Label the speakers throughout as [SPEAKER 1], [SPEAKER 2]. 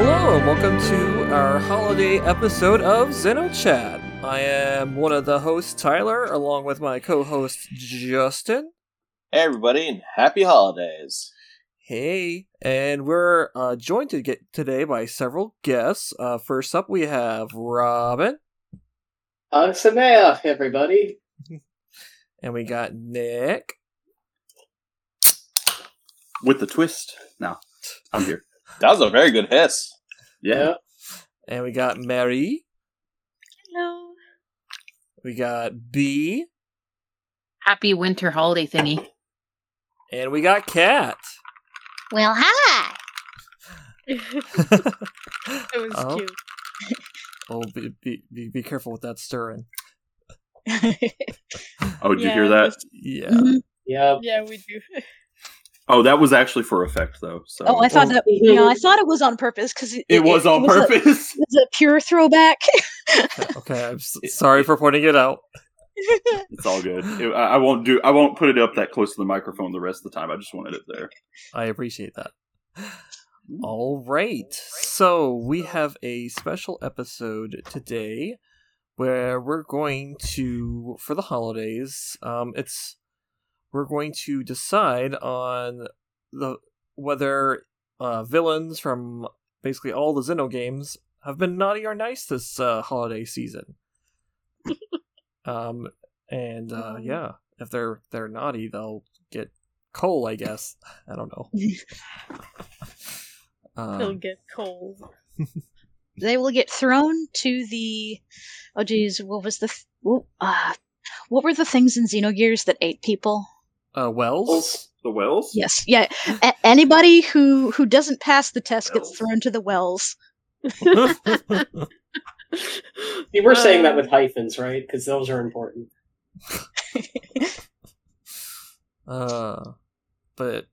[SPEAKER 1] welcome to our holiday episode of XenoChat. I am one of the hosts, Tyler, along with my co host, Justin.
[SPEAKER 2] Hey everybody, and happy holidays.
[SPEAKER 1] Hey, and we're uh, joined to get today by several guests. Uh, first up, we have Robin,
[SPEAKER 3] On Sameach, everybody.
[SPEAKER 1] and we got Nick,
[SPEAKER 4] with the twist. Now I'm here.
[SPEAKER 2] That was a very good hiss.
[SPEAKER 4] Yeah,
[SPEAKER 1] and we got Mary,
[SPEAKER 5] Hello.
[SPEAKER 1] we got B,
[SPEAKER 6] Happy winter holiday thingy.
[SPEAKER 1] and we got Cat.
[SPEAKER 5] Well, hi.
[SPEAKER 1] oh,
[SPEAKER 5] It was
[SPEAKER 1] Oh. be, be, be, be careful with that stirring.
[SPEAKER 5] cute.
[SPEAKER 4] Oh, did
[SPEAKER 5] Yeah,
[SPEAKER 4] you hear that?
[SPEAKER 1] Yeah.
[SPEAKER 3] Yep.
[SPEAKER 5] yeah, we do.
[SPEAKER 4] Oh, that was actually for effect, though. So
[SPEAKER 7] Oh, I thought
[SPEAKER 1] Oh.
[SPEAKER 7] that. No, I thought it was on purpose because it,
[SPEAKER 4] it was on
[SPEAKER 7] a-
[SPEAKER 4] purpose.
[SPEAKER 7] it was a pure throwback.
[SPEAKER 1] Okay, I'm s- sorry for pointing it out.
[SPEAKER 4] it's all good. It- I I won't do. I won't put it up that close to the microphone the rest of the time. I just wanted it there.
[SPEAKER 1] I appreciate that. All right. So, we have a special episode today where we're going to for the holidays, um it's we're going to decide on the whether uh villains from basically all the Xeno games have been naughty or nice this uh, holiday season. um and uh yeah, if they're they're naughty, they'll get coal, I guess. I don't know.
[SPEAKER 5] It'll
[SPEAKER 1] Um,
[SPEAKER 5] get cold.
[SPEAKER 7] they will get thrown to the. Oh, geez, what was the? Th- whoa, uh, what were the things in Xenogears that ate people?
[SPEAKER 1] uh, Wells.
[SPEAKER 4] The wells.
[SPEAKER 7] Yes, yeah. A- anybody who who doesn't pass the test
[SPEAKER 4] Wells.
[SPEAKER 7] gets thrown to the wells.
[SPEAKER 3] You were saying that
[SPEAKER 5] Um,
[SPEAKER 3] with hyphens, right? Because those are important.
[SPEAKER 1] Uh, but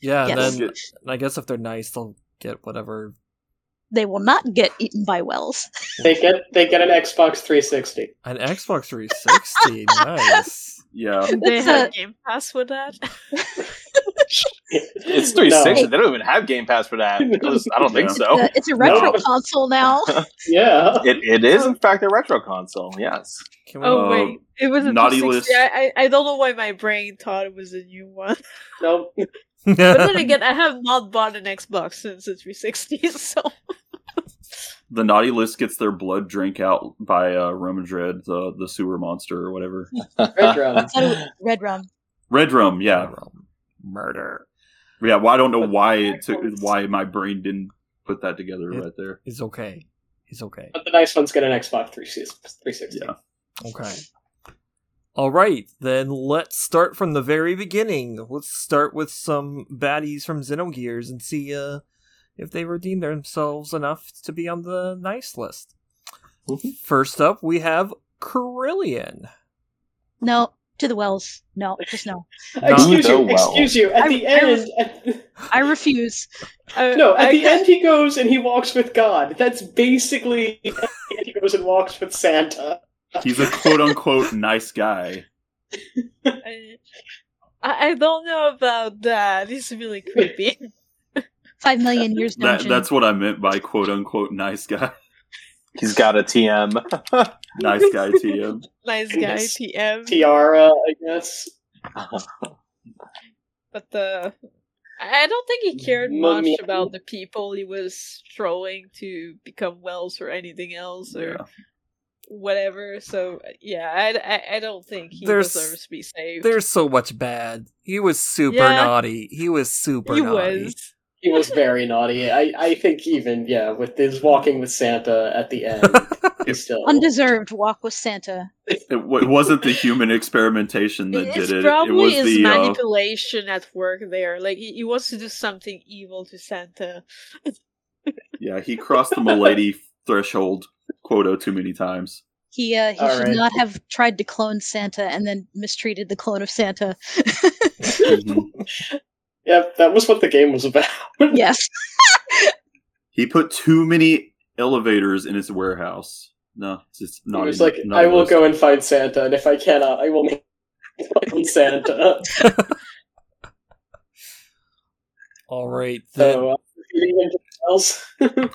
[SPEAKER 1] yeah, and
[SPEAKER 7] Yes.
[SPEAKER 1] then I guess if they're nice, they'll get whatever.
[SPEAKER 7] They will not get eaten by wells.
[SPEAKER 3] They get they get an Xbox 360.
[SPEAKER 1] An Xbox 360, nice.
[SPEAKER 4] Yeah.
[SPEAKER 5] They
[SPEAKER 7] That's
[SPEAKER 5] have
[SPEAKER 7] a-
[SPEAKER 5] Game Pass with that.
[SPEAKER 2] It's 360. They don't even have Game Pass for that. It was- I don't think
[SPEAKER 4] Yeah.
[SPEAKER 2] so.
[SPEAKER 7] Uh, it's a
[SPEAKER 3] No.
[SPEAKER 7] retro console now.
[SPEAKER 3] Yeah.
[SPEAKER 2] It, it is, in fact, a retro console, yes.
[SPEAKER 1] Can we?
[SPEAKER 5] Oh
[SPEAKER 4] Uh,
[SPEAKER 5] wait, it was a
[SPEAKER 4] Naughty
[SPEAKER 5] 360.
[SPEAKER 4] List.
[SPEAKER 5] I, I I don't know why my brain thought it was a new one.
[SPEAKER 3] No.
[SPEAKER 5] But then again, I have not bought an Xbox since the 360. So
[SPEAKER 4] The naughty list gets their blood drink out by uh, Roman Dread, the the sewer monster or whatever.
[SPEAKER 3] Red drum.
[SPEAKER 7] Thought it was Red rum.
[SPEAKER 4] Red Rum. Yeah,
[SPEAKER 1] Murder
[SPEAKER 4] yeah. Well, I don't know why it took. Why my brain didn't put that together right there.
[SPEAKER 1] is okay. He's okay.
[SPEAKER 3] But the nice ones get an Xbox 360.
[SPEAKER 4] Yeah.
[SPEAKER 1] Okay. All right, then let's start from the very beginning. Let's start with some baddies from Xenogears and see uh, if they redeem themselves enough to be on the nice list.
[SPEAKER 4] Mm-hmm.
[SPEAKER 1] First up, we have Krillian.
[SPEAKER 7] No, to the wells. No, just no.
[SPEAKER 3] Excuse
[SPEAKER 2] Not
[SPEAKER 3] you.
[SPEAKER 2] so well.
[SPEAKER 3] Excuse you. At
[SPEAKER 7] I-
[SPEAKER 3] the
[SPEAKER 7] I
[SPEAKER 3] end.
[SPEAKER 7] was-
[SPEAKER 3] At,
[SPEAKER 7] I refuse.
[SPEAKER 5] I,
[SPEAKER 3] no.
[SPEAKER 5] I
[SPEAKER 3] At the
[SPEAKER 5] can't-
[SPEAKER 3] end, he goes and he walks with God. That's basically. he goes and walks with Santa.
[SPEAKER 4] He's a quote unquote nice guy.
[SPEAKER 5] I, I I don't know about that. It's really creepy.
[SPEAKER 7] Five million years
[SPEAKER 4] That,
[SPEAKER 7] dungeon.
[SPEAKER 4] that's what I meant by quote unquote nice guy.
[SPEAKER 2] He's got a TM.
[SPEAKER 4] nice guy TM.
[SPEAKER 5] nice guy,
[SPEAKER 3] Goodness.
[SPEAKER 5] TM.
[SPEAKER 3] Tiara, I guess.
[SPEAKER 5] but the I I don't think he cared much
[SPEAKER 3] Mummy.
[SPEAKER 5] about the people he was trolling to become Wells or anything else or
[SPEAKER 4] Yeah.
[SPEAKER 5] whatever. So yeah, I, I, I don't think he
[SPEAKER 1] There's-
[SPEAKER 5] deserves to be saved.
[SPEAKER 1] There's so much bad. He was super
[SPEAKER 5] Yeah.
[SPEAKER 1] naughty. He was super
[SPEAKER 5] he
[SPEAKER 1] naughty.
[SPEAKER 5] was.
[SPEAKER 3] He was very naughty. I, I think even yeah, with his walking with Santa at the end, he still
[SPEAKER 7] Undeserved walk with Santa.
[SPEAKER 4] It, w- it wasn't the human experimentation that
[SPEAKER 5] It's
[SPEAKER 4] did it. It
[SPEAKER 5] probably
[SPEAKER 4] was
[SPEAKER 5] his
[SPEAKER 4] the uh,
[SPEAKER 5] manipulation at work there. Like he, he wants to do something evil to Santa.
[SPEAKER 4] yeah. He crossed the Milady threshold quota too many times.
[SPEAKER 7] He uh, he
[SPEAKER 3] All
[SPEAKER 7] should
[SPEAKER 3] right.
[SPEAKER 7] not have tried to clone Santa and then mistreated the clone of Santa.
[SPEAKER 3] Mm-hmm.
[SPEAKER 4] Mhm.
[SPEAKER 3] Yeah, that was what the game was about.
[SPEAKER 7] yes.
[SPEAKER 4] he put too many elevators in his warehouse. No, it's just
[SPEAKER 3] He
[SPEAKER 4] not.
[SPEAKER 3] was
[SPEAKER 4] in-
[SPEAKER 3] like,
[SPEAKER 4] not
[SPEAKER 3] I
[SPEAKER 4] in
[SPEAKER 3] will
[SPEAKER 4] those.
[SPEAKER 3] go and find Santa, and if I cannot, I will make find Santa.
[SPEAKER 1] All right, then
[SPEAKER 4] Oh,
[SPEAKER 3] so, uh, anyone else?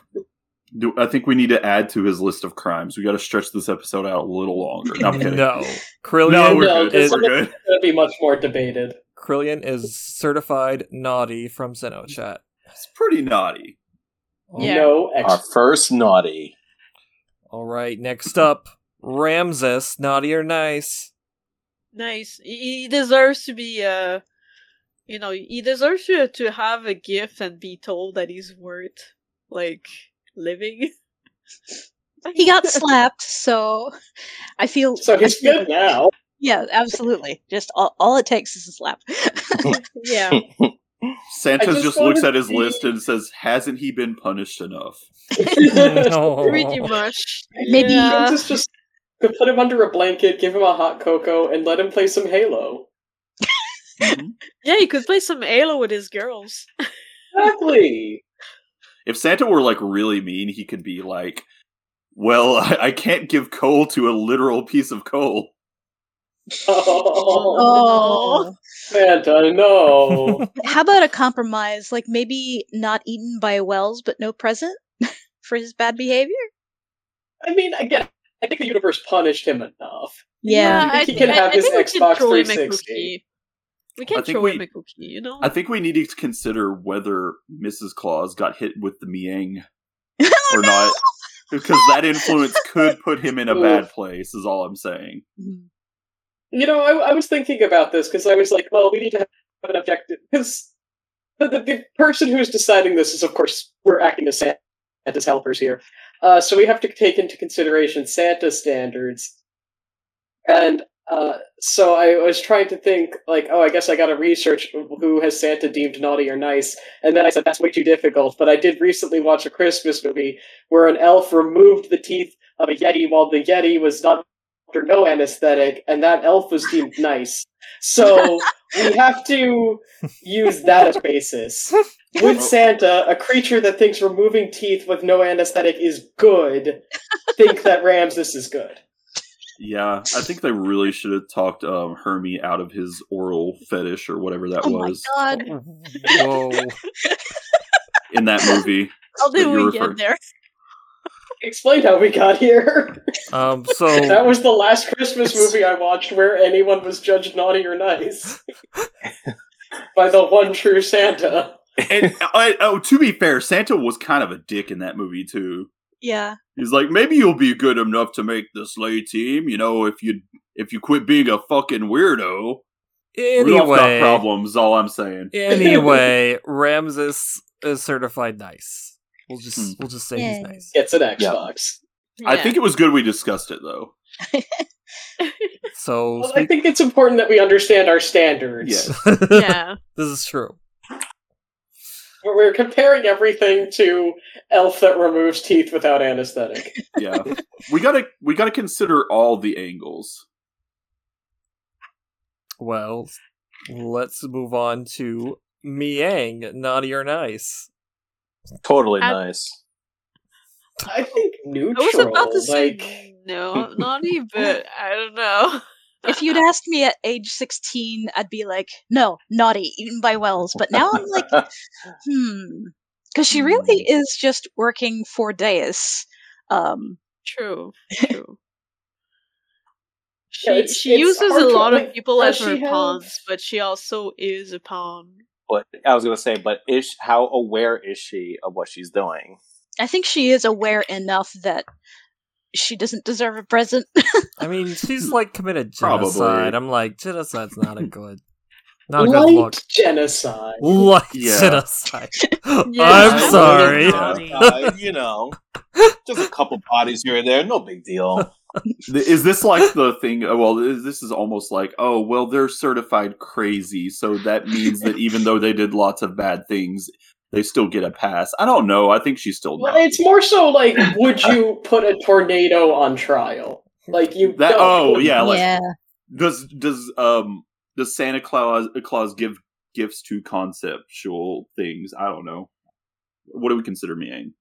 [SPEAKER 4] Do, I think we need to add to his list of crimes. We got to stretch this episode out a little longer. No, I'm
[SPEAKER 1] um,
[SPEAKER 4] kidding.
[SPEAKER 1] No,
[SPEAKER 4] No,
[SPEAKER 1] Krillian,
[SPEAKER 4] we're
[SPEAKER 3] No,
[SPEAKER 4] good.
[SPEAKER 1] is,
[SPEAKER 4] We're good.
[SPEAKER 3] It's going to be much more debated.
[SPEAKER 1] Krillian is certified naughty from Zenochat.
[SPEAKER 4] It's pretty naughty.
[SPEAKER 5] Yeah.
[SPEAKER 3] No
[SPEAKER 2] Our
[SPEAKER 3] extra.
[SPEAKER 2] first naughty.
[SPEAKER 1] All right, next up, Ramses, naughty or nice?
[SPEAKER 5] Nice. He he deserves to be, uh, you know, he deserves to, to have a gift and be told that he's worth, like, living.
[SPEAKER 7] He got slapped, so I feel
[SPEAKER 3] So he's good now.
[SPEAKER 7] Yeah, absolutely. Just all, all it takes is a slap.
[SPEAKER 5] yeah.
[SPEAKER 4] Santa
[SPEAKER 3] I
[SPEAKER 4] just,
[SPEAKER 3] just
[SPEAKER 4] looks
[SPEAKER 3] wanna
[SPEAKER 4] at his
[SPEAKER 3] see-
[SPEAKER 4] list and says, "Hasn't he been punished enough?"
[SPEAKER 5] Pretty
[SPEAKER 1] No.
[SPEAKER 5] much.
[SPEAKER 7] Maybe-
[SPEAKER 5] Yeah.
[SPEAKER 3] Just, just could put him under a blanket, give him a hot cocoa, and let him play some Halo.
[SPEAKER 4] Mhm.
[SPEAKER 5] Yeah, you could play some Halo with his girls.
[SPEAKER 3] Exactly.
[SPEAKER 4] if Santa were like really mean, he could be like, "Well, I, I can't give coal to a literal piece of coal."
[SPEAKER 3] Oh,
[SPEAKER 7] oh.
[SPEAKER 3] Santa, no.
[SPEAKER 7] How about a compromise? Like maybe not eaten by Wells, but no present for his bad behavior?
[SPEAKER 3] I mean, again, I think the universe punished him enough.
[SPEAKER 7] Yeah.
[SPEAKER 3] I He think- can have his
[SPEAKER 5] we can
[SPEAKER 3] Xbox
[SPEAKER 5] throw him a
[SPEAKER 3] 360.
[SPEAKER 5] cookie. We
[SPEAKER 4] I
[SPEAKER 5] can
[SPEAKER 4] think
[SPEAKER 5] throw him
[SPEAKER 4] we-
[SPEAKER 5] a cookie, you know?
[SPEAKER 4] I think we need to consider whether Mrs. Claus got hit with the Miang
[SPEAKER 7] Oh,
[SPEAKER 4] or
[SPEAKER 7] no!
[SPEAKER 4] not, because that influence could put him in a bad place. Is all I'm saying.
[SPEAKER 7] Mhm.
[SPEAKER 3] You know, I, I was thinking about this because I was like, well, we need to have an objective. Because the, the, the person who's deciding this is, of course, we're acting as Santa's helpers here. Uh, so we have to take into consideration Santa's standards. And uh, so I was trying to think, like, oh, I guess I got to research who has Santa deemed naughty or nice. And then I said, that's way too difficult. But I did recently watch a Christmas movie where an elf removed the teeth of a Yeti while the Yeti was not under no anesthetic, and that elf was deemed nice. So we have to use that as basis. With Santa, a creature that thinks removing teeth with no anesthetic is good, think that Ramses is good.
[SPEAKER 4] Yeah, I think they really should have talked um, Hermie out of his oral fetish or whatever that
[SPEAKER 7] Oh my
[SPEAKER 4] was
[SPEAKER 7] god.
[SPEAKER 1] Whoa.
[SPEAKER 4] in that movie.
[SPEAKER 5] How did
[SPEAKER 4] that you're
[SPEAKER 5] we get
[SPEAKER 4] referring-
[SPEAKER 5] there?
[SPEAKER 3] Explain how we got here.
[SPEAKER 1] Um.
[SPEAKER 3] That
[SPEAKER 1] So
[SPEAKER 3] was the last Christmas movie I watched where anyone was judged naughty or nice by the one true Santa.
[SPEAKER 4] And I, oh, to be fair, Santa was kind of a dick in that movie too.
[SPEAKER 7] Yeah.
[SPEAKER 4] He's like, maybe you'll be good enough to make the sleigh team. You know, if you if you quit being a fucking weirdo. Rudolph got
[SPEAKER 1] anyway,
[SPEAKER 4] problems. All I'm saying.
[SPEAKER 1] anyway, Ramses is certified nice. We'll
[SPEAKER 4] Hmm.
[SPEAKER 1] just we'll just say
[SPEAKER 7] Yay.
[SPEAKER 1] he's nice.
[SPEAKER 3] Gets an Xbox.
[SPEAKER 4] I think it was good we discussed it though.
[SPEAKER 1] So
[SPEAKER 3] Well, I
[SPEAKER 1] speak-
[SPEAKER 3] think it's important that we understand our standards.
[SPEAKER 4] Yes.
[SPEAKER 5] Yeah.
[SPEAKER 1] this is true.
[SPEAKER 3] We're we're comparing everything to elf that removes teeth without anesthetic.
[SPEAKER 4] yeah we gotta we gotta consider all the angles
[SPEAKER 1] Well, let's move on to Miang, naughty or nice.
[SPEAKER 2] Totally
[SPEAKER 5] I-
[SPEAKER 2] nice.
[SPEAKER 3] I think
[SPEAKER 5] I
[SPEAKER 3] neutral.
[SPEAKER 5] was about to say
[SPEAKER 3] like,
[SPEAKER 5] no, naughty, but I don't know.
[SPEAKER 7] If you'd asked me at age 16, I'd be like, no, naughty, eaten by Wells. But now I'm like, hmm. Because she really
[SPEAKER 4] Hmm.
[SPEAKER 7] is just working for Deus. Um,
[SPEAKER 5] True. True. She
[SPEAKER 3] Yeah, it's-
[SPEAKER 5] she
[SPEAKER 3] it's
[SPEAKER 5] uses
[SPEAKER 3] hard
[SPEAKER 5] a
[SPEAKER 3] to-
[SPEAKER 5] lot of
[SPEAKER 3] like,
[SPEAKER 5] people
[SPEAKER 3] does
[SPEAKER 5] as her
[SPEAKER 3] she have-
[SPEAKER 5] pawns, but she also is a pawn.
[SPEAKER 2] but I was gonna say, but is how aware is she of what she's doing?
[SPEAKER 7] I think she is aware enough that she doesn't deserve a present.
[SPEAKER 1] I mean, she's like committed
[SPEAKER 4] Probably.
[SPEAKER 1] genocide. I'm like, genocide's not a good, not a good look.
[SPEAKER 3] light genocide.
[SPEAKER 1] Light
[SPEAKER 4] Yeah.
[SPEAKER 1] genocide.
[SPEAKER 5] I
[SPEAKER 1] I'm
[SPEAKER 5] wouldn't
[SPEAKER 1] sorry.
[SPEAKER 4] know.
[SPEAKER 2] Uh, you know, just a couple bodies here and there, no big deal.
[SPEAKER 4] Th- is this like the thing oh, well th- this is almost like oh well they're certified crazy so that means that even though they did lots of bad things they still get a pass i don't know i think she's still
[SPEAKER 3] Well,
[SPEAKER 4] naughty.
[SPEAKER 3] it's more so like, would you put a tornado on trial? Like you.
[SPEAKER 4] that
[SPEAKER 3] don't.
[SPEAKER 4] oh yeah like
[SPEAKER 7] yeah.
[SPEAKER 4] does does um does santa claus claus give gifts to conceptual things i don't know what do we consider meaning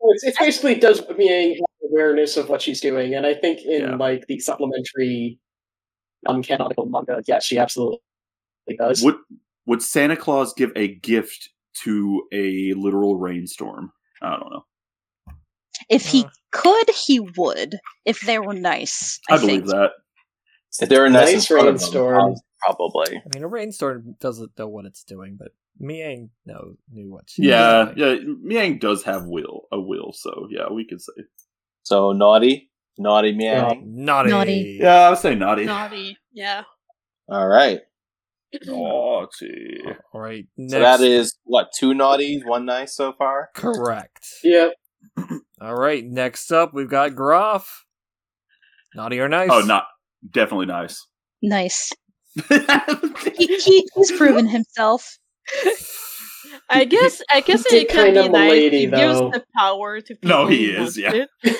[SPEAKER 3] It's, it's basically does Miang have awareness of what she's doing, and I think in
[SPEAKER 4] Yeah.
[SPEAKER 3] like the supplementary, um, non-canonical manga, yeah, she absolutely does.
[SPEAKER 4] would would santa claus give a gift to a literal rainstorm. I don't know.
[SPEAKER 7] If he
[SPEAKER 1] Uh.
[SPEAKER 7] could, he would. If they were nice, I,
[SPEAKER 4] I, believe
[SPEAKER 7] think.
[SPEAKER 4] that.
[SPEAKER 2] If they were nice,
[SPEAKER 3] Nice
[SPEAKER 2] in front of them,
[SPEAKER 3] rainstorm.
[SPEAKER 2] probably.
[SPEAKER 1] I mean, a rainstorm doesn't know what it's doing, but Miang know knew what she was
[SPEAKER 4] Yeah,
[SPEAKER 1] doing.
[SPEAKER 4] yeah. Miang does have will a will, so yeah, we could say.
[SPEAKER 2] So naughty, naughty meowing.
[SPEAKER 1] Naughty.
[SPEAKER 7] Naughty.
[SPEAKER 4] Yeah, I would say naughty.
[SPEAKER 5] Naughty. Yeah.
[SPEAKER 2] All right.
[SPEAKER 4] Oh, Naughty.
[SPEAKER 1] All right. Next.
[SPEAKER 2] So that is what two naughties, one nice so far.
[SPEAKER 1] correct.
[SPEAKER 3] Yeah.
[SPEAKER 1] All right. Next up, we've got Groff. Naughty or nice?
[SPEAKER 4] Oh, not definitely nice.
[SPEAKER 7] Nice. He, he, he's proven himself.
[SPEAKER 5] I guess I guess
[SPEAKER 3] did
[SPEAKER 5] it can
[SPEAKER 3] kind
[SPEAKER 5] be
[SPEAKER 3] of a
[SPEAKER 5] nice.
[SPEAKER 3] lady,
[SPEAKER 5] he gives
[SPEAKER 3] though.
[SPEAKER 5] the power to people.
[SPEAKER 4] No, he
[SPEAKER 5] who
[SPEAKER 4] is,
[SPEAKER 5] want
[SPEAKER 4] yeah.
[SPEAKER 5] it.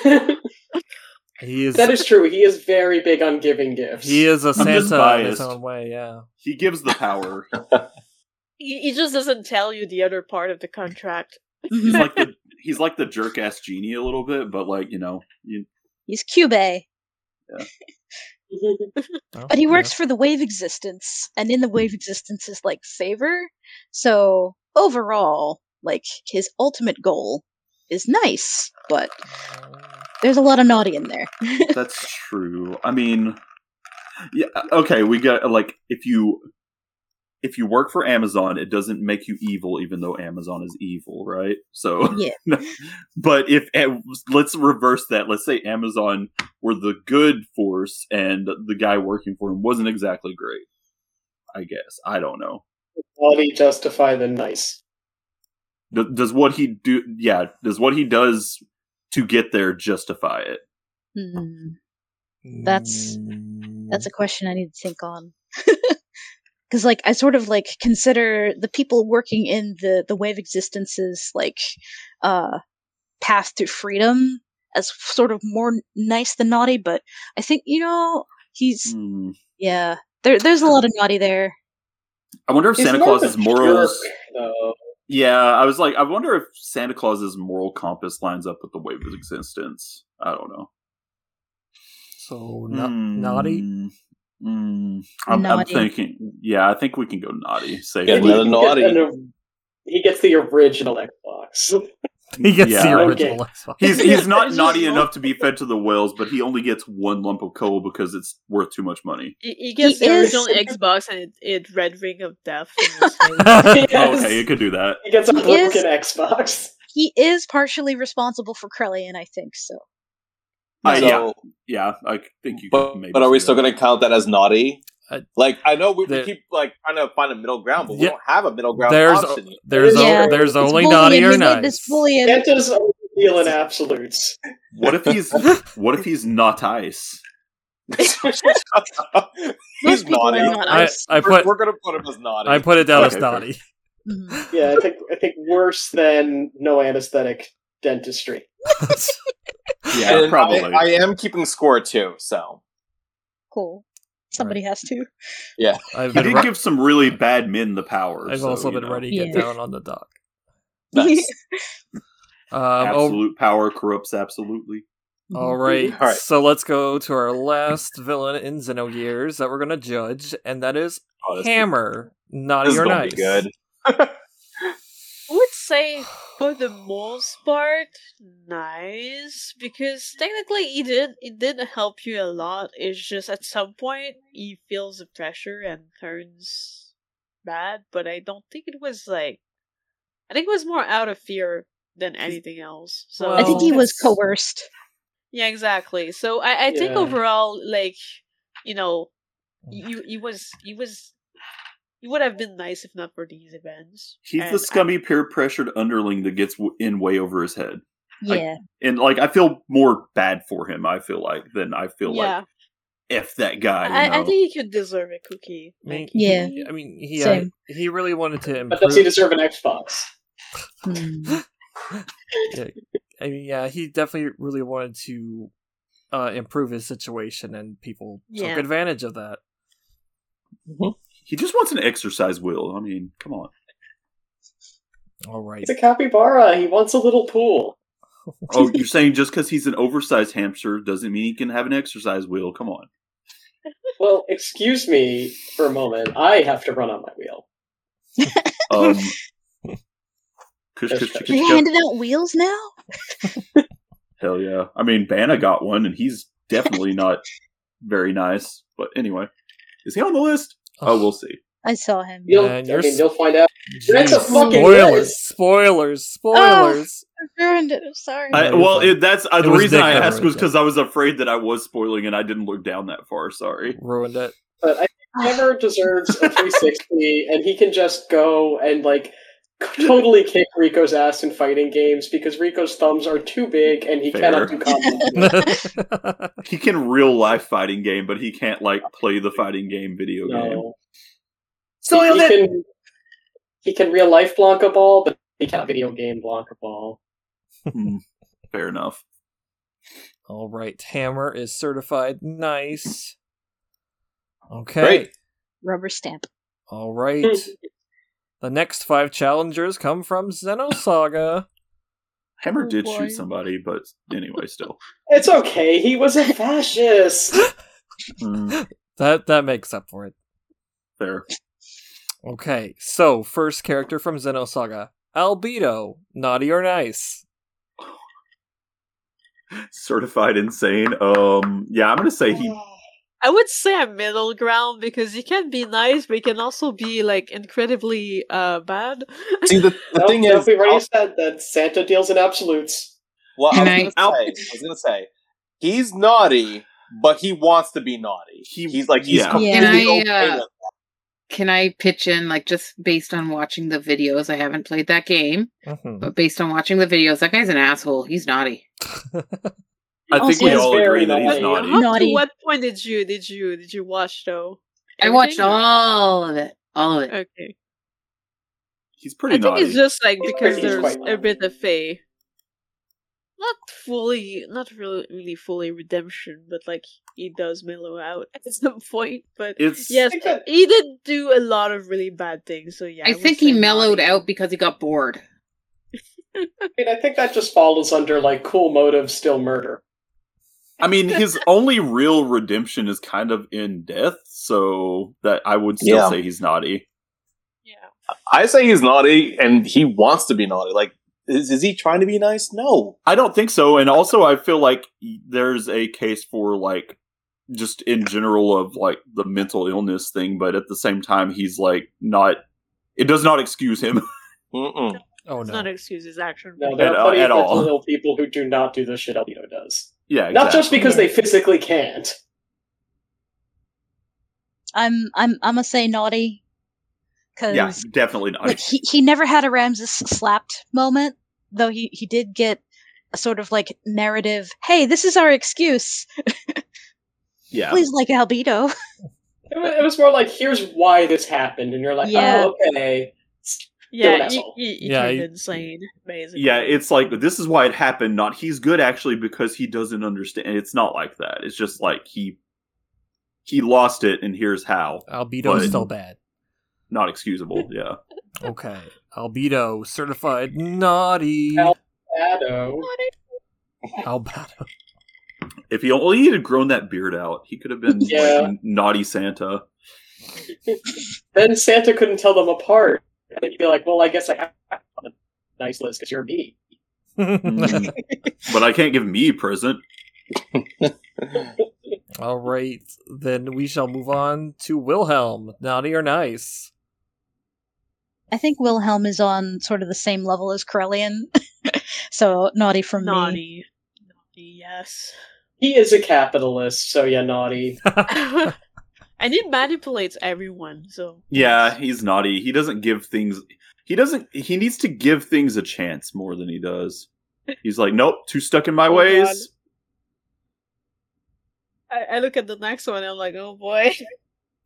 [SPEAKER 3] that
[SPEAKER 1] He is.
[SPEAKER 3] is true. He is very big on giving gifts.
[SPEAKER 1] He is a
[SPEAKER 4] just
[SPEAKER 1] Santa in his
[SPEAKER 4] biased.
[SPEAKER 1] own way. Yeah.
[SPEAKER 4] he gives the power.
[SPEAKER 5] He, he just doesn't tell you the other part of the contract.
[SPEAKER 4] He's
[SPEAKER 7] Mhm.
[SPEAKER 4] like the he's like the jerk ass genie a little bit, but like you know, you,
[SPEAKER 7] He's Cube.
[SPEAKER 1] Well,
[SPEAKER 7] But he
[SPEAKER 1] yeah.
[SPEAKER 7] works for the wave existence, and in the wave existence is like favor. So overall, like his ultimate goal is nice, but there's a lot of naughty in there.
[SPEAKER 4] that's true. I mean, yeah, uh, okay, we got like if you if you work for Amazon, it doesn't make you evil, even though Amazon is evil, right? So,
[SPEAKER 7] Yeah.
[SPEAKER 4] but if eh, let's reverse that. Let's say Amazon were the good force, and the guy working for him wasn't exactly great. I guess I don't know.
[SPEAKER 3] Naughty justify the nice.
[SPEAKER 4] Th- does what he do yeah does what he does to get there justify it
[SPEAKER 7] Hmm.
[SPEAKER 1] Mm.
[SPEAKER 7] That's- That's a question I need to think on. Because, like, I sort of like consider the people working in the the wave existences like uh, path to freedom as sort of more nice than naughty. But I think you know he's
[SPEAKER 4] Hmm.
[SPEAKER 7] yeah. There, there's a lot of naughty there.
[SPEAKER 4] i wonder if
[SPEAKER 3] He's
[SPEAKER 4] santa
[SPEAKER 3] more of
[SPEAKER 4] claus's
[SPEAKER 3] a
[SPEAKER 4] morals
[SPEAKER 3] jerk, though.
[SPEAKER 4] yeah i was like i wonder if santa claus's moral compass lines up with the wave of existence i don't know
[SPEAKER 1] so na- naughty.
[SPEAKER 4] Hmm. Hmm. I'm,
[SPEAKER 7] Naughty.
[SPEAKER 4] I'm thinking yeah i think we can go naughty
[SPEAKER 2] Yeah,
[SPEAKER 4] safely
[SPEAKER 3] And he
[SPEAKER 2] another
[SPEAKER 3] can
[SPEAKER 2] naughty.
[SPEAKER 3] get an- he gets the original Xbox.
[SPEAKER 1] He gets
[SPEAKER 4] Hmm. Yeah.
[SPEAKER 1] the
[SPEAKER 3] Okay.
[SPEAKER 1] original Xbox.
[SPEAKER 4] He's, he's not
[SPEAKER 5] Just
[SPEAKER 4] naughty
[SPEAKER 5] lump-
[SPEAKER 4] enough to be fed to the whales, but he only gets one lump of coal because it's worth too much money.
[SPEAKER 5] He, he gets
[SPEAKER 7] He
[SPEAKER 5] the
[SPEAKER 7] is-
[SPEAKER 5] original Xbox and it, it red ring of death. in his face.
[SPEAKER 3] Yes.
[SPEAKER 4] Okay, you could do that.
[SPEAKER 3] He gets a
[SPEAKER 7] He
[SPEAKER 3] broken
[SPEAKER 7] is-
[SPEAKER 3] Xbox.
[SPEAKER 7] He is partially responsible for Krellian, I think. So
[SPEAKER 4] Uh,
[SPEAKER 2] so,
[SPEAKER 4] yeah, yeah, I think you.
[SPEAKER 2] but,
[SPEAKER 4] could maybe
[SPEAKER 2] but are we
[SPEAKER 4] say
[SPEAKER 2] still
[SPEAKER 4] that.
[SPEAKER 2] going to count that as naughty?
[SPEAKER 1] Uh,
[SPEAKER 2] like I know we, we
[SPEAKER 1] there-
[SPEAKER 2] keep like trying to find a middle ground, but we
[SPEAKER 1] Yeah.
[SPEAKER 2] don't have a middle ground
[SPEAKER 1] there's
[SPEAKER 2] option. yet.
[SPEAKER 1] there's
[SPEAKER 3] It is
[SPEAKER 1] o-
[SPEAKER 7] Yeah.
[SPEAKER 1] there's
[SPEAKER 7] It's
[SPEAKER 1] only
[SPEAKER 7] bullying,
[SPEAKER 1] naughty or
[SPEAKER 7] we need
[SPEAKER 1] nice.
[SPEAKER 7] this bullying.
[SPEAKER 3] Santa's only deal in absolutes.
[SPEAKER 4] What if he's what if he's not ice?
[SPEAKER 2] He's
[SPEAKER 7] Most people
[SPEAKER 2] naughty.
[SPEAKER 7] are not
[SPEAKER 1] I,
[SPEAKER 7] ice.
[SPEAKER 1] I
[SPEAKER 2] we're,
[SPEAKER 1] put
[SPEAKER 2] we're gonna put him as naughty.
[SPEAKER 1] I put it down as
[SPEAKER 4] Okay, fair.
[SPEAKER 1] naughty.
[SPEAKER 7] Mhm.
[SPEAKER 3] Yeah, I think I think worse than no anesthetic dentistry.
[SPEAKER 4] Yeah,
[SPEAKER 2] And
[SPEAKER 4] probably.
[SPEAKER 2] I, I am keeping score too, so
[SPEAKER 7] Cool. Somebody has to.
[SPEAKER 1] I've
[SPEAKER 4] he
[SPEAKER 1] been
[SPEAKER 4] did
[SPEAKER 1] re-
[SPEAKER 4] give some really bad men the power.
[SPEAKER 1] I've
[SPEAKER 4] so,
[SPEAKER 1] also
[SPEAKER 4] you
[SPEAKER 1] been
[SPEAKER 4] know,
[SPEAKER 1] ready to get
[SPEAKER 7] Yeah.
[SPEAKER 1] down on the dock.
[SPEAKER 2] nice.
[SPEAKER 1] Um, oh,
[SPEAKER 4] Absolute power corrupts absolutely.
[SPEAKER 7] Mm-hmm.
[SPEAKER 1] All right.
[SPEAKER 2] Mhm. All right.
[SPEAKER 1] So let's go to our last villain in Xenogears that we're going to judge, and that is
[SPEAKER 2] Oh, this-
[SPEAKER 1] Hammer. Naughty
[SPEAKER 2] This is
[SPEAKER 1] or
[SPEAKER 2] gonna
[SPEAKER 1] nice?
[SPEAKER 2] be good.
[SPEAKER 5] I would say for the most part, nice because technically he did it did help you a lot. It's just at some point he feels the pressure and turns bad, but I don't think it was like I think it was more out of fear than anything else. So
[SPEAKER 1] Well-
[SPEAKER 7] I think he was
[SPEAKER 1] That's-
[SPEAKER 7] coerced.
[SPEAKER 5] yeah, exactly. So I, I think
[SPEAKER 3] Yeah.
[SPEAKER 5] overall, like you know, you he was he was he would have been nice if not for these events.
[SPEAKER 4] He's
[SPEAKER 5] And I-
[SPEAKER 4] the scummy, peer pressured underling that gets w- in way over his head, Like,
[SPEAKER 7] Yeah.
[SPEAKER 4] and like I feel more bad for him. I feel like than I feel
[SPEAKER 5] yeah.
[SPEAKER 4] like f that guy. You
[SPEAKER 5] I, I
[SPEAKER 4] know?
[SPEAKER 5] think he could deserve a cookie.
[SPEAKER 1] I mean,
[SPEAKER 5] Like,
[SPEAKER 1] he-
[SPEAKER 7] Yeah.
[SPEAKER 1] I mean, he uh,
[SPEAKER 7] Same.
[SPEAKER 1] he really wanted to
[SPEAKER 3] But does he
[SPEAKER 1] improve.
[SPEAKER 3] deserve an Xbox?
[SPEAKER 7] Hmm.
[SPEAKER 1] yeah, I mean, yeah, he definitely really wanted to uh, improve his situation, and people
[SPEAKER 5] Yeah.
[SPEAKER 1] took advantage of that.
[SPEAKER 4] he just wants an exercise wheel. I mean, come on.
[SPEAKER 1] All right.
[SPEAKER 3] He's a capybara. He wants a little pool.
[SPEAKER 4] Oh, you're saying just because he's an oversized hamster doesn't mean he can have an exercise wheel? Come on.
[SPEAKER 3] Well, excuse me for a moment. I have to run on my wheel.
[SPEAKER 4] Um, Kush,
[SPEAKER 3] That's right.
[SPEAKER 4] kush, kush,
[SPEAKER 7] You're
[SPEAKER 4] kush, kush.
[SPEAKER 7] handing out wheels now?
[SPEAKER 4] Hell yeah. I mean, Banna got one, and he's definitely not very nice. But anyway, is he on the list? Oh, we'll see.
[SPEAKER 7] I saw him.
[SPEAKER 3] You'll,
[SPEAKER 1] Man, you're
[SPEAKER 3] I mean,
[SPEAKER 1] s-
[SPEAKER 3] you'll find out. That's a
[SPEAKER 1] Jeez,
[SPEAKER 3] fucking
[SPEAKER 1] spoilers,
[SPEAKER 3] list.
[SPEAKER 1] spoilers, spoilers.
[SPEAKER 7] I ruined it. I'm uh, sorry.
[SPEAKER 1] I- No,
[SPEAKER 4] I,
[SPEAKER 1] you're
[SPEAKER 4] well,
[SPEAKER 1] fine.
[SPEAKER 4] it, that's uh,
[SPEAKER 1] It
[SPEAKER 4] the
[SPEAKER 1] was
[SPEAKER 4] reason
[SPEAKER 1] Nick
[SPEAKER 4] I
[SPEAKER 1] that
[SPEAKER 4] asked was
[SPEAKER 1] ruined it.
[SPEAKER 4] because I was afraid that I was spoiling, and I didn't look down that far. Sorry.
[SPEAKER 1] Ruined it.
[SPEAKER 3] But I never deserves a 360, and he can just go and like totally kick Rico's ass in fighting games because Rico's thumbs are too big and he
[SPEAKER 4] Fair.
[SPEAKER 3] cannot do combat.
[SPEAKER 4] He can real life fighting game, but he can't like play the fighting game video game.
[SPEAKER 3] no,
[SPEAKER 4] Soiled
[SPEAKER 3] he
[SPEAKER 4] it.
[SPEAKER 3] can. He can real life Blanca Ball, but he cannot video game Blanca Ball.
[SPEAKER 4] Hmm, Fair enough.
[SPEAKER 1] All right, hammer is certified. Nice. Okay.
[SPEAKER 2] Great.
[SPEAKER 7] Rubber stamp.
[SPEAKER 1] All right. the next five challengers come from Xenosaga.
[SPEAKER 4] Hammer
[SPEAKER 5] Oh,
[SPEAKER 4] did
[SPEAKER 5] boy.
[SPEAKER 4] shoot somebody, but anyway, still.
[SPEAKER 3] It's okay. He was a fascist.
[SPEAKER 4] Hmm,
[SPEAKER 1] That that makes up for it.
[SPEAKER 4] fair.
[SPEAKER 1] Okay, so first character from Xenosaga, Albedo, naughty or nice.
[SPEAKER 4] Certified insane. Um, yeah, I'm gonna say he.
[SPEAKER 7] Oh.
[SPEAKER 5] I would say a middle ground because you can be nice, but you can also be like incredibly uh bad.
[SPEAKER 2] See, the, the
[SPEAKER 3] Nope,
[SPEAKER 2] thing
[SPEAKER 3] nope,
[SPEAKER 2] is,
[SPEAKER 3] we've already
[SPEAKER 2] I'll-
[SPEAKER 3] said that Santa deals in absolutes.
[SPEAKER 2] well, I was
[SPEAKER 6] Can
[SPEAKER 2] gonna say,
[SPEAKER 6] I-
[SPEAKER 2] I was gonna say, he's naughty, but he wants to be naughty.
[SPEAKER 4] He-
[SPEAKER 2] he's like he's
[SPEAKER 4] yeah.
[SPEAKER 2] completely
[SPEAKER 6] Can I,
[SPEAKER 2] okay
[SPEAKER 6] uh,
[SPEAKER 2] with
[SPEAKER 6] Can I pitch in, like, just based on watching the videos? I haven't played that game,
[SPEAKER 1] Mhm.
[SPEAKER 6] but based on watching the videos, that guy's an asshole. He's naughty.
[SPEAKER 4] I think
[SPEAKER 7] Also,
[SPEAKER 4] we
[SPEAKER 7] he's
[SPEAKER 4] all
[SPEAKER 3] very
[SPEAKER 4] agree that
[SPEAKER 3] naughty.
[SPEAKER 4] he's naughty.
[SPEAKER 5] Up to
[SPEAKER 7] Naughty.
[SPEAKER 5] what point did you did you did you watch though?
[SPEAKER 6] I watched
[SPEAKER 5] Everything?
[SPEAKER 6] all of it. All of it.
[SPEAKER 5] Okay,
[SPEAKER 4] He's
[SPEAKER 5] I
[SPEAKER 4] pretty
[SPEAKER 5] think
[SPEAKER 4] naughty.
[SPEAKER 5] it's just like
[SPEAKER 3] He's
[SPEAKER 5] because
[SPEAKER 3] pretty- he's
[SPEAKER 5] there's
[SPEAKER 3] quite
[SPEAKER 5] a bit of a not fully, not really, really fully redemption, but like he does mellow out at some point. But
[SPEAKER 4] It's
[SPEAKER 3] I
[SPEAKER 5] yes,
[SPEAKER 3] think that-
[SPEAKER 5] he did do a lot of really bad things. So yeah,
[SPEAKER 6] I
[SPEAKER 5] would
[SPEAKER 6] think he
[SPEAKER 5] say
[SPEAKER 6] mellowed
[SPEAKER 5] naughty.
[SPEAKER 6] out because he got bored.
[SPEAKER 3] I mean, I think that just falls under like cool motive, still murder.
[SPEAKER 4] I mean, his only real redemption is kind of in death, so that I would still
[SPEAKER 2] Yeah.
[SPEAKER 4] say he's naughty.
[SPEAKER 5] Yeah.
[SPEAKER 2] I say he's naughty, and he wants to be naughty. Like, is, is he trying to be nice? No.
[SPEAKER 4] I don't think so, and also I feel like there's a case for like just in general of like the mental illness thing, but at the same time he's like not it does not excuse him.
[SPEAKER 2] Mm-mm.
[SPEAKER 1] Oh
[SPEAKER 5] It's not
[SPEAKER 1] no. uh,
[SPEAKER 5] an excuse. It's action.
[SPEAKER 3] No, there
[SPEAKER 4] At-
[SPEAKER 3] are plenty
[SPEAKER 4] at
[SPEAKER 3] of
[SPEAKER 4] all.
[SPEAKER 3] mental ill people who do not do the shit Albedo does.
[SPEAKER 4] yeah, exactly.
[SPEAKER 3] Not just because they physically can't.
[SPEAKER 7] I'm I'm I'm gonna say naughty. Cause
[SPEAKER 4] Yeah, definitely not.
[SPEAKER 7] like he, he never had a Ramses slapped moment, though he, he did get a sort of like narrative, hey, this is our excuse.
[SPEAKER 4] yeah.
[SPEAKER 7] Please like Albedo.
[SPEAKER 3] It wa- it was more like, here's why this happened, and you're like,
[SPEAKER 7] Yeah.
[SPEAKER 3] oh, okay. Still an
[SPEAKER 5] Yeah, he,
[SPEAKER 3] asshole.
[SPEAKER 5] he, he
[SPEAKER 1] Yeah,
[SPEAKER 5] turned
[SPEAKER 1] he-
[SPEAKER 5] insane. Basically.
[SPEAKER 4] Yeah, it's like this is why it happened, not he's good actually because he doesn't understand. It's not like that. It's just like he he lost it and here's how.
[SPEAKER 1] Albedo
[SPEAKER 4] But-
[SPEAKER 1] is still bad.
[SPEAKER 4] Not excusable, yeah.
[SPEAKER 1] Okay. Albedo, certified naughty.
[SPEAKER 3] Al- Shadow.
[SPEAKER 1] Albedo.
[SPEAKER 4] If he only he had grown that beard out, he could have been
[SPEAKER 3] Yeah.
[SPEAKER 4] like naughty Santa.
[SPEAKER 3] Then Santa couldn't tell them apart. And he'd be like, well, I guess I have a nice list because you're me.
[SPEAKER 4] Mm. but I can't give me a present.
[SPEAKER 1] All right, then we shall move on to Wilhelm, naughty or nice.
[SPEAKER 7] I think Wilhelm is on sort of the same level as Corellian. so naughty from me.
[SPEAKER 5] naughty. Naughty. Yes.
[SPEAKER 3] He is a capitalist, so yeah, naughty.
[SPEAKER 5] and he manipulates everyone. So
[SPEAKER 4] Yeah, he's naughty. He doesn't give things. He doesn't. He needs to give things a chance more than he does. He's like, nope, too stuck in my
[SPEAKER 5] Oh,
[SPEAKER 4] ways.
[SPEAKER 5] I, I look at the next one. I'm like, oh boy.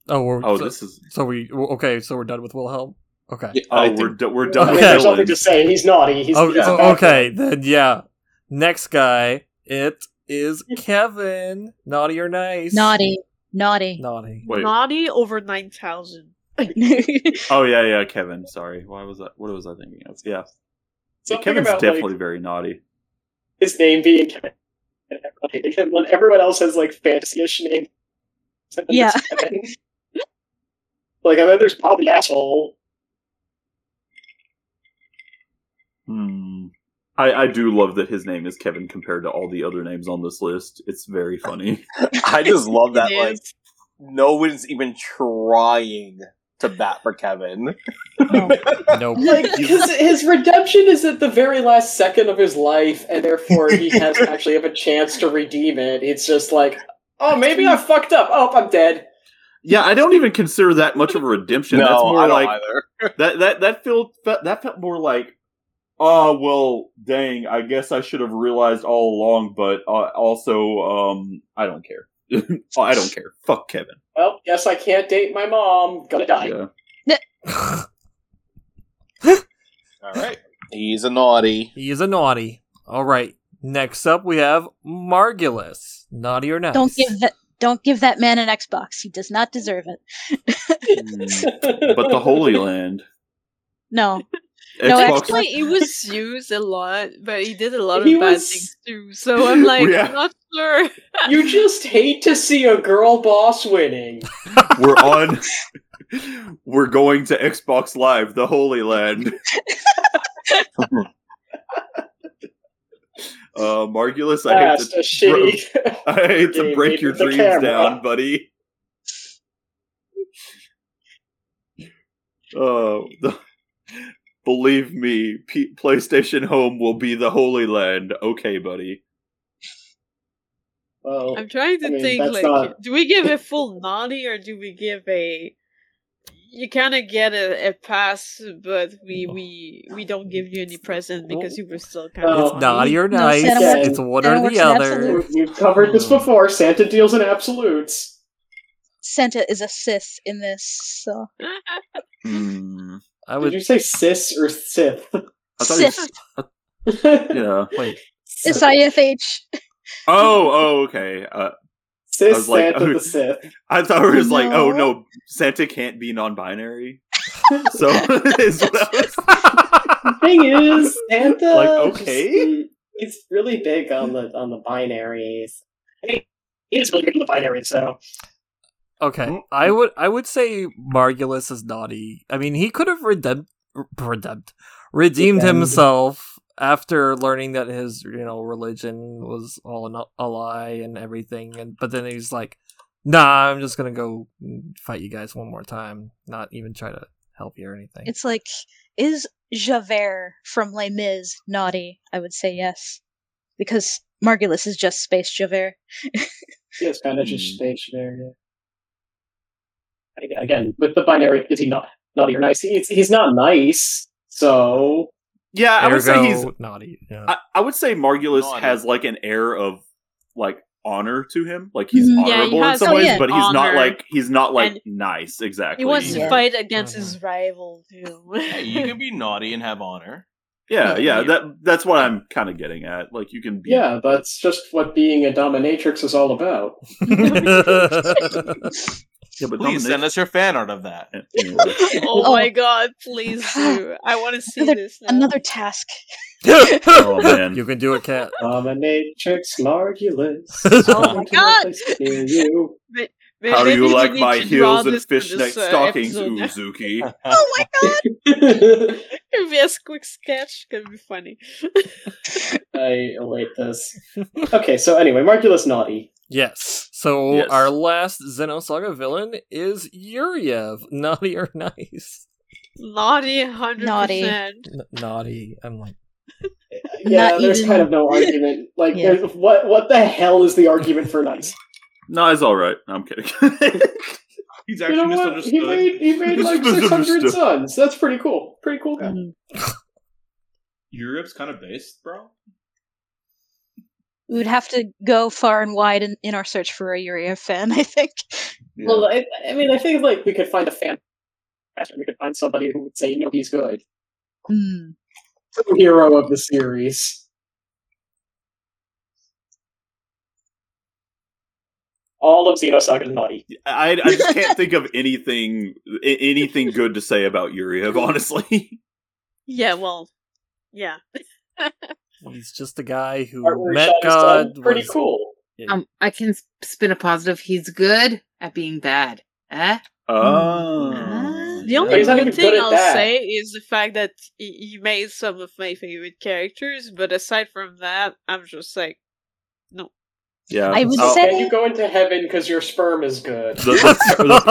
[SPEAKER 1] Oh, we're,
[SPEAKER 4] Oh,
[SPEAKER 1] so,
[SPEAKER 4] this is.
[SPEAKER 1] so we okay. So we're done with Wilhelm. Okay.
[SPEAKER 2] Yeah,
[SPEAKER 4] Oh,
[SPEAKER 2] I
[SPEAKER 4] we're
[SPEAKER 2] think
[SPEAKER 4] do- we're
[SPEAKER 3] I
[SPEAKER 4] done
[SPEAKER 3] mean,
[SPEAKER 4] with
[SPEAKER 3] there's nothing
[SPEAKER 4] villains.
[SPEAKER 3] to say. He's naughty. He's,
[SPEAKER 1] oh,
[SPEAKER 3] he's a
[SPEAKER 1] oh,
[SPEAKER 3] bad
[SPEAKER 1] okay. Then yeah, next guy. It is Kevin, naughty or nice.
[SPEAKER 7] Naughty. Naughty.
[SPEAKER 1] Naughty.
[SPEAKER 4] Wait.
[SPEAKER 5] Naughty over nine thousand.
[SPEAKER 4] Oh yeah, yeah, Kevin. Sorry. Why was that? What was I thinking? of? Yeah,
[SPEAKER 3] Something
[SPEAKER 4] Kevin's
[SPEAKER 3] about,
[SPEAKER 4] definitely
[SPEAKER 3] like,
[SPEAKER 4] very naughty.
[SPEAKER 3] his name being Kevin. And everyone hating him when everyone else has like fantasy-ish names. and
[SPEAKER 7] Yeah.
[SPEAKER 3] it's Kevin. like I mean, there's probably asshole.
[SPEAKER 4] Hmm. I, I do love that his name is Kevin compared to all the other names on this list. It's very funny.
[SPEAKER 2] I just love that.
[SPEAKER 5] It
[SPEAKER 2] Like
[SPEAKER 5] is.
[SPEAKER 2] no one's even trying to bat for Kevin.
[SPEAKER 1] Nope.
[SPEAKER 3] Like, his, his redemption is at the very last second of his life, and therefore he has actually have a chance to redeem it. It's just like, oh, maybe I fucked up. Oh, I'm dead.
[SPEAKER 4] Yeah, I don't even consider that much of a redemption. That's more
[SPEAKER 2] I don't
[SPEAKER 4] like
[SPEAKER 2] either.
[SPEAKER 4] that that that felt fe- that felt more like oh well dang i guess i should have realized all along but uh, also um i don't care i don't care fuck kevin
[SPEAKER 3] Well, guess I can't date my mom. Gonna die.
[SPEAKER 4] yeah.
[SPEAKER 2] All right, he's a naughty.
[SPEAKER 1] he is a naughty. All right. Next up, we have Margulis. Naughty or nice?
[SPEAKER 7] Don't give that don't give that man an Xbox. He does not deserve it.
[SPEAKER 4] Mm. but the holy land
[SPEAKER 7] No. No,
[SPEAKER 4] xbox
[SPEAKER 5] Actually, it was used a lot, but he did a lot
[SPEAKER 3] He
[SPEAKER 5] of bad
[SPEAKER 3] was-
[SPEAKER 5] things too. So I'm like,
[SPEAKER 4] Yeah.
[SPEAKER 5] I'm not sure.
[SPEAKER 3] you just hate to see a girl boss winning.
[SPEAKER 4] we're on we're going to xbox live the holy land uh margulis i hate
[SPEAKER 3] That's
[SPEAKER 4] to
[SPEAKER 3] a shitty.
[SPEAKER 4] I hate to
[SPEAKER 3] Game
[SPEAKER 4] break
[SPEAKER 3] needed
[SPEAKER 4] your
[SPEAKER 3] the
[SPEAKER 4] dreams
[SPEAKER 3] camera.
[SPEAKER 4] down, buddy. Oh, the- believe me, P- PlayStation Home will be the holy land. Okay, buddy.
[SPEAKER 3] well,
[SPEAKER 5] I'm trying to
[SPEAKER 3] I mean,
[SPEAKER 5] think
[SPEAKER 3] that's
[SPEAKER 5] like,
[SPEAKER 3] not-
[SPEAKER 5] do we give a full naughty or do we give a? You kind of get a, a pass, but we we we don't give you any present because you were still kind
[SPEAKER 3] Oh.
[SPEAKER 5] of
[SPEAKER 1] It's naughty or
[SPEAKER 7] No,
[SPEAKER 1] nice.
[SPEAKER 7] Santa
[SPEAKER 3] works-
[SPEAKER 1] it's one
[SPEAKER 7] Santa
[SPEAKER 1] or
[SPEAKER 7] works
[SPEAKER 1] the
[SPEAKER 7] in
[SPEAKER 1] other.
[SPEAKER 7] absolute.
[SPEAKER 3] we- we've covered this
[SPEAKER 1] Hmm.
[SPEAKER 3] before. Santa deals in absolutes.
[SPEAKER 7] Santa is a Sith in this. So.
[SPEAKER 1] I
[SPEAKER 3] Did
[SPEAKER 1] would
[SPEAKER 3] you say cis or Sith?
[SPEAKER 4] I thought
[SPEAKER 7] Sith
[SPEAKER 4] Yeah.
[SPEAKER 1] wait.
[SPEAKER 7] is IFH.
[SPEAKER 4] Oh, oh, okay. Uh,
[SPEAKER 3] Cis
[SPEAKER 4] was like,
[SPEAKER 3] Santa
[SPEAKER 4] oh.
[SPEAKER 3] the Sith.
[SPEAKER 4] I thought it was like, oh
[SPEAKER 7] No.
[SPEAKER 4] no, Santa can't be non-binary. so is what I was-
[SPEAKER 3] Thing is, Santa.
[SPEAKER 4] Like,
[SPEAKER 3] just-
[SPEAKER 4] okay.
[SPEAKER 3] he's really big on the on the binaries. I mean, He's really big on the binaries, so
[SPEAKER 1] Okay,
[SPEAKER 4] Mm.
[SPEAKER 1] I would I would say Margulis is naughty. I mean, he could have redeemed redeemed redeemed
[SPEAKER 3] Redeemed.
[SPEAKER 1] himself after learning that his you know religion was all an, a lie and everything, and but then he's like, "Nah, I'm just gonna go fight you guys one more time, not even try to help you or anything."
[SPEAKER 7] It's like is Javert from Les Mis naughty? I would say yes, because Margulis is just space Javert.
[SPEAKER 3] he is kind of
[SPEAKER 4] Hmm.
[SPEAKER 3] just stationary. Again- Again, with the binary, is he not naughty or nice? He's he's not nice, so
[SPEAKER 4] yeah, I would say he's.
[SPEAKER 1] Ergo, naughty. Yeah.
[SPEAKER 4] I, I would say Margulis
[SPEAKER 2] Naughty.
[SPEAKER 4] has like an air of like honor to him. Like he's
[SPEAKER 7] Mhm.
[SPEAKER 5] Mm-hmm. Yeah, he
[SPEAKER 4] honorable in
[SPEAKER 5] has
[SPEAKER 4] some
[SPEAKER 7] some
[SPEAKER 4] ways,
[SPEAKER 7] yeah.
[SPEAKER 4] but he's not
[SPEAKER 5] honor.
[SPEAKER 4] like he's not like
[SPEAKER 5] And
[SPEAKER 4] nice exactly.
[SPEAKER 5] He wants to
[SPEAKER 1] Yeah.
[SPEAKER 5] fight against
[SPEAKER 1] Mhm.
[SPEAKER 5] his rival too.
[SPEAKER 2] Hey, you can be naughty and have honor.
[SPEAKER 4] Yeah,
[SPEAKER 5] Yeah.
[SPEAKER 4] yeah, that that's what I'm kind of getting at. Like you can be
[SPEAKER 3] yeah, that's just what being a dominatrix is all about.
[SPEAKER 4] Yeah, but
[SPEAKER 2] Please send
[SPEAKER 4] domination-
[SPEAKER 2] us your fan art of that.
[SPEAKER 4] Anyway.
[SPEAKER 5] oh,
[SPEAKER 7] Oh.
[SPEAKER 5] my god, please do! I want to see
[SPEAKER 7] Another-
[SPEAKER 5] this. Now.
[SPEAKER 7] Another task.
[SPEAKER 4] Oh, man.
[SPEAKER 1] You can do it, cat.
[SPEAKER 3] Dominatrix Margulis.
[SPEAKER 7] Oh my God.
[SPEAKER 3] Near you.
[SPEAKER 5] May-
[SPEAKER 4] How do
[SPEAKER 5] maybe
[SPEAKER 4] you
[SPEAKER 5] we
[SPEAKER 4] like
[SPEAKER 5] need
[SPEAKER 4] my
[SPEAKER 5] to draw
[SPEAKER 4] heels and
[SPEAKER 5] this for
[SPEAKER 4] fishnet
[SPEAKER 5] this, uh,
[SPEAKER 4] stockings,
[SPEAKER 5] episode.
[SPEAKER 4] Uzuki?
[SPEAKER 7] Oh my god!
[SPEAKER 5] It could be a quick sketch. Could be funny.
[SPEAKER 3] I await this. Okay, so anyway, Margulis naughty.
[SPEAKER 1] Yes. So
[SPEAKER 4] Yes.
[SPEAKER 1] our last Xenosaga villain is Yuriev. Naughty or nice?
[SPEAKER 5] Naughty, hundred percent.
[SPEAKER 1] N- naughty. I'm like,
[SPEAKER 3] Yeah,
[SPEAKER 7] Not
[SPEAKER 3] there's
[SPEAKER 7] even-
[SPEAKER 3] kind of no argument. Like,
[SPEAKER 7] Yeah.
[SPEAKER 3] there's what what the hell is the argument for nice?
[SPEAKER 4] No, he's all right. No, I'm kidding. he's
[SPEAKER 3] You
[SPEAKER 4] actually
[SPEAKER 3] know what?
[SPEAKER 4] misunderstood.
[SPEAKER 3] He made he made
[SPEAKER 4] He's
[SPEAKER 3] like 600
[SPEAKER 4] misunderstood.
[SPEAKER 3] sons. That's pretty cool. Pretty cool. guy.
[SPEAKER 7] Mm.
[SPEAKER 2] Europe's kind of based, bro.
[SPEAKER 7] We would have to go far and wide in, in our search for a Yuria fan, I think.
[SPEAKER 4] Yeah.
[SPEAKER 3] Well, I, I mean, I think like we could find a fan. We could find somebody who would say, "No, he's good."
[SPEAKER 7] Mm.
[SPEAKER 3] Hero of the series. All of Xenosaga is naughty.
[SPEAKER 4] I, I just can't think of anything a- anything good to say about Yuriev, honestly.
[SPEAKER 5] Yeah, well, yeah.
[SPEAKER 1] he's just a guy who
[SPEAKER 3] Artwork
[SPEAKER 1] met
[SPEAKER 3] shot is done.
[SPEAKER 1] God.
[SPEAKER 3] Pretty
[SPEAKER 1] was-
[SPEAKER 3] cool.
[SPEAKER 6] Um, I can s- spin a positive. He's good at being bad. Eh?
[SPEAKER 4] Oh.
[SPEAKER 5] The only
[SPEAKER 3] Like, he's not
[SPEAKER 5] good
[SPEAKER 3] even good
[SPEAKER 5] thing
[SPEAKER 3] at
[SPEAKER 5] I'll
[SPEAKER 3] that.
[SPEAKER 5] say is the fact that he, he made some of my favorite characters, but aside from that, I'm just like,
[SPEAKER 4] Yeah,
[SPEAKER 7] I would
[SPEAKER 4] Oh,
[SPEAKER 7] say-
[SPEAKER 3] And you go into heaven because your sperm is good.
[SPEAKER 4] the, the, the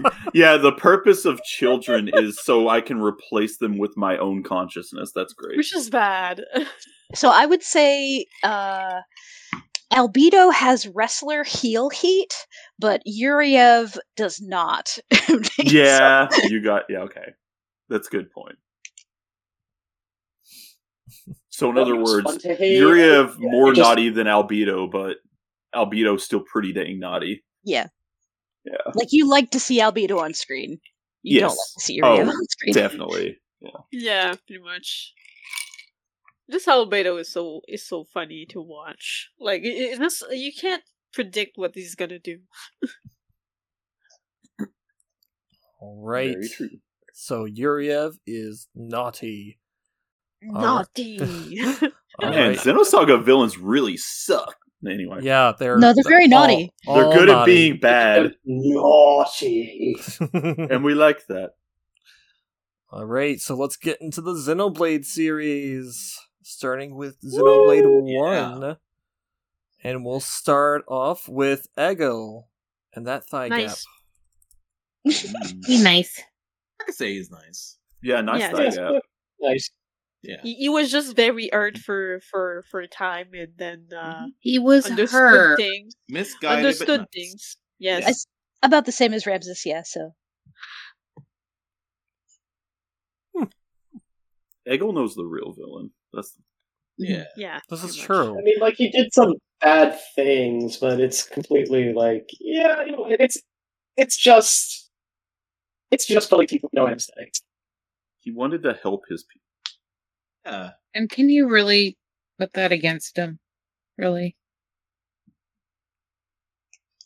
[SPEAKER 4] pur- yeah. The purpose of children is so I can replace them with my own consciousness. That's great.
[SPEAKER 5] which is bad.
[SPEAKER 7] So I would say uh, Albedo has wrestler heel heat, but Yuriev does not.
[SPEAKER 4] Yeah, you got. Yeah, okay. That's a good point. So, in other
[SPEAKER 3] It's
[SPEAKER 4] words,
[SPEAKER 3] fun to hate.
[SPEAKER 4] Yuriev more
[SPEAKER 3] it just-
[SPEAKER 4] naughty than Albedo, but Albedo's still pretty dang naughty.
[SPEAKER 7] Yeah.
[SPEAKER 4] Yeah.
[SPEAKER 7] Like you like to see Albedo on screen. You don't like
[SPEAKER 4] Yes.
[SPEAKER 7] to see Yuriev
[SPEAKER 4] Oh,
[SPEAKER 7] on screen.
[SPEAKER 4] Definitely.
[SPEAKER 5] yeah, pretty much. This albedo is so is so funny to watch. Like it, it, this, you can't predict what he's gonna do.
[SPEAKER 1] All right.
[SPEAKER 4] Very true.
[SPEAKER 1] So Yuriev is naughty. All right.
[SPEAKER 5] Naughty.
[SPEAKER 1] All
[SPEAKER 4] Man,
[SPEAKER 1] right.
[SPEAKER 4] Xenosaga villains really suck. Anyway,
[SPEAKER 1] Yeah, they're
[SPEAKER 7] No, they're very
[SPEAKER 1] all-
[SPEAKER 7] naughty.
[SPEAKER 1] all
[SPEAKER 4] they're good at
[SPEAKER 1] naughty.
[SPEAKER 4] being bad,
[SPEAKER 3] Naughty.
[SPEAKER 4] and we like that.
[SPEAKER 1] All right, so let's get into the Xenoblade series, starting with Xenoblade One, and we'll start off with Egil and that thigh
[SPEAKER 5] nice.
[SPEAKER 6] Be nice.
[SPEAKER 8] I could say he's nice.
[SPEAKER 4] Mm. Yeah, nice
[SPEAKER 5] Yeah,
[SPEAKER 4] thigh
[SPEAKER 3] Yes,
[SPEAKER 4] gap.
[SPEAKER 3] look, Nice.
[SPEAKER 8] Yeah.
[SPEAKER 5] He, he was just very hurt for for for a time, and then uh,
[SPEAKER 6] He was
[SPEAKER 5] understood
[SPEAKER 6] her.
[SPEAKER 5] things.
[SPEAKER 8] Misguided.
[SPEAKER 5] understood
[SPEAKER 8] but nice.
[SPEAKER 5] things. Yes.
[SPEAKER 8] Yeah.
[SPEAKER 7] It's about the same as Ramses, yeah, so
[SPEAKER 4] Egil knows the real villain. That's
[SPEAKER 8] Yeah.
[SPEAKER 5] Yeah.
[SPEAKER 1] This is
[SPEAKER 5] pretty much.
[SPEAKER 1] true.
[SPEAKER 3] I mean, like he did some bad things, but it's completely like, yeah, you know, it's it's just it's just for like people who know what I'm saying.
[SPEAKER 4] he wanted to help his people.
[SPEAKER 8] Yeah.
[SPEAKER 6] And can you really put that against him? Really?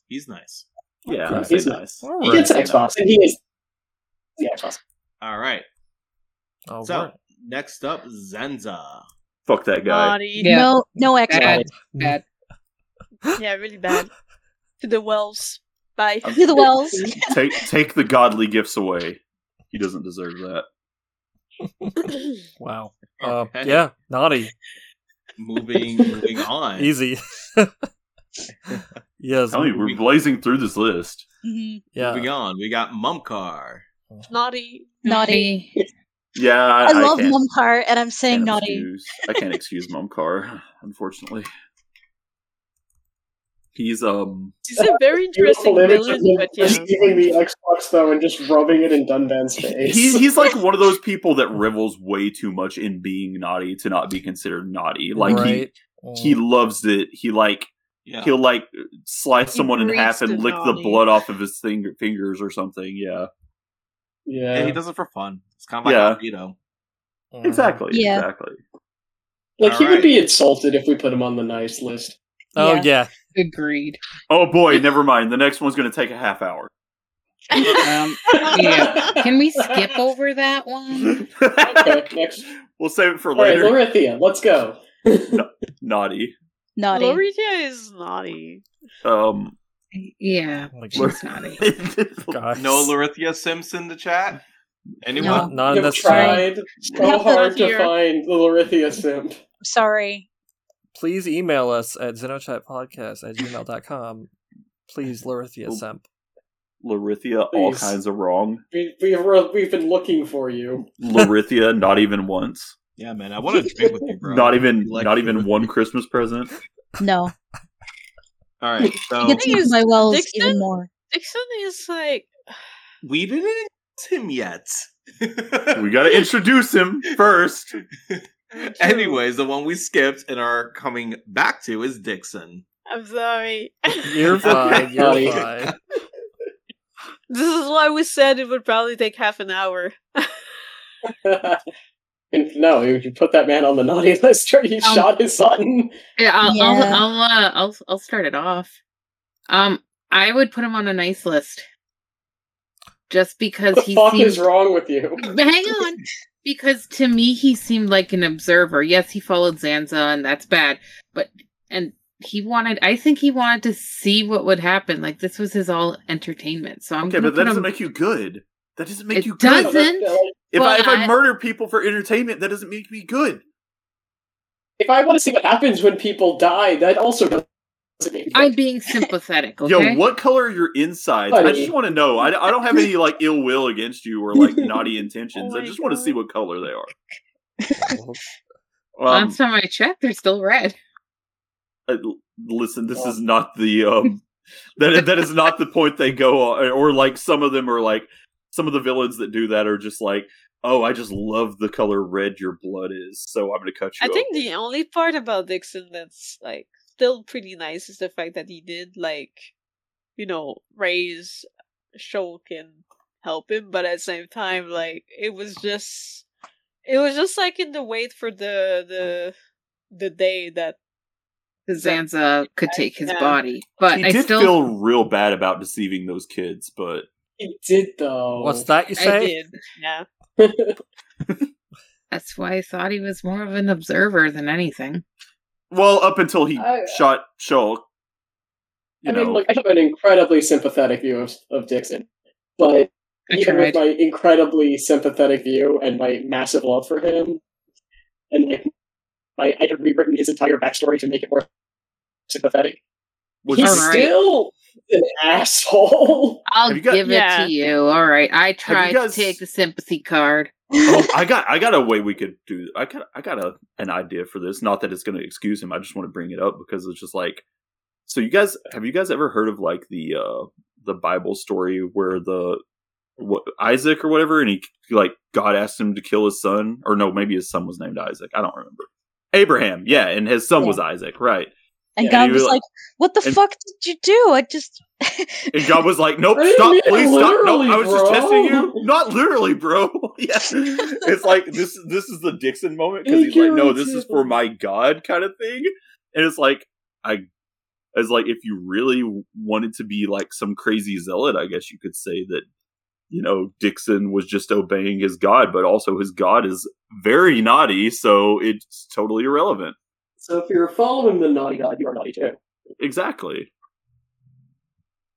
[SPEAKER 8] He's nice.
[SPEAKER 4] Yeah,
[SPEAKER 1] Okay.
[SPEAKER 4] I'd say
[SPEAKER 3] He's
[SPEAKER 4] nice.
[SPEAKER 1] All
[SPEAKER 3] He
[SPEAKER 1] right,
[SPEAKER 3] gets an Xbox, and he is the Xbox.
[SPEAKER 8] All right.
[SPEAKER 1] all
[SPEAKER 8] so
[SPEAKER 1] right.
[SPEAKER 8] next up, Zenza.
[SPEAKER 4] Fuck that guy.
[SPEAKER 5] Naughty.
[SPEAKER 6] Yeah.
[SPEAKER 7] no no Xbox.
[SPEAKER 6] Bad. Bad.
[SPEAKER 5] Yeah, really bad. to the wells. Bye.
[SPEAKER 7] Do the wells.
[SPEAKER 4] take take the godly gifts away. He doesn't deserve that.
[SPEAKER 1] Wow. Uh,
[SPEAKER 8] Okay.
[SPEAKER 1] Yeah, naughty,
[SPEAKER 8] Moving moving on.
[SPEAKER 1] easy. yes.
[SPEAKER 4] Tell me, we're blazing through this list.
[SPEAKER 7] Mhm.
[SPEAKER 1] Yeah.
[SPEAKER 8] Moving on. We got Mumkar.
[SPEAKER 5] Naughty.
[SPEAKER 7] Naughty.
[SPEAKER 4] Yeah, I,
[SPEAKER 7] I love
[SPEAKER 4] can't,
[SPEAKER 7] Mumcar and I'm saying
[SPEAKER 4] can't
[SPEAKER 7] naughty.
[SPEAKER 4] excuse- I can't excuse Mumkar, unfortunately. He's um.
[SPEAKER 5] He's a very interesting villain, but yeah.
[SPEAKER 3] receiving the Xbox though and just rubbing it in Dunvan's face.
[SPEAKER 4] He's he's like one of those people that revels way too much in being naughty to not be considered naughty. Like
[SPEAKER 1] right. Mm,
[SPEAKER 4] he he loves it. He like
[SPEAKER 8] Yeah.
[SPEAKER 4] he'll like slice
[SPEAKER 5] He
[SPEAKER 4] someone in half
[SPEAKER 5] breathes
[SPEAKER 4] and
[SPEAKER 5] the
[SPEAKER 4] lick the
[SPEAKER 5] naughty.
[SPEAKER 4] blood off of his thing- fingers or something. Yeah,
[SPEAKER 3] yeah.
[SPEAKER 8] yeah. He does it for fun. It's kind of like
[SPEAKER 4] Yeah.
[SPEAKER 8] Albedo.
[SPEAKER 1] Mm.
[SPEAKER 4] exactly.
[SPEAKER 7] Yeah.
[SPEAKER 4] Exactly.
[SPEAKER 3] like he
[SPEAKER 8] Alright.
[SPEAKER 3] would be insulted if we put him on the nice list.
[SPEAKER 1] Oh
[SPEAKER 7] Yeah.
[SPEAKER 1] yeah.
[SPEAKER 6] Agreed.
[SPEAKER 4] Oh boy, never mind. The next one's going to take a half hour.
[SPEAKER 6] Um, yeah. Can we skip over that one?
[SPEAKER 3] Okay, next.
[SPEAKER 4] We'll save it for
[SPEAKER 3] All right,
[SPEAKER 4] later.
[SPEAKER 3] Lorithia, let's go.
[SPEAKER 4] Naughty.
[SPEAKER 7] Naughty.
[SPEAKER 5] Loritia is naughty.
[SPEAKER 4] Um,
[SPEAKER 6] Yeah.
[SPEAKER 1] Oh my God.
[SPEAKER 6] She's naughty.
[SPEAKER 1] Guys.
[SPEAKER 8] No Larithia Sims in the chat?
[SPEAKER 1] Not,
[SPEAKER 8] Anyone?
[SPEAKER 1] not in
[SPEAKER 3] I've
[SPEAKER 1] this time.
[SPEAKER 3] tried
[SPEAKER 7] We
[SPEAKER 3] so
[SPEAKER 7] have
[SPEAKER 3] hard
[SPEAKER 7] to-
[SPEAKER 3] to find the Lorithia simp.
[SPEAKER 7] Sorry.
[SPEAKER 1] Please email us at xenochatpodcast at gmail.com. Please, Lorithia
[SPEAKER 4] Oh.
[SPEAKER 1] Semp.
[SPEAKER 4] Larithia, all
[SPEAKER 3] Please.
[SPEAKER 4] kinds of wrong.
[SPEAKER 3] We, we were, we've been looking for you.
[SPEAKER 4] Larithia, not even once.
[SPEAKER 8] Yeah, man. I want to drink with you, bro.
[SPEAKER 4] Not even,
[SPEAKER 8] You like-
[SPEAKER 4] not even one Christmas present.
[SPEAKER 7] No.
[SPEAKER 8] All right.
[SPEAKER 3] Oh.
[SPEAKER 8] So
[SPEAKER 7] He gets
[SPEAKER 5] thing
[SPEAKER 7] into
[SPEAKER 5] is,
[SPEAKER 7] my wells
[SPEAKER 5] Dixon-
[SPEAKER 7] even more.
[SPEAKER 5] Dixon is like
[SPEAKER 8] we didn't introduce him yet.
[SPEAKER 4] We got to introduce him first.
[SPEAKER 8] Anyways, the one we skipped and are coming back to is Dixon.
[SPEAKER 5] I'm sorry.
[SPEAKER 1] You're fine. You're
[SPEAKER 4] Oh.
[SPEAKER 3] Naughty.
[SPEAKER 1] fine.
[SPEAKER 5] this is why we said it would probably take half an hour.
[SPEAKER 3] And no, you you put that man on the naughty list or you
[SPEAKER 6] Um,
[SPEAKER 3] shot his son.
[SPEAKER 6] Yeah, I'll,
[SPEAKER 7] Yeah.
[SPEAKER 6] I'll, I'll, uh, I'll, I'll start it off. Um, I would put him on a nice list, just because
[SPEAKER 3] What the
[SPEAKER 6] he
[SPEAKER 3] fuck
[SPEAKER 6] seemed.
[SPEAKER 3] is wrong with you?
[SPEAKER 6] But hang on, because to me he seemed like an observer. Yes, he followed Zanza, and that's bad. But and he wanted. I think he wanted to see what would happen. Like this was his all entertainment. So I'm
[SPEAKER 4] Okay,
[SPEAKER 6] gonna
[SPEAKER 4] but that
[SPEAKER 6] put
[SPEAKER 4] doesn't
[SPEAKER 6] him.
[SPEAKER 4] make you good. That doesn't make
[SPEAKER 6] It
[SPEAKER 4] you
[SPEAKER 6] doesn't.
[SPEAKER 4] good.
[SPEAKER 6] Doesn't?
[SPEAKER 4] If I
[SPEAKER 6] Well,
[SPEAKER 4] if I,
[SPEAKER 6] I-
[SPEAKER 4] murder people for entertainment, that doesn't make me good.
[SPEAKER 3] If I want to see what happens when people die, that also doesn't mean
[SPEAKER 6] I'm being sympathetic. Okay.
[SPEAKER 4] Yo, what color are your insides? I just
[SPEAKER 3] Buddy.
[SPEAKER 4] want to know. I, I don't have any like ill will against you or like naughty intentions.
[SPEAKER 5] Oh
[SPEAKER 4] I
[SPEAKER 5] my
[SPEAKER 4] just want to
[SPEAKER 5] God.
[SPEAKER 4] see what color they are. Um,
[SPEAKER 6] Last time I checked, they're still red.
[SPEAKER 4] I- listen, this is not the um that that is not the point they go on or like some of them are like some of the villains that do that are just like, "Oh, I just love the color red your blood is, so I'm going to cut you."
[SPEAKER 5] I think
[SPEAKER 4] open."
[SPEAKER 5] the only part about Dixon that's like still pretty nice is the fact that he did like, you know, raise Shulk and help him, but at the same time,
[SPEAKER 4] Mm-hmm.
[SPEAKER 5] like it was just, it was just like in the wait for the the the day that
[SPEAKER 6] Because Zanza could take his
[SPEAKER 5] Yeah.
[SPEAKER 6] body, but
[SPEAKER 4] he
[SPEAKER 6] I
[SPEAKER 4] did
[SPEAKER 6] still
[SPEAKER 4] feel real bad about deceiving those kids, but
[SPEAKER 3] he did though.
[SPEAKER 1] What's that you
[SPEAKER 5] I
[SPEAKER 1] say?
[SPEAKER 5] did. Yeah,
[SPEAKER 6] that's why I thought he was more of an observer than anything.
[SPEAKER 4] well, up until he
[SPEAKER 3] I-
[SPEAKER 4] shot Shulk,
[SPEAKER 3] Oh,
[SPEAKER 4] you
[SPEAKER 3] I
[SPEAKER 4] know,
[SPEAKER 3] mean, look, I have an incredibly sympathetic view of, of Dixon, but
[SPEAKER 6] I
[SPEAKER 3] even with
[SPEAKER 6] tried.
[SPEAKER 3] my incredibly sympathetic view and my massive love for him, and like my, I had rewritten his entire backstory to make it more sympathetic.
[SPEAKER 4] was
[SPEAKER 3] He's
[SPEAKER 6] All right.
[SPEAKER 3] still an asshole.
[SPEAKER 6] I'll
[SPEAKER 4] Have you got-
[SPEAKER 6] give
[SPEAKER 5] Yeah.
[SPEAKER 6] it to you. All right, I tried
[SPEAKER 4] guys-
[SPEAKER 6] to take the sympathy card.
[SPEAKER 4] oh, I got I got a way we could do. I got I got a an idea for this. Not that it's going to excuse him. I just want to bring it up because it's just like. So you guys have you guys ever heard of like the uh the Bible story where the what, Isaac or whatever and he like God asked him to kill his son or no maybe his son was named Isaac I don't remember Abraham yeah and his son was Isaac right
[SPEAKER 3] Oh,
[SPEAKER 7] And
[SPEAKER 3] Yeah,
[SPEAKER 7] God
[SPEAKER 4] you
[SPEAKER 7] was
[SPEAKER 4] really-
[SPEAKER 7] like, "What the
[SPEAKER 4] and-
[SPEAKER 7] fuck did you do? I just."
[SPEAKER 4] and God was like nope
[SPEAKER 3] I didn't
[SPEAKER 4] stop
[SPEAKER 3] mean it
[SPEAKER 4] please stop no
[SPEAKER 3] literally,
[SPEAKER 4] I was just
[SPEAKER 3] bro."
[SPEAKER 4] testing you not literally bro yeah it's like this this is the Dixon moment because he's like, no, this is for my God kind of thing, and it's like I, it's like if you really wanted to be like some crazy zealot, I guess you could say that you know Dixon was just obeying his God, but also his God is very naughty, so it's totally irrelevant.
[SPEAKER 3] So if you're following the naughty god, you are naughty too.
[SPEAKER 4] Exactly,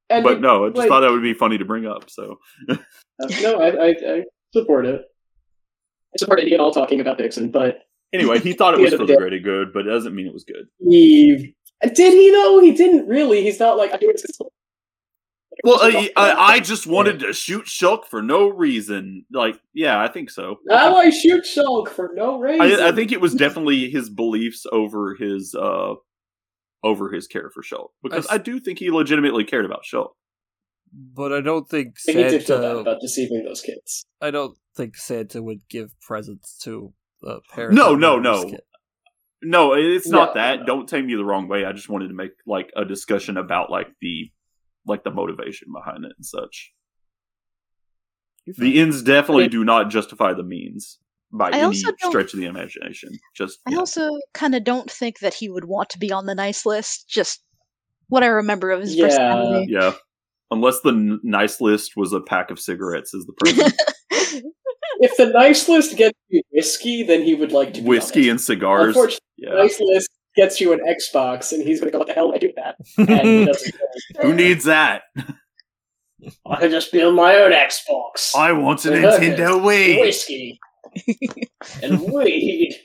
[SPEAKER 3] And
[SPEAKER 4] but
[SPEAKER 3] it-
[SPEAKER 4] no, I just
[SPEAKER 3] like-
[SPEAKER 4] thought that would be funny to bring up. So
[SPEAKER 3] Uh, no, I, I, I support it. I support it at all talking about Dixon, but
[SPEAKER 4] anyway, he thought it
[SPEAKER 3] Yeah,
[SPEAKER 4] was for the
[SPEAKER 3] yeah.
[SPEAKER 4] greater good, but it doesn't mean it was good.
[SPEAKER 3] he did he though? He didn't really. He's not like I do it this way.
[SPEAKER 4] Well, I, I, I just wanted to shoot Shulk for no reason. Like, yeah, I think so.
[SPEAKER 3] Now I shoot Shulk for no reason.
[SPEAKER 4] I, I think it was definitely his beliefs over his uh over his care for Shulk because
[SPEAKER 1] I
[SPEAKER 4] I,
[SPEAKER 1] s-
[SPEAKER 4] do think he legitimately cared about Shulk.
[SPEAKER 1] But I don't think
[SPEAKER 3] And he did feel
[SPEAKER 4] uh,
[SPEAKER 3] bad
[SPEAKER 1] Santa.
[SPEAKER 3] about deceiving those kids.
[SPEAKER 1] I don't think Santa would give presents to the parents.
[SPEAKER 4] No,
[SPEAKER 1] of
[SPEAKER 4] no,
[SPEAKER 1] Murder's
[SPEAKER 4] no.
[SPEAKER 1] Kid.
[SPEAKER 4] No, it's
[SPEAKER 3] No,
[SPEAKER 4] not that.
[SPEAKER 3] no.
[SPEAKER 4] Don't take me the wrong way. I just wanted to make like a discussion about like the like the motivation behind it and such.
[SPEAKER 1] You're fine.
[SPEAKER 4] The ends definitely do not justify the means by
[SPEAKER 7] I
[SPEAKER 4] any
[SPEAKER 7] also don't-
[SPEAKER 4] stretch of the imagination. Just
[SPEAKER 7] I
[SPEAKER 4] yeah.
[SPEAKER 7] also kind of don't think that he would want to be on the nice list. Just what I remember of his
[SPEAKER 3] Yeah.
[SPEAKER 7] personality.
[SPEAKER 4] Yeah. Unless the n- nice list was a pack of cigarettes is the person.
[SPEAKER 3] If the nice list gets you whiskey, then he would like to be on
[SPEAKER 4] Whiskey
[SPEAKER 3] it.
[SPEAKER 4] and cigars.
[SPEAKER 3] Unfortunately, the
[SPEAKER 4] Yeah.
[SPEAKER 3] nice list gets you an Xbox, and he's going to go, "What the hell do I do with that?" And he doesn't care.
[SPEAKER 4] Who needs that?
[SPEAKER 3] I could just build my own Xbox.
[SPEAKER 4] I want a
[SPEAKER 3] Okay.
[SPEAKER 4] Nintendo Wii.
[SPEAKER 3] whiskey and weed.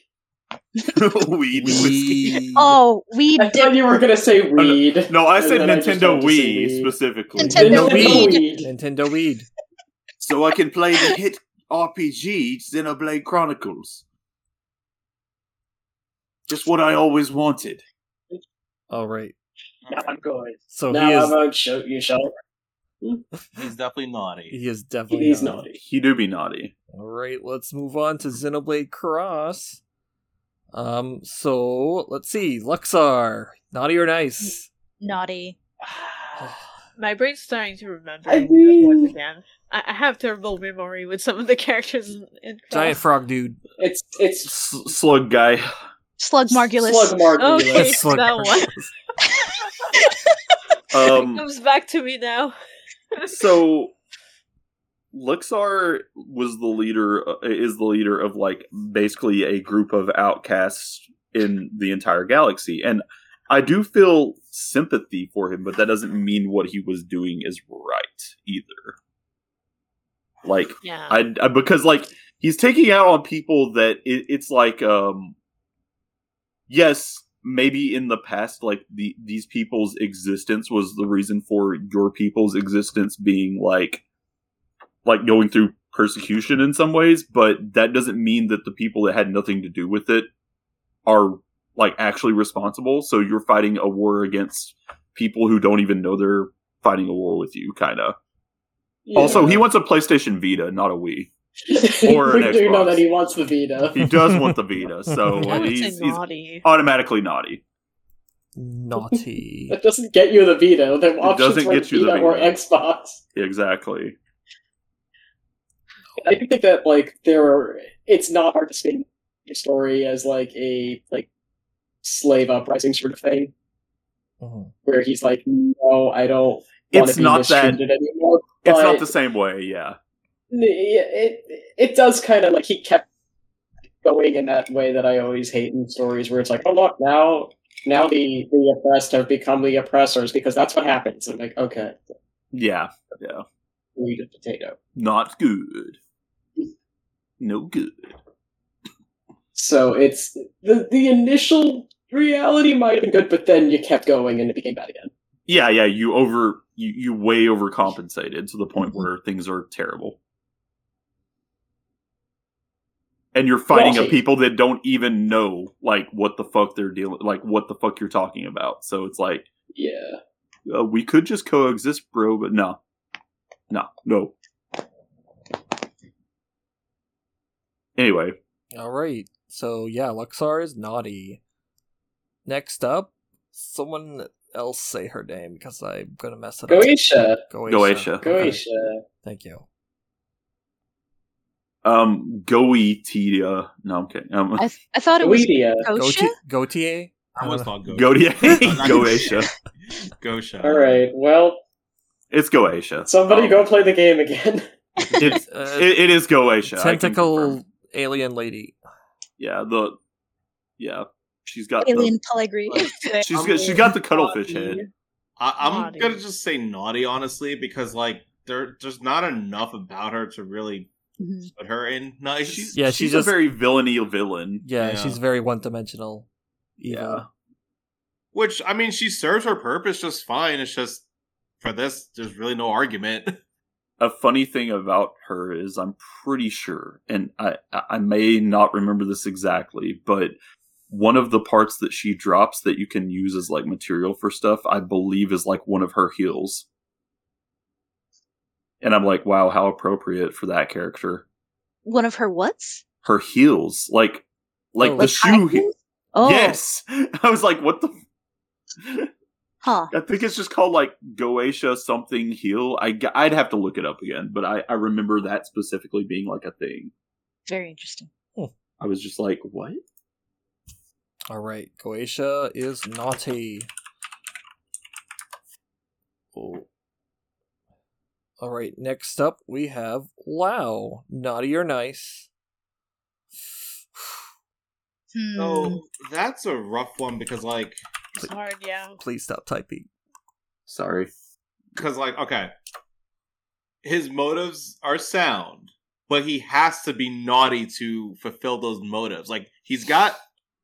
[SPEAKER 4] Weed and whiskey.
[SPEAKER 1] We.
[SPEAKER 7] oh, we
[SPEAKER 3] I
[SPEAKER 7] did.
[SPEAKER 3] thought you were going to say weed.
[SPEAKER 4] No, I
[SPEAKER 3] And
[SPEAKER 4] said
[SPEAKER 3] then I just
[SPEAKER 4] Nintendo
[SPEAKER 3] wanted to say
[SPEAKER 4] Wii
[SPEAKER 3] weed.
[SPEAKER 4] specifically.
[SPEAKER 3] Nintendo
[SPEAKER 7] Nintendo Wii.
[SPEAKER 3] weed.
[SPEAKER 1] Nintendo weed.
[SPEAKER 4] So I can play the hit RPG Xenoblade Chronicles. Just what I always wanted.
[SPEAKER 1] All right.
[SPEAKER 3] Now I'm going.
[SPEAKER 1] So
[SPEAKER 3] now
[SPEAKER 1] he
[SPEAKER 3] I'm
[SPEAKER 1] is.
[SPEAKER 3] going to shoot you, Shulk.
[SPEAKER 8] He's definitely naughty.
[SPEAKER 1] He is definitely.
[SPEAKER 3] He's
[SPEAKER 1] not.
[SPEAKER 3] naughty.
[SPEAKER 4] He do be naughty.
[SPEAKER 1] All right, let's move on to Xenoblade Cross. Um, so let's see, Luxar, naughty or nice?
[SPEAKER 7] Naughty.
[SPEAKER 5] my brain's starting to remember
[SPEAKER 3] I
[SPEAKER 5] once
[SPEAKER 3] mean-
[SPEAKER 5] again. I, I have terrible memory with some of the characters in, in
[SPEAKER 1] Giant
[SPEAKER 5] Cross.
[SPEAKER 1] frog dude.
[SPEAKER 3] It's it's
[SPEAKER 4] S- slug guy.
[SPEAKER 7] Slug Margulis.
[SPEAKER 3] Slug Margulis.
[SPEAKER 5] Okay,
[SPEAKER 1] Slug
[SPEAKER 5] that one
[SPEAKER 4] Um,
[SPEAKER 5] comes back to me now.
[SPEAKER 4] so Luxar was the leader uh, is the leader of like basically a group of outcasts in the entire galaxy and I do feel sympathy for him but that doesn't mean what he was doing is right either. Like
[SPEAKER 5] Yeah.
[SPEAKER 4] I, I- because like he's taking out on people that it, it's like um yes maybe in the past like the these people's existence was the reason for your people's existence being like like going through persecution in some ways but that doesn't mean that the people that had nothing to do with it are like actually responsible so you're fighting a war against people who don't even know they're fighting a war with you kind of also he wants a playstation vita not a wii or
[SPEAKER 3] we
[SPEAKER 4] an
[SPEAKER 3] do know
[SPEAKER 4] Xbox.
[SPEAKER 3] that he wants the Vita.
[SPEAKER 4] he does want the Vita, so
[SPEAKER 5] I would say
[SPEAKER 4] he's, he's
[SPEAKER 5] naughty.
[SPEAKER 4] automatically naughty.
[SPEAKER 1] Naughty.
[SPEAKER 3] That doesn't get you the Vita. The
[SPEAKER 4] It
[SPEAKER 3] options
[SPEAKER 4] doesn't
[SPEAKER 3] were
[SPEAKER 4] get you the
[SPEAKER 3] Vita, or
[SPEAKER 4] Vita.
[SPEAKER 3] Xbox.
[SPEAKER 4] Exactly.
[SPEAKER 3] I do think that like there are. It's not hard to spin your story as like a like slave uprising sort of thing,
[SPEAKER 1] Mhm.
[SPEAKER 3] where he's like, no, I don't. want
[SPEAKER 4] It's
[SPEAKER 3] to be
[SPEAKER 4] not that.
[SPEAKER 3] mistreated anymore.
[SPEAKER 4] It's not
[SPEAKER 3] but-
[SPEAKER 4] the same way. Yeah.
[SPEAKER 3] Yeah, it it does kind of like he kept going in that way that I always hate in stories where it's like, oh look, now now the the oppressed have become the oppressors because that's what happens. I'm like, okay,
[SPEAKER 4] Yeah.
[SPEAKER 3] we a potato.
[SPEAKER 4] Not good. No good.
[SPEAKER 3] So it's the the initial reality might have been good, but then you kept going and it became bad again.
[SPEAKER 4] Yeah. Yeah. You over. You you way overcompensated to the point
[SPEAKER 5] Mm-hmm.
[SPEAKER 4] where things are terrible. And you're fighting a
[SPEAKER 3] Naughty.
[SPEAKER 4] people that don't even know like what the fuck they're dealing, like what the fuck you're talking about. So it's like
[SPEAKER 3] Yeah.
[SPEAKER 4] uh, we could just coexist, bro. But no, no, no. Anyway,
[SPEAKER 1] All right. So yeah, Luxar is naughty. Next up, someone else say her name because I'm gonna mess it
[SPEAKER 3] Goetia.
[SPEAKER 1] up. Goetia.
[SPEAKER 4] Goetia.
[SPEAKER 1] Okay,
[SPEAKER 3] Goetia.
[SPEAKER 1] Thank you.
[SPEAKER 4] um, Goetia. No, I'm kidding. Um,
[SPEAKER 7] I, th- I thought it was
[SPEAKER 3] Goetia.
[SPEAKER 7] Kosha.
[SPEAKER 1] Goetia. Goetia. I
[SPEAKER 8] No,
[SPEAKER 1] don't
[SPEAKER 8] it's
[SPEAKER 1] know.
[SPEAKER 8] not Gosha.
[SPEAKER 4] Goetia. Goetia.
[SPEAKER 8] Goetia. Gosha.
[SPEAKER 3] All right. Well,
[SPEAKER 4] It's Goetia.
[SPEAKER 3] somebody
[SPEAKER 4] Um,
[SPEAKER 3] go play the game again.
[SPEAKER 4] It's,
[SPEAKER 1] Uh,
[SPEAKER 4] it, it is Goetia. I can
[SPEAKER 1] tentacle
[SPEAKER 4] confirm.
[SPEAKER 1] alien lady.
[SPEAKER 4] Yeah. The. Yeah. She's got the.
[SPEAKER 7] Alien Pellegrini.
[SPEAKER 8] Like,
[SPEAKER 4] She's
[SPEAKER 8] I'm
[SPEAKER 4] got, she's got the
[SPEAKER 5] Naughty.
[SPEAKER 4] cuttlefish head.
[SPEAKER 8] I, I'm
[SPEAKER 5] Naughty.
[SPEAKER 8] gonna just say naughty, honestly, because like there, there's not enough about her to really
[SPEAKER 7] Mhm.
[SPEAKER 8] put her in nice.
[SPEAKER 4] She's,
[SPEAKER 1] Yeah,
[SPEAKER 4] yeah,
[SPEAKER 1] she
[SPEAKER 4] she's,
[SPEAKER 1] just-
[SPEAKER 4] a very villainy villain.
[SPEAKER 1] Yeah,
[SPEAKER 8] Yeah.
[SPEAKER 1] she's very one dimensional.
[SPEAKER 4] Yeah.
[SPEAKER 1] Evil.
[SPEAKER 8] Which I mean, she serves her purpose just fine. It's just for this, there's really no argument.
[SPEAKER 4] a funny thing about her is I'm pretty sure, and I I may not remember this exactly, but one of the parts that she drops that you can use as like material for stuff, I believe is like one of her heels. And I'm like, wow, how appropriate for that character.
[SPEAKER 7] One of her what's?
[SPEAKER 4] Her heels, like like
[SPEAKER 1] Oh.
[SPEAKER 4] the
[SPEAKER 1] Like
[SPEAKER 4] shoe
[SPEAKER 7] high
[SPEAKER 4] he-
[SPEAKER 7] heels? Oh,
[SPEAKER 4] Yes. I was like, what the
[SPEAKER 7] Huh.
[SPEAKER 4] I think it's just called like Goetia something heel. I, would have to look it up again, but I, I remember that specifically being like a thing.
[SPEAKER 7] Very interesting.
[SPEAKER 4] I was just like, what?
[SPEAKER 1] All right, Goetia is naughty. Oh. All right, next up we have Lao. Naughty or nice?
[SPEAKER 7] Hmm.
[SPEAKER 3] Oh.
[SPEAKER 8] So that's a rough one because like,
[SPEAKER 5] It's hard, yeah.
[SPEAKER 1] Please stop typing.
[SPEAKER 4] Sorry.
[SPEAKER 8] because like, okay, his motives are sound, but he has to be naughty to fulfill those motives. Like he's got,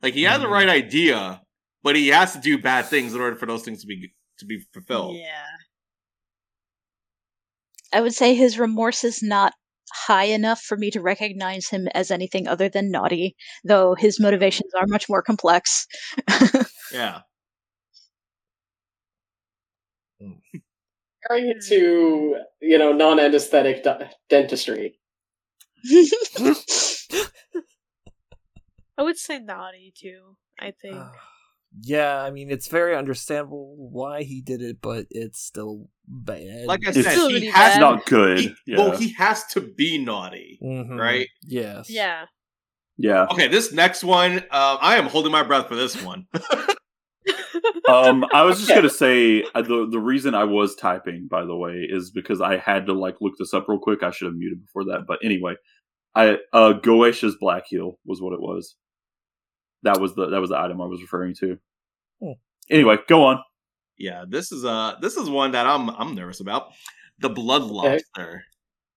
[SPEAKER 8] like he has the
[SPEAKER 1] Mhm.
[SPEAKER 8] right idea, but he has to do bad things in order for those things to be to be fulfilled.
[SPEAKER 5] Yeah.
[SPEAKER 7] I would say his remorse is not high enough for me to recognize him as anything other than naughty, though his motivations are much more complex.
[SPEAKER 8] Yeah.
[SPEAKER 3] Comparing
[SPEAKER 7] Hmm.
[SPEAKER 5] Mm.
[SPEAKER 3] it to you know non-anesthetic di- dentistry.
[SPEAKER 5] I would say naughty too, I think.
[SPEAKER 1] Ah.
[SPEAKER 4] Ah,
[SPEAKER 1] Yeah, I mean it's very understandable why he did it, but it's still bad.
[SPEAKER 8] Like I
[SPEAKER 4] It's
[SPEAKER 8] said,
[SPEAKER 5] still
[SPEAKER 8] he
[SPEAKER 5] really
[SPEAKER 8] has
[SPEAKER 4] It's
[SPEAKER 5] bad.
[SPEAKER 4] not good.
[SPEAKER 8] He,
[SPEAKER 4] yeah.
[SPEAKER 8] Well, he has to be naughty.
[SPEAKER 1] Mhm.
[SPEAKER 8] Right?
[SPEAKER 1] Yes.
[SPEAKER 5] Yeah.
[SPEAKER 4] yeah.
[SPEAKER 8] Okay, this next one, uh, I am holding my breath for this one.
[SPEAKER 4] Um, I was just gonna say uh, the the reason I was typing, by the way, is because I had to like look this up real quick. I should have muted before that, but anyway, I uh, Goetia's black heel was what it was. That was the that was the item I was referring to.
[SPEAKER 1] Hmm.
[SPEAKER 4] Oh. Anyway, go on.
[SPEAKER 8] yeah, this is uh this is one that I'm I'm nervous about. The blood
[SPEAKER 3] Okay.
[SPEAKER 8] lobster.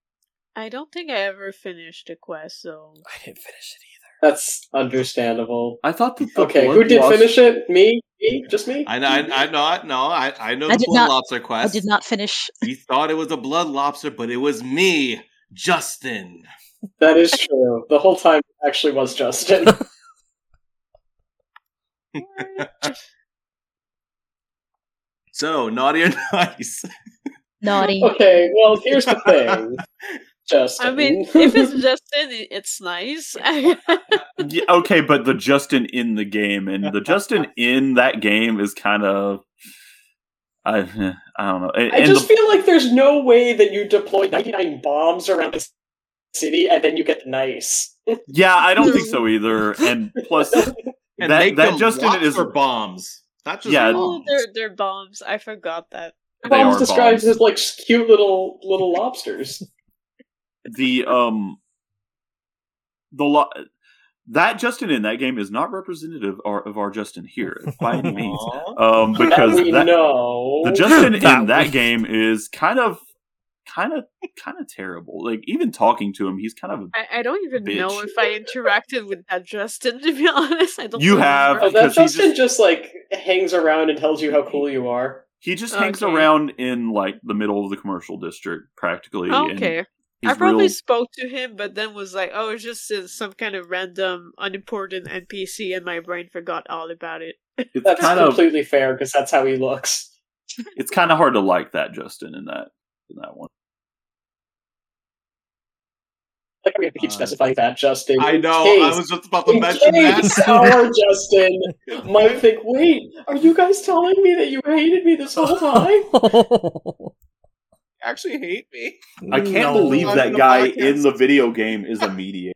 [SPEAKER 5] I don't think I ever finished the quest, so
[SPEAKER 1] I didn't finish it either.
[SPEAKER 3] That's understandable.
[SPEAKER 4] I thought that the
[SPEAKER 3] Okay, who
[SPEAKER 4] blood
[SPEAKER 3] did
[SPEAKER 4] lust-
[SPEAKER 3] finish it? Me? Me? Just me?
[SPEAKER 8] I know. I, I'm not. No, I, I know
[SPEAKER 7] I
[SPEAKER 8] the
[SPEAKER 7] did
[SPEAKER 8] blood
[SPEAKER 7] not-
[SPEAKER 8] lobster
[SPEAKER 7] I
[SPEAKER 8] quest.
[SPEAKER 7] did not finish.
[SPEAKER 8] You thought it was a blood lobster, but it was me, Justin.
[SPEAKER 3] That is true. The whole time it actually was Justin.
[SPEAKER 8] So naughty or nice?
[SPEAKER 7] Naughty.
[SPEAKER 3] okay, well, here's the thing, Justin.
[SPEAKER 5] I mean, if it's Justin, it- it's nice.
[SPEAKER 4] Yeah, okay, but the Justin in the game and the Justin in that game is kind of I I don't know. And,
[SPEAKER 3] I
[SPEAKER 4] and
[SPEAKER 3] just
[SPEAKER 4] the,
[SPEAKER 3] feel like there's no way that you deploy 99 bombs around the city and then you get the nice.
[SPEAKER 4] yeah, I don't think so either. And plus,
[SPEAKER 8] And
[SPEAKER 4] That-
[SPEAKER 8] make
[SPEAKER 4] that
[SPEAKER 8] them
[SPEAKER 4] Justin
[SPEAKER 8] lobster
[SPEAKER 4] is-
[SPEAKER 8] bombs. Not just
[SPEAKER 4] Yeah.
[SPEAKER 5] oh,
[SPEAKER 8] bombs.
[SPEAKER 5] they're they're bombs. I forgot that.
[SPEAKER 4] They
[SPEAKER 3] bombs
[SPEAKER 4] are
[SPEAKER 3] described
[SPEAKER 4] bombs.
[SPEAKER 3] as like cute little little lobsters.
[SPEAKER 4] the um the lo- that Justin in that game is not representative or, of our Justin here by any means.
[SPEAKER 7] Oh,
[SPEAKER 8] Aw.
[SPEAKER 4] Um, because
[SPEAKER 3] that we
[SPEAKER 4] that-
[SPEAKER 3] know.
[SPEAKER 4] the Justin
[SPEAKER 1] That
[SPEAKER 4] in that
[SPEAKER 1] was-
[SPEAKER 4] game is kind of kind of kind of terrible. Like even talking to him, he's kind of a
[SPEAKER 5] I, I don't even know
[SPEAKER 4] Bitch.
[SPEAKER 5] if I interacted with that Justin. To be honest, I don't.
[SPEAKER 4] You
[SPEAKER 5] remember.
[SPEAKER 4] have,
[SPEAKER 3] oh, that
[SPEAKER 4] because he
[SPEAKER 3] Justin
[SPEAKER 4] just-
[SPEAKER 3] just... like hangs around and tells you how cool you are.
[SPEAKER 4] He just hangs
[SPEAKER 5] Okay.
[SPEAKER 4] around in like the middle of the commercial district, practically. and
[SPEAKER 5] Oh, Okay,
[SPEAKER 4] he's
[SPEAKER 5] I probably
[SPEAKER 4] real-
[SPEAKER 5] spoke to him, but then was like, "Oh, it's just uh, some kind of random, unimportant NPC," and my brain forgot all about it.
[SPEAKER 4] it's
[SPEAKER 3] That's
[SPEAKER 4] kind of
[SPEAKER 3] completely fair because that's how he looks.
[SPEAKER 4] it's kind of hard to like that Justin in that in that one.
[SPEAKER 3] Like we have to keep
[SPEAKER 8] Uh,
[SPEAKER 3] specifying that, Justin.
[SPEAKER 8] I
[SPEAKER 3] in
[SPEAKER 8] know.
[SPEAKER 3] case-
[SPEAKER 8] I was just about to
[SPEAKER 3] in
[SPEAKER 8] mention
[SPEAKER 3] case
[SPEAKER 8] that.
[SPEAKER 3] our Justin might think, wait, are you guys telling me that you hated me this whole time?
[SPEAKER 8] Actually, hate me.
[SPEAKER 4] Oh I can't
[SPEAKER 1] No.
[SPEAKER 4] believe
[SPEAKER 8] I'm
[SPEAKER 4] that
[SPEAKER 8] in a
[SPEAKER 4] guy
[SPEAKER 8] podcast.
[SPEAKER 4] in the video game is a mediator.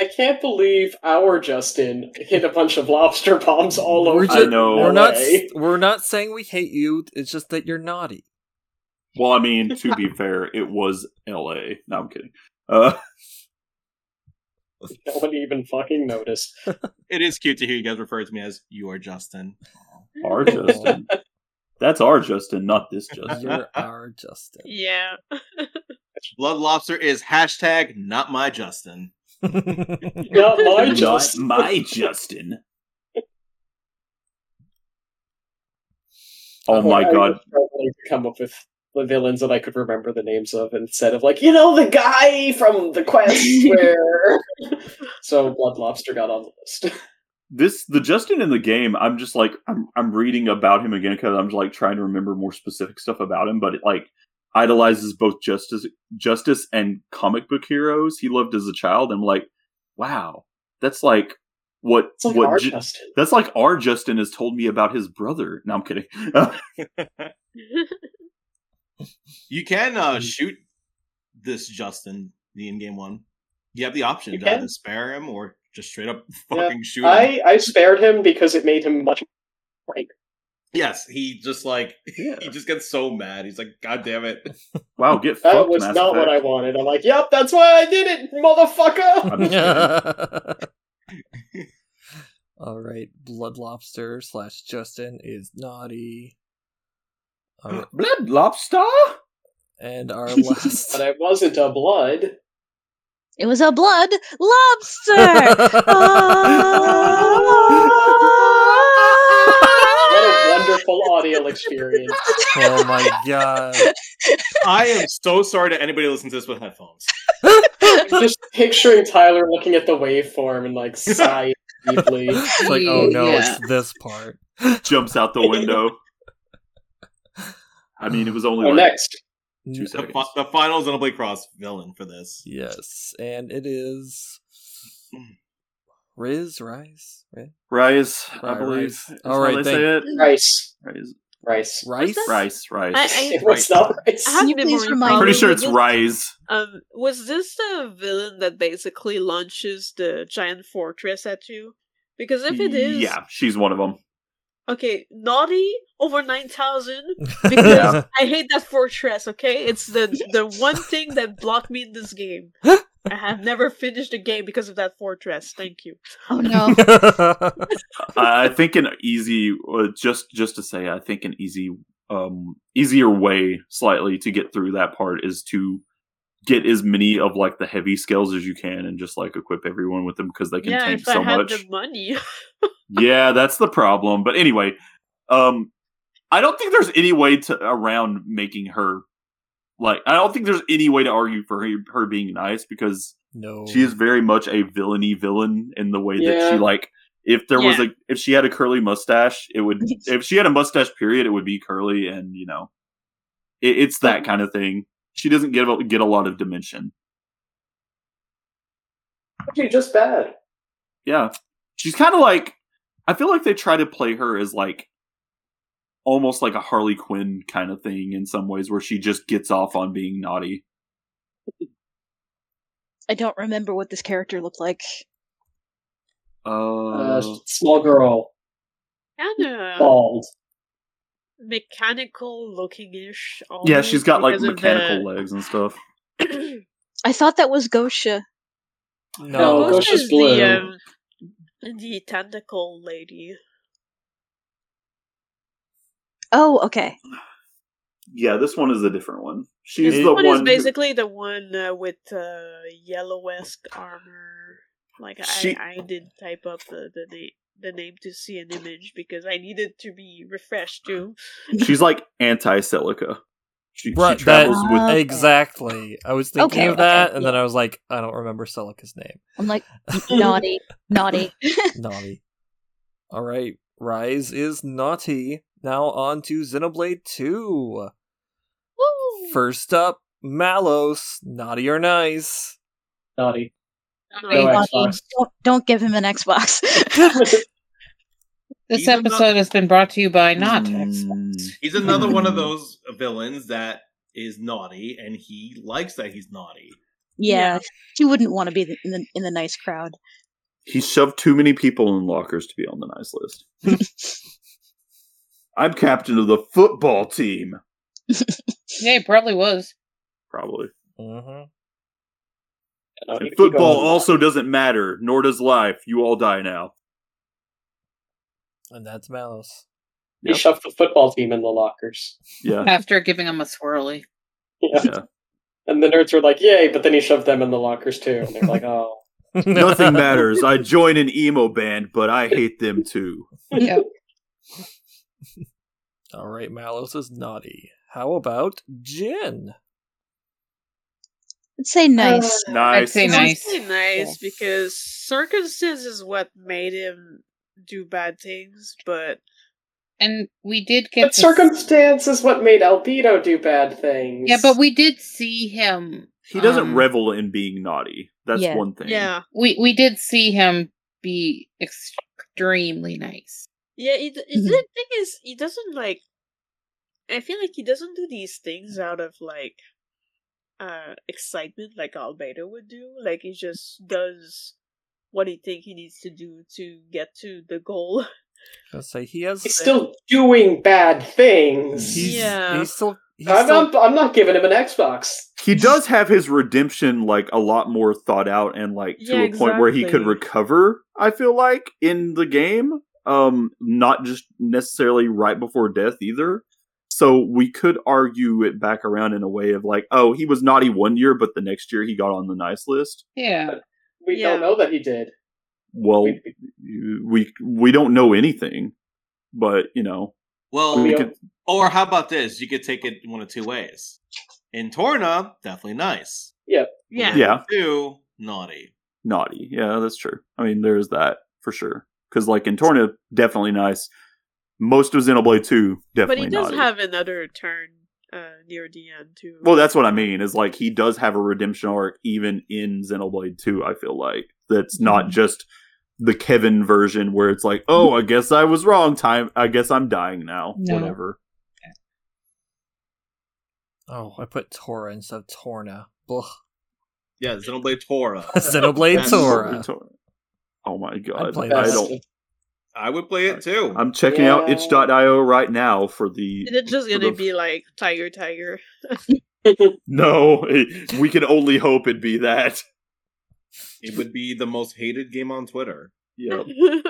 [SPEAKER 3] I can't believe our Justin hit a bunch of lobster bombs all over.
[SPEAKER 1] We're
[SPEAKER 4] I
[SPEAKER 1] just-
[SPEAKER 4] know.
[SPEAKER 1] We're not.
[SPEAKER 3] Away.
[SPEAKER 1] We're not saying we hate you. It's just that you're naughty.
[SPEAKER 4] Well, I mean, to be fair, it was L.A. No, I'm kidding. Uh,
[SPEAKER 3] No one even fucking noticed.
[SPEAKER 8] It is cute to hear you guys refer to me as you are Justin.
[SPEAKER 4] our Justin. That's our Justin, not this Justin.
[SPEAKER 1] You're our Justin.
[SPEAKER 5] Yeah,
[SPEAKER 8] Blood lobster is hashtag not my Justin.
[SPEAKER 3] Not my
[SPEAKER 4] Not
[SPEAKER 3] Justin.
[SPEAKER 4] my Justin. Oh my
[SPEAKER 3] I was
[SPEAKER 4] god.
[SPEAKER 3] struggling to come up with the villains that I could remember the names of instead of like you know the guy from the quest where. so Blood Lobster got on the list.
[SPEAKER 4] this the Justin in the game. I'm just like I'm I'm reading about him again because I'm just like trying to remember more specific stuff about him. But it like idolizes both justice justice and comic book heroes he loved as a child. I'm like, wow, that's like what
[SPEAKER 3] It's like
[SPEAKER 4] what
[SPEAKER 3] our
[SPEAKER 4] Ju-
[SPEAKER 3] Justin.
[SPEAKER 4] that's like our Justin has told me about his brother. No, I'm kidding.
[SPEAKER 8] You can uh,
[SPEAKER 3] Mm.
[SPEAKER 8] shoot this Justin, the in-game one. You have the option
[SPEAKER 3] You
[SPEAKER 8] to
[SPEAKER 3] can.
[SPEAKER 8] either spare him or just straight up
[SPEAKER 3] Yeah,
[SPEAKER 8] fucking shoot him.
[SPEAKER 3] I I spared him because it made him much. Like,
[SPEAKER 8] Yes, he just like
[SPEAKER 4] Yeah.
[SPEAKER 8] he just gets so mad. He's like, "God damn it!"
[SPEAKER 4] wow, get
[SPEAKER 3] that
[SPEAKER 4] fucked,
[SPEAKER 3] was
[SPEAKER 4] Mass
[SPEAKER 3] not what I
[SPEAKER 4] Effect.
[SPEAKER 3] wanted. I'm like, yep, that's why I did it, motherfucker.
[SPEAKER 4] I'm just kidding.
[SPEAKER 1] All right, Blood Lobster slash Justin is naughty. All right,
[SPEAKER 4] Blood lobster.
[SPEAKER 1] and our last.
[SPEAKER 3] but I wasn't a blood.
[SPEAKER 7] It was a blood lobster.
[SPEAKER 3] What a
[SPEAKER 7] Ah!
[SPEAKER 3] wonderful audio experience.
[SPEAKER 1] oh my god!
[SPEAKER 8] I am so sorry to anybody listening to this with headphones.
[SPEAKER 3] Just picturing Tyler looking at the waveform and like sighing deeply.
[SPEAKER 1] It's like, oh no,
[SPEAKER 6] Yeah.
[SPEAKER 1] it's this part.
[SPEAKER 4] Jumps out the window. I mean, it was only
[SPEAKER 3] Oh,
[SPEAKER 4] like
[SPEAKER 3] next.
[SPEAKER 4] two
[SPEAKER 8] The,
[SPEAKER 4] seconds.
[SPEAKER 8] fi- the finals and a Blake Cross villain for this.
[SPEAKER 1] Yes, and it is Riz Rice. Riz?
[SPEAKER 4] Rice, I
[SPEAKER 1] Right,
[SPEAKER 4] believe.
[SPEAKER 1] rice.
[SPEAKER 4] is
[SPEAKER 1] All
[SPEAKER 4] how
[SPEAKER 1] right,
[SPEAKER 4] they say it.
[SPEAKER 3] Rice.
[SPEAKER 4] Rice,
[SPEAKER 3] Rice.
[SPEAKER 1] Rice.
[SPEAKER 5] that-
[SPEAKER 4] rice, rice.
[SPEAKER 5] I- I-
[SPEAKER 3] It was not rice.
[SPEAKER 5] I have
[SPEAKER 7] Can you please
[SPEAKER 5] memory
[SPEAKER 7] remind
[SPEAKER 4] I'm
[SPEAKER 7] me
[SPEAKER 4] pretty
[SPEAKER 5] problems.
[SPEAKER 4] sure
[SPEAKER 5] Was
[SPEAKER 4] it's
[SPEAKER 5] this-
[SPEAKER 4] rise.
[SPEAKER 5] Um, was this the villain that basically launches the giant fortress at you? Because if it is,
[SPEAKER 4] yeah, she's one of them.
[SPEAKER 5] okay, naughty over nine thousand.
[SPEAKER 4] Yeah.
[SPEAKER 5] Because I hate that fortress. Okay, it's the the one thing that blocked me in this game. I have never finished the game because of that fortress. Thank you.
[SPEAKER 7] Oh no.
[SPEAKER 4] I I think an easy, uh, just just to say, I think an easy um, easier way slightly to get through that part is to get as many of like the heavy scales as you can and just like equip everyone with them because they can
[SPEAKER 5] yeah,
[SPEAKER 4] tank
[SPEAKER 5] if
[SPEAKER 4] so
[SPEAKER 5] I had
[SPEAKER 4] much
[SPEAKER 5] the money.
[SPEAKER 4] yeah, that's the problem. But anyway, um, I don't think there's any way to around making her like. I don't think there's any way to argue for her, her being nice because
[SPEAKER 1] No.
[SPEAKER 4] she is very much a villainy villain in the way that she
[SPEAKER 3] Yeah.
[SPEAKER 4] like. If there was a if she had a curly mustache, it would. if she had a mustache, period, it would be curly, and you know, it, it's that kind of thing. She doesn't get a, get a lot of dimension.
[SPEAKER 3] Actually, just bad.
[SPEAKER 4] Yeah. She's kind of like I feel like they try to play her as like almost like a Harley Quinn kind of thing in some ways where she just gets off on being naughty.
[SPEAKER 7] I don't remember what this character looked like.
[SPEAKER 4] Uh,
[SPEAKER 3] Uh, small girl,
[SPEAKER 5] Kinda
[SPEAKER 3] bald.
[SPEAKER 5] mechanical looking ish.
[SPEAKER 4] yeah, she's got like mechanical legs and stuff.
[SPEAKER 5] legs.
[SPEAKER 7] I thought that was Gosha.
[SPEAKER 1] No.
[SPEAKER 3] No, Ghost is blue.
[SPEAKER 5] the, um, the tentacle lady.
[SPEAKER 7] Oh, okay.
[SPEAKER 4] Yeah, this one is a different one. She's
[SPEAKER 5] This
[SPEAKER 1] It-
[SPEAKER 4] the
[SPEAKER 5] one,
[SPEAKER 4] one
[SPEAKER 5] is
[SPEAKER 4] who-
[SPEAKER 5] basically the one uh, with uh, yellow esque armor. Like
[SPEAKER 4] She-
[SPEAKER 5] I, I did type up the the, na- the name to see an image because I needed to be refreshed too.
[SPEAKER 4] she's like anti-Celica. She,
[SPEAKER 1] Right,
[SPEAKER 4] she travels
[SPEAKER 7] that-
[SPEAKER 4] with
[SPEAKER 7] Uh,
[SPEAKER 1] Exactly. I was thinking
[SPEAKER 7] Okay,
[SPEAKER 1] of that,
[SPEAKER 7] okay,
[SPEAKER 1] and then I was like, I don't remember Selica's name.
[SPEAKER 7] I'm like naughty, naughty.
[SPEAKER 1] Naughty. All right, Rise is naughty. Now on to Xenoblade 2. First up, Malos, naughty or nice.
[SPEAKER 3] Naughty.
[SPEAKER 6] Naughty.
[SPEAKER 3] No
[SPEAKER 7] Naughty.
[SPEAKER 3] Xbox.
[SPEAKER 7] Don't, don't give him an Xbox.
[SPEAKER 6] This
[SPEAKER 8] Even though-
[SPEAKER 6] episode has been brought to you by not
[SPEAKER 4] Mm.
[SPEAKER 6] Xbox.
[SPEAKER 8] He's another one of
[SPEAKER 4] Hmm.
[SPEAKER 8] those villains that is naughty, and he likes that he's naughty.
[SPEAKER 7] yeah,
[SPEAKER 5] Yeah.
[SPEAKER 7] he wouldn't want to be the, in, the, in the nice crowd.
[SPEAKER 4] He shoved too many people in lockers to be on the nice list. I'm captain of the football team.
[SPEAKER 6] Yeah, it probably was.
[SPEAKER 4] Probably.
[SPEAKER 1] Mm-hmm.
[SPEAKER 4] And
[SPEAKER 3] Naughty. Keep
[SPEAKER 4] football
[SPEAKER 3] going.
[SPEAKER 4] also doesn't matter, nor does life. You all die now.
[SPEAKER 1] And that's Malos.
[SPEAKER 3] He shoved the football team in the lockers.
[SPEAKER 4] Yeah.
[SPEAKER 6] After giving him a swirly.
[SPEAKER 3] Yeah.
[SPEAKER 4] Yeah.
[SPEAKER 3] And the nerds were like, yay, but then he shoved them in the lockers too. And they're like, oh.
[SPEAKER 4] Nothing matters. I join an emo band, but I hate them too.
[SPEAKER 6] Yep.
[SPEAKER 1] All right, Malos is naughty. How about Jin?
[SPEAKER 7] I'd say nice.
[SPEAKER 4] Nice.
[SPEAKER 6] say nice.
[SPEAKER 5] Honestly, nice because circumstance is what made him do bad things, but
[SPEAKER 6] And we did get
[SPEAKER 3] But
[SPEAKER 6] to
[SPEAKER 3] circumstance is what made Albedo do bad things.
[SPEAKER 6] Yeah, but we did see him.
[SPEAKER 4] He doesn't
[SPEAKER 6] um,
[SPEAKER 4] revel in being naughty. That's
[SPEAKER 7] Yeah.
[SPEAKER 4] one thing.
[SPEAKER 5] yeah,
[SPEAKER 6] We we did see him be extremely nice.
[SPEAKER 5] yeah. It, it,
[SPEAKER 7] Mhm.
[SPEAKER 5] The thing is, he doesn't like. I feel like he doesn't do these things out of like uh excitement, like Albedo would do. Like he just does what he think he needs to do to get to the goal.
[SPEAKER 1] Let's say he has.
[SPEAKER 3] He's still doing bad things.
[SPEAKER 1] He's,
[SPEAKER 5] Yeah.
[SPEAKER 1] He's still. He's
[SPEAKER 3] I'm,
[SPEAKER 1] still
[SPEAKER 3] not, I'm not giving him an Xbox.
[SPEAKER 4] He does have his redemption like a lot more thought out and like to
[SPEAKER 5] Yeah,
[SPEAKER 4] a point where he could
[SPEAKER 5] exactly.
[SPEAKER 4] recover, I feel like, in the game. Um, not just necessarily right before death either. So we could argue it back around in a way of like, oh, he was naughty one year, but the next year he got on the nice list.
[SPEAKER 6] Yeah.
[SPEAKER 3] We
[SPEAKER 5] Yeah.
[SPEAKER 3] don't know that he did.
[SPEAKER 4] Well,
[SPEAKER 3] We- we-
[SPEAKER 4] we we don't know anything, but you know,
[SPEAKER 8] Well,
[SPEAKER 4] we
[SPEAKER 3] Yeah.
[SPEAKER 4] could,
[SPEAKER 8] or how about this? You could take it one of two ways. In Torna, definitely nice.
[SPEAKER 5] Yeah,
[SPEAKER 4] yeah,
[SPEAKER 8] Two, naughty.
[SPEAKER 4] naughty. Yeah, that's true. I mean, there's that for sure. Because like in Torna, definitely nice. Most of Xenoblade Two,
[SPEAKER 5] but
[SPEAKER 4] definitely
[SPEAKER 5] he does
[SPEAKER 4] naughty.
[SPEAKER 5] have another turn uh, near the end too.
[SPEAKER 4] well, that's what I mean. Is like he does have a redemption arc even in Xenoblade Two. I feel like that's
[SPEAKER 5] Mm-hmm.
[SPEAKER 4] not just the Kevin version where it's like, oh, I guess I was wrong. Time, I guess I'm dying now.
[SPEAKER 6] No.
[SPEAKER 4] Whatever.
[SPEAKER 1] Oh, I put Tora instead of Torna. Blech.
[SPEAKER 8] Yeah, Xenoblade Torah.
[SPEAKER 1] Xenoblade
[SPEAKER 8] That's-
[SPEAKER 1] Tora.
[SPEAKER 4] Oh my
[SPEAKER 1] uh, I'd
[SPEAKER 4] god!
[SPEAKER 1] play
[SPEAKER 4] I
[SPEAKER 1] that.
[SPEAKER 4] don't.
[SPEAKER 8] I would play it too.
[SPEAKER 4] I'm checking out
[SPEAKER 3] Yeah.
[SPEAKER 4] itch.io right now for the
[SPEAKER 5] And it's just
[SPEAKER 4] for
[SPEAKER 5] gonna
[SPEAKER 4] the-
[SPEAKER 5] be like Tiger Tiger.
[SPEAKER 4] No, it- we can only hope it'd be that.
[SPEAKER 8] It would be the most hated game on Twitter.
[SPEAKER 4] Yep.
[SPEAKER 5] Mm.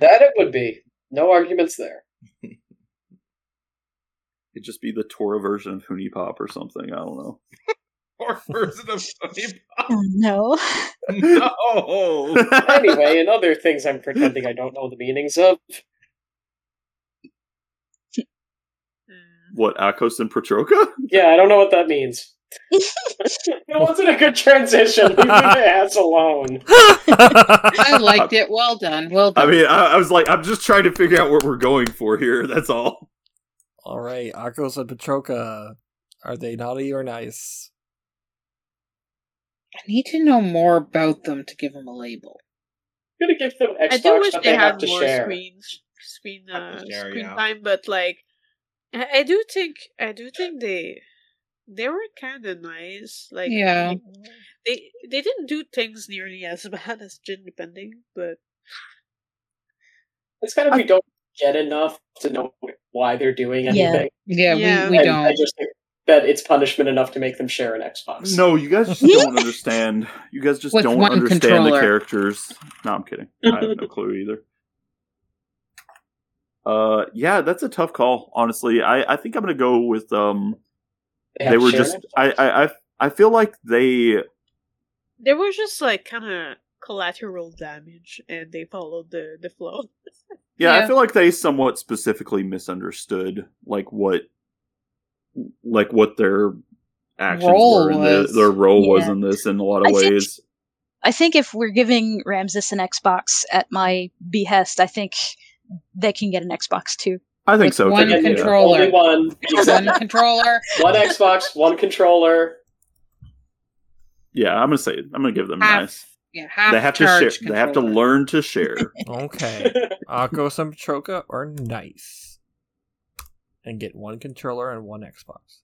[SPEAKER 3] That it would be. No arguments there.
[SPEAKER 4] It'd just be the Torah version of Hoonie Pop or something. I don't know.
[SPEAKER 8] Or version of Tony Pop.
[SPEAKER 7] Oh, no.
[SPEAKER 8] No.
[SPEAKER 3] anyway, and other things I'm pretending I don't know the meanings of.
[SPEAKER 5] Mm.
[SPEAKER 4] What, Akos and Petroka?
[SPEAKER 3] Yeah, I don't know what that means. it wasn't a good transition. Leave me the ass alone.
[SPEAKER 6] I liked it. Well done. Well
[SPEAKER 4] I
[SPEAKER 6] done.
[SPEAKER 4] mean, I, I was like, I'm just trying to figure out what we're going for here. That's all.
[SPEAKER 1] All right, Akos and Petroka, are they naughty or nice?
[SPEAKER 6] I need to know more about them to give them a label.
[SPEAKER 3] I'm gonna give them
[SPEAKER 5] I
[SPEAKER 3] Xbox,
[SPEAKER 5] do wish
[SPEAKER 3] but
[SPEAKER 5] they
[SPEAKER 3] have
[SPEAKER 5] had
[SPEAKER 3] to
[SPEAKER 5] more
[SPEAKER 3] share.
[SPEAKER 5] screen screen
[SPEAKER 8] Have
[SPEAKER 5] uh,
[SPEAKER 8] to share,
[SPEAKER 5] screen
[SPEAKER 8] yeah.
[SPEAKER 5] time, but like I, I do think I do think they they were kind of nice. Like
[SPEAKER 6] Yeah.
[SPEAKER 5] they they didn't do things nearly as bad as Jin Depending, but
[SPEAKER 3] It's kind of we don't get enough to know why they're doing
[SPEAKER 7] Yeah.
[SPEAKER 3] anything.
[SPEAKER 6] Yeah,
[SPEAKER 5] Yeah.
[SPEAKER 6] we, we
[SPEAKER 3] and I
[SPEAKER 6] don't.
[SPEAKER 3] just think that it's punishment enough to make them share an Xbox.
[SPEAKER 4] No, you guys just don't understand. You guys just
[SPEAKER 6] With
[SPEAKER 4] don't
[SPEAKER 6] one
[SPEAKER 4] understand the
[SPEAKER 6] controller.
[SPEAKER 4] characters. No, I'm kidding. I have no clue either. Uh, yeah, that's a tough call. Honestly, I, I think I'm gonna go with um.
[SPEAKER 3] have
[SPEAKER 4] They
[SPEAKER 3] to
[SPEAKER 4] were
[SPEAKER 3] share an
[SPEAKER 4] just.
[SPEAKER 3] Xbox.
[SPEAKER 4] I, I I I feel like they.
[SPEAKER 5] they were just like kind of collateral damage, and they followed the the flow.
[SPEAKER 4] Yeah, I
[SPEAKER 6] Yeah.
[SPEAKER 4] feel like they somewhat specifically misunderstood like what, like what their actions
[SPEAKER 6] Role
[SPEAKER 4] were and the,
[SPEAKER 6] was.
[SPEAKER 4] their role was
[SPEAKER 7] Yeah.
[SPEAKER 4] in this in a lot of
[SPEAKER 7] I think-
[SPEAKER 4] ways.
[SPEAKER 7] I think if we're giving Ramses an Xbox at my behest, I think they can get an Xbox too.
[SPEAKER 4] I think
[SPEAKER 6] With
[SPEAKER 4] so.
[SPEAKER 6] one
[SPEAKER 3] Yeah,
[SPEAKER 4] too.
[SPEAKER 6] control-
[SPEAKER 3] Only
[SPEAKER 6] controller.
[SPEAKER 3] one. Exactly.
[SPEAKER 6] One controller.
[SPEAKER 3] one Xbox, one controller.
[SPEAKER 4] Yeah, I'm gonna say I'm gonna give them
[SPEAKER 6] Half,
[SPEAKER 4] nice.
[SPEAKER 6] Yeah, half
[SPEAKER 4] They have to share.
[SPEAKER 6] charge
[SPEAKER 4] They have to
[SPEAKER 6] controller.
[SPEAKER 4] learn to share.
[SPEAKER 1] Okay, Akos and Petroka are nice, and get one controller and one Xbox.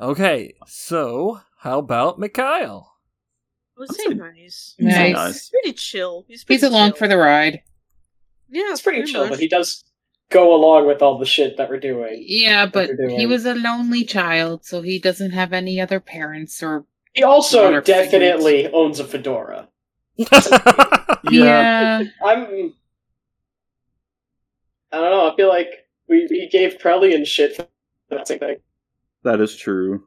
[SPEAKER 1] Okay, so how about Mikhail?
[SPEAKER 5] I would
[SPEAKER 4] I'd
[SPEAKER 5] say
[SPEAKER 4] say-
[SPEAKER 5] nice.
[SPEAKER 6] I'd say Nice.
[SPEAKER 4] nice.
[SPEAKER 5] Pretty chill. He's, pretty
[SPEAKER 6] He's along
[SPEAKER 5] chill.
[SPEAKER 6] for the ride.
[SPEAKER 5] yeah.
[SPEAKER 3] It's pretty chill,
[SPEAKER 5] much.
[SPEAKER 3] but he does go along with all the shit that we're doing.
[SPEAKER 6] Yeah, but
[SPEAKER 3] they're
[SPEAKER 6] he
[SPEAKER 3] doing.
[SPEAKER 6] was a lonely child, so he doesn't have any other parents or
[SPEAKER 3] He also
[SPEAKER 6] Water figures.
[SPEAKER 3] definitely owns a fedora.
[SPEAKER 4] Yeah,
[SPEAKER 6] yeah.
[SPEAKER 3] I'm. I don't know. I feel like we, we gave Prelian shit for that same thing.
[SPEAKER 4] that is true.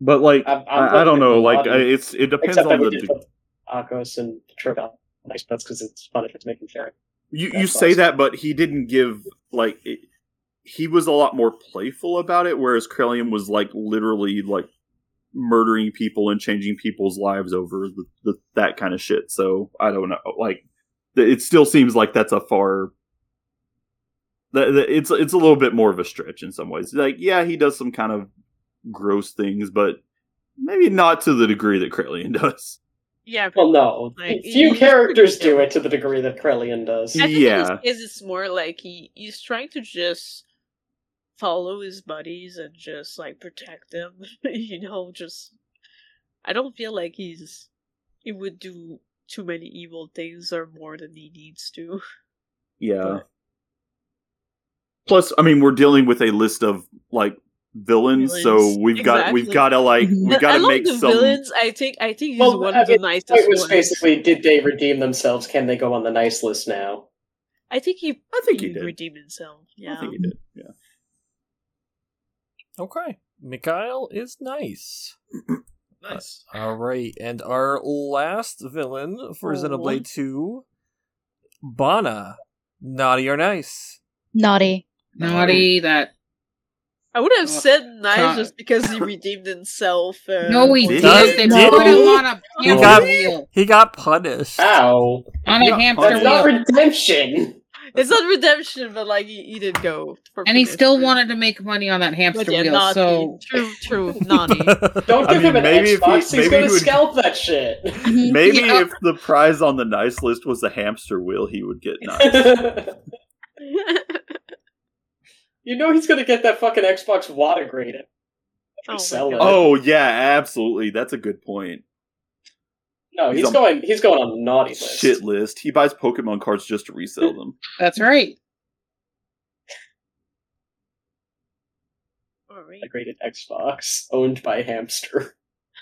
[SPEAKER 4] But like,
[SPEAKER 3] I'm- I'm
[SPEAKER 4] I, I don't
[SPEAKER 3] looking
[SPEAKER 4] know.
[SPEAKER 3] at
[SPEAKER 4] Like,
[SPEAKER 3] the
[SPEAKER 4] I, it's it depends
[SPEAKER 3] Except that
[SPEAKER 4] on
[SPEAKER 3] we
[SPEAKER 4] the.
[SPEAKER 3] did
[SPEAKER 4] de-
[SPEAKER 3] put Akos and Trigger. Nice, that's because it's fun if it's making fair.
[SPEAKER 4] You
[SPEAKER 3] That's
[SPEAKER 4] you say
[SPEAKER 3] awesome.
[SPEAKER 4] that, but he didn't give like. It, he was a lot more playful about it, whereas Krillian was like literally like murdering people and changing people's lives over the, the, that kind of shit. So I don't know. Like, th- it still seems like that's a far. th- th- It's it's a little bit more of a stretch in some ways. Like, yeah, he does some kind of gross things, but maybe not to the degree that Krillian does.
[SPEAKER 5] Yeah.
[SPEAKER 3] Well, no.
[SPEAKER 5] Like,
[SPEAKER 3] Few
[SPEAKER 5] he's
[SPEAKER 3] characters
[SPEAKER 5] pretty
[SPEAKER 3] do
[SPEAKER 5] chill.
[SPEAKER 3] it to the degree that Krellian does.
[SPEAKER 5] I think
[SPEAKER 4] Yeah.
[SPEAKER 5] in his case, it's more like he, he's trying to just follow his buddies and just like protect them. you know, just I don't feel like he's he would do too many evil things or more than he needs to.
[SPEAKER 4] Yeah. Plus, I mean, we're dealing with a list of like villains,
[SPEAKER 5] Villains.
[SPEAKER 4] so we've got we've
[SPEAKER 5] Exactly.
[SPEAKER 4] got to like we've
[SPEAKER 5] But
[SPEAKER 4] got to
[SPEAKER 5] along
[SPEAKER 4] make
[SPEAKER 5] the
[SPEAKER 4] some.
[SPEAKER 5] villains, I think I think he's
[SPEAKER 3] Well,
[SPEAKER 5] one
[SPEAKER 3] I
[SPEAKER 5] of the
[SPEAKER 3] mean,
[SPEAKER 5] nicest
[SPEAKER 3] It was
[SPEAKER 5] ones.
[SPEAKER 3] basically, did they redeem themselves? Can they go on the nice list now?
[SPEAKER 5] I think he
[SPEAKER 4] I think he did.
[SPEAKER 5] redeemed himself. Yeah.
[SPEAKER 4] I think he did. Yeah.
[SPEAKER 1] okay, Mikhail is nice.
[SPEAKER 8] nice.
[SPEAKER 1] All right, and our last villain for Xenoblade 2, Bana. Naughty or nice?
[SPEAKER 7] Naughty.
[SPEAKER 6] Naughty that
[SPEAKER 5] I would have
[SPEAKER 6] Ugh.
[SPEAKER 5] said nice
[SPEAKER 6] Can't-
[SPEAKER 5] just because he redeemed himself. Uh,
[SPEAKER 6] No we
[SPEAKER 1] Did
[SPEAKER 6] did.
[SPEAKER 1] he?
[SPEAKER 6] They
[SPEAKER 1] Did
[SPEAKER 6] put him
[SPEAKER 1] he?
[SPEAKER 6] on a
[SPEAKER 1] He
[SPEAKER 6] hamster
[SPEAKER 1] got-
[SPEAKER 6] wheel.
[SPEAKER 1] He got punished.
[SPEAKER 3] Ah. Ow.
[SPEAKER 6] On a
[SPEAKER 4] Yeah,
[SPEAKER 6] hamster
[SPEAKER 3] That's
[SPEAKER 4] That's
[SPEAKER 3] not
[SPEAKER 6] wheel.
[SPEAKER 3] redemption.
[SPEAKER 5] It's not redemption, but like he, he did go. For
[SPEAKER 6] And he still
[SPEAKER 5] redemption.
[SPEAKER 6] wanted to make money on that hamster
[SPEAKER 5] But yeah,
[SPEAKER 6] wheel,
[SPEAKER 5] naughty.
[SPEAKER 6] so
[SPEAKER 5] True, true, naughty.
[SPEAKER 3] Don't
[SPEAKER 4] I
[SPEAKER 3] give
[SPEAKER 4] mean,
[SPEAKER 3] him an
[SPEAKER 4] maybe if he-
[SPEAKER 3] Xbox.
[SPEAKER 4] maybe
[SPEAKER 3] He's going
[SPEAKER 4] he
[SPEAKER 3] to
[SPEAKER 4] would-
[SPEAKER 3] scalp that shit.
[SPEAKER 4] Maybe
[SPEAKER 6] Yeah.
[SPEAKER 4] if the prize on the nice list was the hamster wheel, he would get nice.
[SPEAKER 3] you
[SPEAKER 5] Oh
[SPEAKER 3] know he's going to get that fucking Xbox water graded.
[SPEAKER 5] Oh my
[SPEAKER 3] Sell it.
[SPEAKER 5] God.
[SPEAKER 4] oh yeah, absolutely. That's a good point.
[SPEAKER 3] No,
[SPEAKER 4] He's
[SPEAKER 3] he's,
[SPEAKER 4] on-
[SPEAKER 3] going. He's going on the naughty list.
[SPEAKER 4] Shit list. He buys Pokemon cards just to resell them.
[SPEAKER 6] that's right.
[SPEAKER 5] Alright.
[SPEAKER 3] A graded Xbox owned by hamster.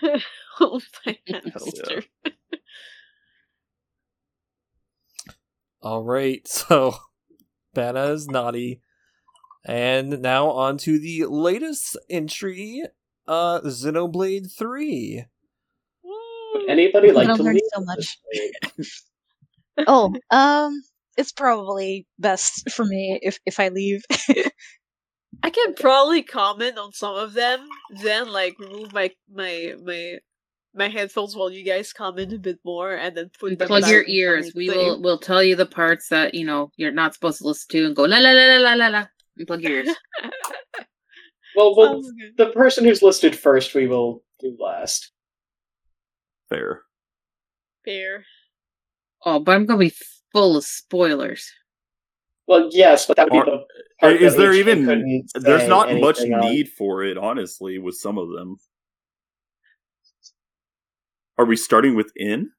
[SPEAKER 5] Oh my hamster.
[SPEAKER 1] All right, so Banna is naughty. And now on to the latest entry, uh, Xenoblade 3.
[SPEAKER 3] Would anybody like
[SPEAKER 7] I've
[SPEAKER 3] to
[SPEAKER 7] learned
[SPEAKER 3] lead
[SPEAKER 7] so
[SPEAKER 3] at this point?
[SPEAKER 7] oh, um, it's probably best for me if if I leave.
[SPEAKER 5] I can probably comment on some of them, then like remove my my my my headphones while you guys comment a bit more, and then put them
[SPEAKER 6] Plug
[SPEAKER 5] back
[SPEAKER 6] your
[SPEAKER 5] and
[SPEAKER 6] ears. We
[SPEAKER 5] everything.
[SPEAKER 6] will will tell you the parts that you know you're not supposed to listen to and go la la la la la la la. And plug your ears.
[SPEAKER 3] Well, well,
[SPEAKER 5] Sounds good.
[SPEAKER 3] the person who's listed first, we will do last.
[SPEAKER 4] Fair.
[SPEAKER 5] Fair.
[SPEAKER 6] Oh, but I'm gonna be full of spoilers.
[SPEAKER 3] Well, yes, but that would
[SPEAKER 4] Are-
[SPEAKER 3] be the part
[SPEAKER 4] is
[SPEAKER 3] that
[SPEAKER 4] there
[SPEAKER 3] we
[SPEAKER 4] even-
[SPEAKER 3] couldn't
[SPEAKER 4] There's
[SPEAKER 3] say
[SPEAKER 4] not much
[SPEAKER 3] anything on.
[SPEAKER 4] need for it, honestly, with some of them. Are we starting with N?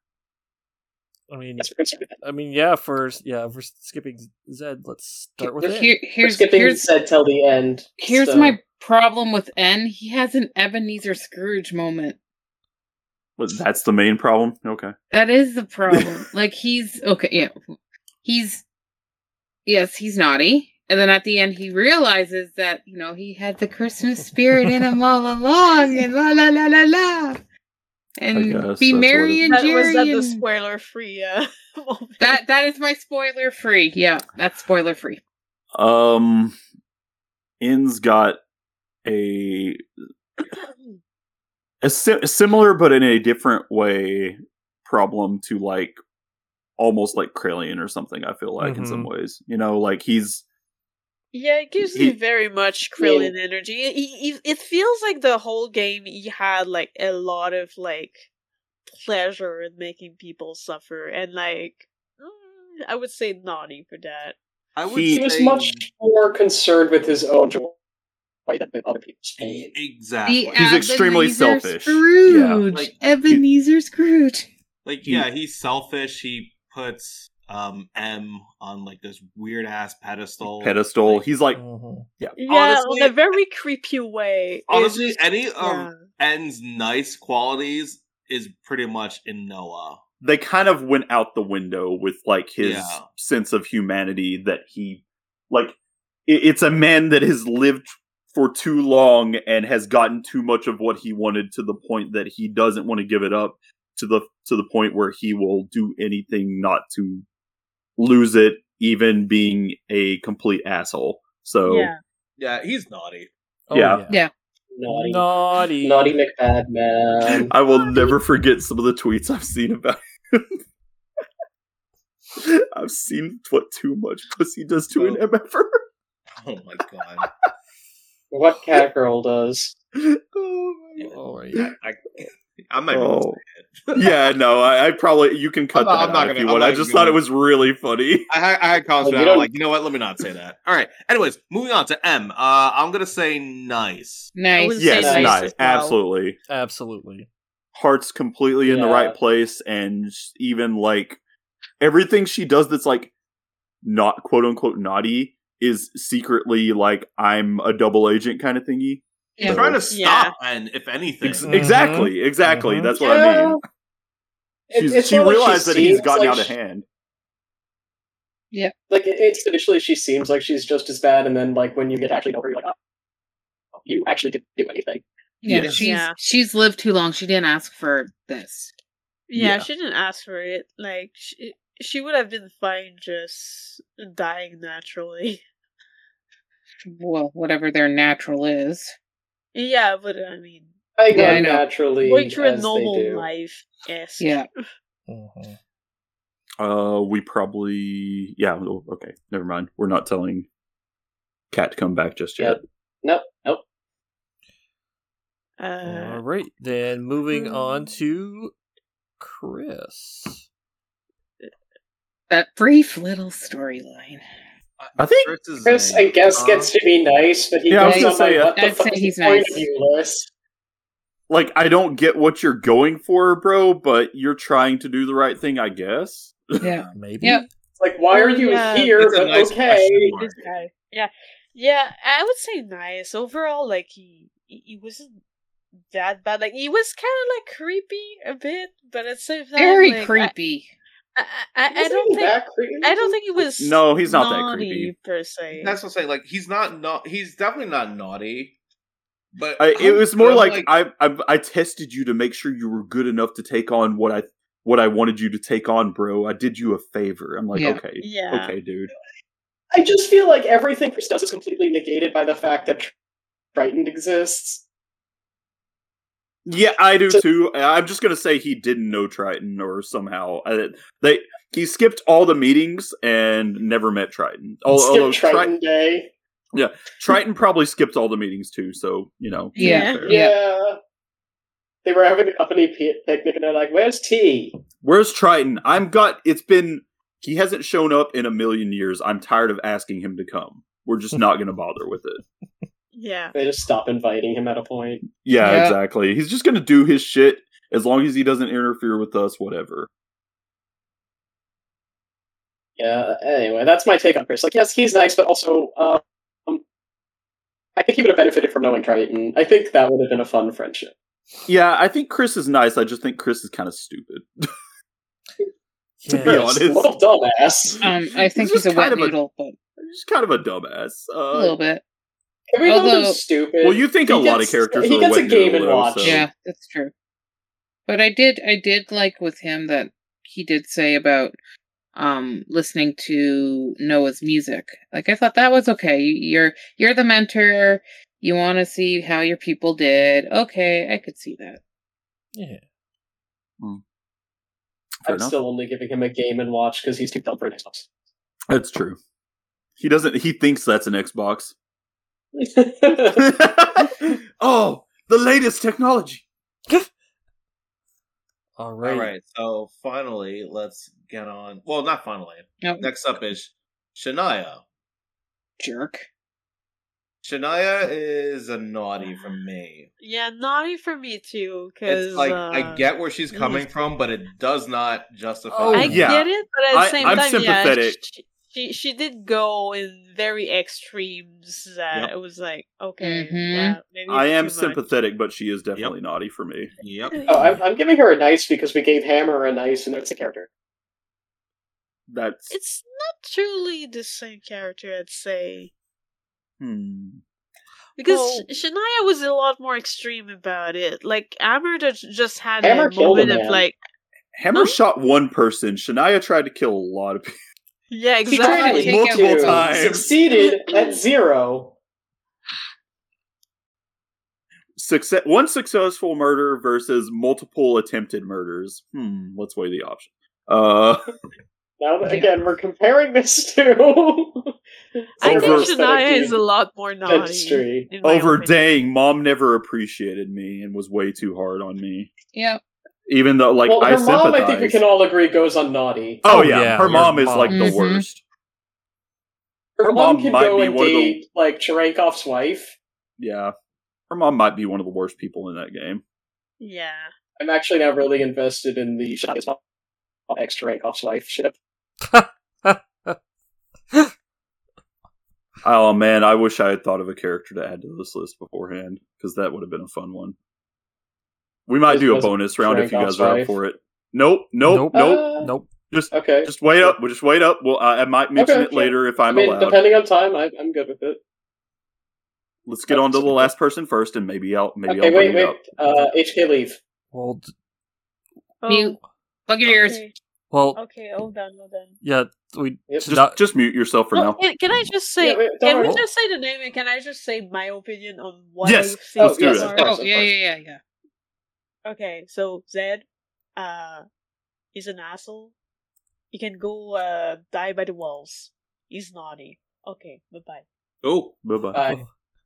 [SPEAKER 1] I mean,
[SPEAKER 3] Yes, we're gonna skip it.
[SPEAKER 1] I mean, yeah. For yeah, if we're skipping Zed, let's start with it.
[SPEAKER 6] Here,
[SPEAKER 3] We're
[SPEAKER 6] here's
[SPEAKER 3] skipping
[SPEAKER 6] here's
[SPEAKER 3] said till the end.
[SPEAKER 6] here's
[SPEAKER 3] so-
[SPEAKER 6] my problem with N. He has an Ebenezer Scrooge moment.
[SPEAKER 4] Well, That's the main problem. Okay.
[SPEAKER 6] That is the problem. like he's okay, yeah. He's yes, he's naughty. And then at the end he realizes that, you know, he had the Christmas spirit in him all along and la la la la la. And
[SPEAKER 4] guess
[SPEAKER 6] be
[SPEAKER 4] that's what
[SPEAKER 6] merry
[SPEAKER 4] it-
[SPEAKER 6] and
[SPEAKER 5] That
[SPEAKER 6] Jerry
[SPEAKER 5] was that the
[SPEAKER 6] and-
[SPEAKER 5] spoiler free uh, moment.
[SPEAKER 6] that that is my spoiler free. Yeah, that's spoiler free.
[SPEAKER 4] Um, N's got a a, si- similar but in a different way problem to like almost like Krillian or something. I feel like in some
[SPEAKER 1] Mhm.
[SPEAKER 4] ways, you know, like he's
[SPEAKER 5] Yeah, it gives
[SPEAKER 4] He-
[SPEAKER 5] me very much Krillin energy. It, it, it feels like the whole game he had like a lot of like pleasure in making people suffer, and like mm, I would say naughty for that.
[SPEAKER 8] I would
[SPEAKER 3] he
[SPEAKER 4] He-
[SPEAKER 8] say
[SPEAKER 3] was much more concerned with his own joy than with other people's pain.
[SPEAKER 8] exactly.
[SPEAKER 6] The
[SPEAKER 4] He's extremely
[SPEAKER 6] Ebenezer
[SPEAKER 4] selfish.
[SPEAKER 6] Scrooge.
[SPEAKER 8] Yeah. Like-
[SPEAKER 6] Ebenezer Scrooge.
[SPEAKER 8] like yeah, he's selfish. He puts um M on like this weird ass pedestal.
[SPEAKER 4] pedestal. He's like
[SPEAKER 1] Mhm.
[SPEAKER 5] Yeah,
[SPEAKER 8] Honestly-
[SPEAKER 5] in a very creepy way. It's
[SPEAKER 8] honestly,
[SPEAKER 5] just-
[SPEAKER 8] any
[SPEAKER 5] yeah.
[SPEAKER 8] of N's nice qualities is pretty much in Noah.
[SPEAKER 4] they kind of went out the window with like his
[SPEAKER 8] Yeah.
[SPEAKER 4] sense of humanity that he like it, it's a man that has lived for too long and has gotten too much of what he wanted to the point that he doesn't want to give it up to the to the point where he will do anything not to lose it even being a complete asshole so
[SPEAKER 5] yeah.
[SPEAKER 8] Yeah, he's naughty.
[SPEAKER 1] Oh,
[SPEAKER 4] Yeah.
[SPEAKER 1] yeah.
[SPEAKER 6] Yeah.
[SPEAKER 3] Naughty,
[SPEAKER 1] Naughty.
[SPEAKER 3] naughty McBad man.
[SPEAKER 4] I will never forget some of the tweets I've seen about him. I've seen what too much pussy does to an MFR.
[SPEAKER 8] Oh my god.
[SPEAKER 3] what Catgirl does?
[SPEAKER 4] oh, my God.
[SPEAKER 1] Oh, yeah.
[SPEAKER 8] I, I'm not even
[SPEAKER 4] Oh. yeah, no, I, I probably you can cut
[SPEAKER 8] I'm not-
[SPEAKER 4] that
[SPEAKER 8] I'm
[SPEAKER 4] out
[SPEAKER 8] not
[SPEAKER 4] if
[SPEAKER 8] gonna-
[SPEAKER 4] you
[SPEAKER 8] I'm
[SPEAKER 4] want.
[SPEAKER 8] not
[SPEAKER 4] I
[SPEAKER 8] even
[SPEAKER 4] just thought it
[SPEAKER 8] gonna-
[SPEAKER 4] was really funny.
[SPEAKER 8] I, had- I had comments about
[SPEAKER 3] Like, you
[SPEAKER 8] it. I'm
[SPEAKER 3] don't-
[SPEAKER 8] like, you know what? Let me not say that. All right. Anyways, moving on to M. Uh, I'm gonna say nice.
[SPEAKER 5] I
[SPEAKER 6] Nice.
[SPEAKER 5] would say
[SPEAKER 4] Yes,
[SPEAKER 3] nice
[SPEAKER 4] nice,
[SPEAKER 5] as well.
[SPEAKER 4] absolutely.
[SPEAKER 1] Absolutely.
[SPEAKER 4] Heart's completely in the
[SPEAKER 3] Yeah.
[SPEAKER 4] right place, and sh- even like everything she does that's like not quote unquote naughty is secretly like I'm a double agent kind of thingy.
[SPEAKER 6] Yeah.
[SPEAKER 8] I'm trying to stop N, if anything.
[SPEAKER 4] Ex- Exactly, exactly.
[SPEAKER 1] Mhm.
[SPEAKER 4] That's what I mean.
[SPEAKER 3] It-
[SPEAKER 4] She's,
[SPEAKER 3] it's
[SPEAKER 4] she
[SPEAKER 3] more like
[SPEAKER 4] realized that he's
[SPEAKER 3] seems
[SPEAKER 4] gotten
[SPEAKER 3] like
[SPEAKER 4] out of
[SPEAKER 3] she-
[SPEAKER 4] hand.
[SPEAKER 3] Like it- it's initially, she seems like she's just as bad, and then like when you get to actually know her, you're like, oh, you actually didn't do anything.
[SPEAKER 6] Yeah,
[SPEAKER 4] Yes.
[SPEAKER 6] she's
[SPEAKER 5] Yeah.
[SPEAKER 6] she's lived too long. She didn't ask for this.
[SPEAKER 5] Yeah,
[SPEAKER 4] Yeah.
[SPEAKER 5] she didn't ask for it. Like she, she would have been fine just dying naturally.
[SPEAKER 6] Well, whatever their natural is.
[SPEAKER 5] Yeah, but I mean,
[SPEAKER 3] I
[SPEAKER 6] Yeah, I know.
[SPEAKER 3] naturally
[SPEAKER 5] going through a
[SPEAKER 3] as they
[SPEAKER 5] normal
[SPEAKER 3] do.
[SPEAKER 5] life. Yes.
[SPEAKER 6] Yeah.
[SPEAKER 1] Mhm.
[SPEAKER 4] Uh, we probably yeah. oh, Okay, never mind. We're not telling Cat to come back just yet.
[SPEAKER 3] Nope, nope.
[SPEAKER 5] Uh,
[SPEAKER 1] All right. Then moving on
[SPEAKER 5] Mm.
[SPEAKER 1] to Chris.
[SPEAKER 6] That brief little storyline.
[SPEAKER 4] I think-
[SPEAKER 8] Chris, is
[SPEAKER 3] Chris,
[SPEAKER 8] Uh, a-
[SPEAKER 3] I guess,
[SPEAKER 8] uh,
[SPEAKER 3] gets to be nice, but he
[SPEAKER 4] Yeah,
[SPEAKER 6] I was
[SPEAKER 3] goes
[SPEAKER 6] gonna
[SPEAKER 3] on my
[SPEAKER 4] say,
[SPEAKER 3] what the
[SPEAKER 6] I'd
[SPEAKER 3] fuck
[SPEAKER 6] say
[SPEAKER 3] is
[SPEAKER 6] he's
[SPEAKER 3] the point
[SPEAKER 6] nice.
[SPEAKER 3] of view list.
[SPEAKER 4] Like I don't get what you're going for, bro, but you're trying to do the right thing, I guess.
[SPEAKER 6] Yeah.
[SPEAKER 1] Maybe.
[SPEAKER 6] Yep.
[SPEAKER 3] It's like, why are you
[SPEAKER 5] Yeah.
[SPEAKER 3] here?
[SPEAKER 8] it's a
[SPEAKER 3] But
[SPEAKER 8] nice
[SPEAKER 3] okay.
[SPEAKER 8] question mark.
[SPEAKER 5] this guy. Yeah, yeah. I would say nice overall. Like he, he he wasn't that bad. uh, Like he was kind of like creepy a bit, but at the same time,
[SPEAKER 6] Very
[SPEAKER 5] like, I-
[SPEAKER 6] creepy.
[SPEAKER 5] I, I, I
[SPEAKER 3] Wasn't
[SPEAKER 5] don't
[SPEAKER 3] he
[SPEAKER 5] think
[SPEAKER 3] that creepy?
[SPEAKER 5] I don't think he was.
[SPEAKER 4] No, he's not that
[SPEAKER 5] naughty,
[SPEAKER 4] creepy.
[SPEAKER 5] per se.
[SPEAKER 8] That's what I'm saying. Like he's not not he's definitely not naughty. But
[SPEAKER 4] I, it
[SPEAKER 8] I'm-
[SPEAKER 4] was more
[SPEAKER 8] I'm
[SPEAKER 4] like, I, I I tested you to make sure you were good enough to take on what I what I wanted you to take on, bro. I did you a favor. I'm like,
[SPEAKER 6] Yeah.
[SPEAKER 4] okay,
[SPEAKER 5] yeah.
[SPEAKER 4] okay, dude.
[SPEAKER 3] I just feel like everything Chris does is completely negated by the fact that Triton exists.
[SPEAKER 4] Yeah, I do
[SPEAKER 3] So-
[SPEAKER 4] too. I'm just gonna say he didn't know Triton or somehow I, they he skipped all the meetings and never met Triton. Al-
[SPEAKER 3] Skip
[SPEAKER 4] Oh, Although Tri-
[SPEAKER 3] Triton Day.
[SPEAKER 4] Triton probably skipped all the meetings too. So you know,
[SPEAKER 6] Yeah.
[SPEAKER 4] fair.
[SPEAKER 3] Yeah. They were having a company pi- picnic and they're like, where's tea?
[SPEAKER 4] Where's Triton? I'm got. It's been he hasn't shown up in a million years. I'm tired of asking him to come. We're just not gonna bother with it.
[SPEAKER 5] Yeah.
[SPEAKER 3] They just stop inviting him at a point.
[SPEAKER 4] Yeah,
[SPEAKER 6] Yeah.
[SPEAKER 4] exactly. He's just gonna do his shit as long as he doesn't interfere with us. Whatever.
[SPEAKER 3] Yeah, anyway, that's my take on Chris. Like, yes, he's nice, but also, uh, um, I think he would have benefited from knowing Triton. I think that would have been a fun friendship.
[SPEAKER 4] Yeah, I think Chris is nice. I just think Chris is kind of stupid. To be
[SPEAKER 1] Yeah.
[SPEAKER 4] honest.
[SPEAKER 3] What a dumbass.
[SPEAKER 6] Um, I think
[SPEAKER 4] He's
[SPEAKER 6] he's,
[SPEAKER 4] just
[SPEAKER 6] a wet
[SPEAKER 4] kind of a-
[SPEAKER 6] noodle, but
[SPEAKER 4] He's kind of a dumbass.
[SPEAKER 6] a
[SPEAKER 4] Uh,
[SPEAKER 6] little bit.
[SPEAKER 3] Can we Although,
[SPEAKER 6] Although-
[SPEAKER 3] stupid?
[SPEAKER 4] well, you think
[SPEAKER 3] He
[SPEAKER 4] a lot
[SPEAKER 3] gets-
[SPEAKER 4] of characters
[SPEAKER 3] he
[SPEAKER 4] are
[SPEAKER 3] gets a
[SPEAKER 4] wet
[SPEAKER 3] game
[SPEAKER 4] noodle,
[SPEAKER 3] and
[SPEAKER 4] though,
[SPEAKER 3] watch.
[SPEAKER 4] so-
[SPEAKER 6] Yeah, that's true. But I did, I did like with him that he did say about um listening to Noah's music. Like I thought that was okay. You- You're you're the mentor. You want to see how your people did. Okay, I could see that.
[SPEAKER 1] Yeah.
[SPEAKER 4] Fair
[SPEAKER 3] I'm
[SPEAKER 4] enough.
[SPEAKER 3] still only giving him a game and watch because he's too dumb for an Xbox.
[SPEAKER 4] That's true. He doesn't. He thinks that's an Xbox. oh, the latest technology.
[SPEAKER 1] All right.
[SPEAKER 8] All right. So finally, let's get on. Well, not finally.
[SPEAKER 6] Nope.
[SPEAKER 8] Next up is Shania.
[SPEAKER 6] Jerk.
[SPEAKER 8] Shania is a naughty from me.
[SPEAKER 5] Yeah, naughty for me too. Cause
[SPEAKER 8] It's like
[SPEAKER 5] uh,
[SPEAKER 8] I get where she's coming
[SPEAKER 5] mm.
[SPEAKER 8] from, but it does not justify.
[SPEAKER 1] Oh,
[SPEAKER 5] I
[SPEAKER 4] yeah.
[SPEAKER 5] get it, but at
[SPEAKER 4] I-
[SPEAKER 5] the same
[SPEAKER 4] I'm
[SPEAKER 5] time, yeah,
[SPEAKER 4] sympathetic.
[SPEAKER 5] she, she she did go in very extremes. That
[SPEAKER 8] Yep.
[SPEAKER 5] it was like, okay,
[SPEAKER 6] Mhm.
[SPEAKER 5] yeah, maybe
[SPEAKER 4] I
[SPEAKER 5] it's
[SPEAKER 4] am
[SPEAKER 5] too much.
[SPEAKER 4] sympathetic, but she is definitely naughty for me.
[SPEAKER 8] Yep.
[SPEAKER 3] oh, I'm, I'm giving her a nice because we gave Hammer a nice, and that's a character.
[SPEAKER 4] That's
[SPEAKER 5] It's not truly the same character, I'd say,
[SPEAKER 4] hmm.
[SPEAKER 5] because
[SPEAKER 1] Well-
[SPEAKER 5] Sh- Shania was a lot more extreme about it. Like Amber ju- just had
[SPEAKER 3] Amber
[SPEAKER 5] a
[SPEAKER 3] killed a
[SPEAKER 5] moment of
[SPEAKER 3] man.
[SPEAKER 5] like,
[SPEAKER 4] Hammer
[SPEAKER 5] Huh?
[SPEAKER 4] shot one person. Shania tried to kill a lot of people.
[SPEAKER 5] yeah,
[SPEAKER 4] She tried
[SPEAKER 5] exactly.
[SPEAKER 4] to
[SPEAKER 6] Take
[SPEAKER 4] multiple
[SPEAKER 6] out-
[SPEAKER 3] Two
[SPEAKER 4] times.
[SPEAKER 3] Succeeded at zero.
[SPEAKER 4] Success, one successful murder versus multiple attempted murders. Hmm. Let's weigh the option. Uh,
[SPEAKER 3] Now that,
[SPEAKER 6] Yeah.
[SPEAKER 3] again, we're comparing this to
[SPEAKER 5] I
[SPEAKER 4] over-
[SPEAKER 5] think Shania is a lot more naughty.
[SPEAKER 3] industry.
[SPEAKER 5] in my
[SPEAKER 4] over
[SPEAKER 5] opinion.
[SPEAKER 4] dang, mom never appreciated me and was way too hard on me.
[SPEAKER 6] Yep.
[SPEAKER 4] Even though, like,
[SPEAKER 3] well,
[SPEAKER 4] I
[SPEAKER 3] her mom,
[SPEAKER 4] sympathize.
[SPEAKER 3] I think we can all agree, goes on naughty.
[SPEAKER 4] Oh,
[SPEAKER 1] Oh,
[SPEAKER 4] yeah,
[SPEAKER 1] yeah,
[SPEAKER 4] her
[SPEAKER 1] your
[SPEAKER 4] mom is
[SPEAKER 1] mom. Mm-hmm.
[SPEAKER 4] like the
[SPEAKER 6] Mhm.
[SPEAKER 4] worst.
[SPEAKER 3] Her,
[SPEAKER 4] Her
[SPEAKER 3] mom,
[SPEAKER 4] mom
[SPEAKER 3] can
[SPEAKER 4] might
[SPEAKER 3] go
[SPEAKER 4] be
[SPEAKER 3] and
[SPEAKER 4] one of the-
[SPEAKER 3] date like Cherenkov's wife.
[SPEAKER 4] Yeah, her mom might be one of the worst people in that game.
[SPEAKER 5] Yeah.
[SPEAKER 3] I'm actually now really invested in the Shania's mom ex Cherenkov's wife ship.
[SPEAKER 4] Oh man, I wish I had thought of a character to add to this list beforehand because that would have been a fun one. We might
[SPEAKER 3] Was-
[SPEAKER 4] do a
[SPEAKER 3] was
[SPEAKER 4] bonus round if you guys are
[SPEAKER 3] Frank
[SPEAKER 4] up for it. Nope, nope, nope.
[SPEAKER 1] Nope.
[SPEAKER 3] Uh,
[SPEAKER 1] Nope.
[SPEAKER 3] Okay.
[SPEAKER 4] Just wait up. Just wait up. Well, I, I might mention
[SPEAKER 3] Okay,
[SPEAKER 4] it
[SPEAKER 3] okay.
[SPEAKER 4] later if I'm
[SPEAKER 3] I mean,
[SPEAKER 4] allowed.
[SPEAKER 3] depending on time, I, I'm good with it.
[SPEAKER 4] Let's get on to the
[SPEAKER 3] Okay.
[SPEAKER 4] last person first, and maybe I'll maybe
[SPEAKER 3] okay,
[SPEAKER 4] I'll bring
[SPEAKER 3] wait, wait.
[SPEAKER 4] it up.
[SPEAKER 3] Uh, HK leave.
[SPEAKER 1] Well, d-
[SPEAKER 5] Oh,
[SPEAKER 6] Mute. Plug your ears.
[SPEAKER 5] Okay.
[SPEAKER 1] well,
[SPEAKER 5] Okay, all done, all done.
[SPEAKER 1] yeah. We
[SPEAKER 3] Yep.
[SPEAKER 4] Just
[SPEAKER 1] not-
[SPEAKER 4] just mute yourself for
[SPEAKER 5] Well,
[SPEAKER 4] now.
[SPEAKER 5] can, can I just say?
[SPEAKER 3] Yeah, wait, don't
[SPEAKER 5] can
[SPEAKER 3] worry.
[SPEAKER 5] we just say the name? And can I just say my opinion on what
[SPEAKER 4] Yes,
[SPEAKER 5] I've seen?
[SPEAKER 3] let's do
[SPEAKER 5] so
[SPEAKER 3] that.
[SPEAKER 5] far?
[SPEAKER 6] Oh yeah, yeah, yeah, yeah.
[SPEAKER 5] Okay, so Zed, uh, he's an asshole. He can go uh die by the walls. He's naughty. Okay, bye bye.
[SPEAKER 4] Oh, bye bye.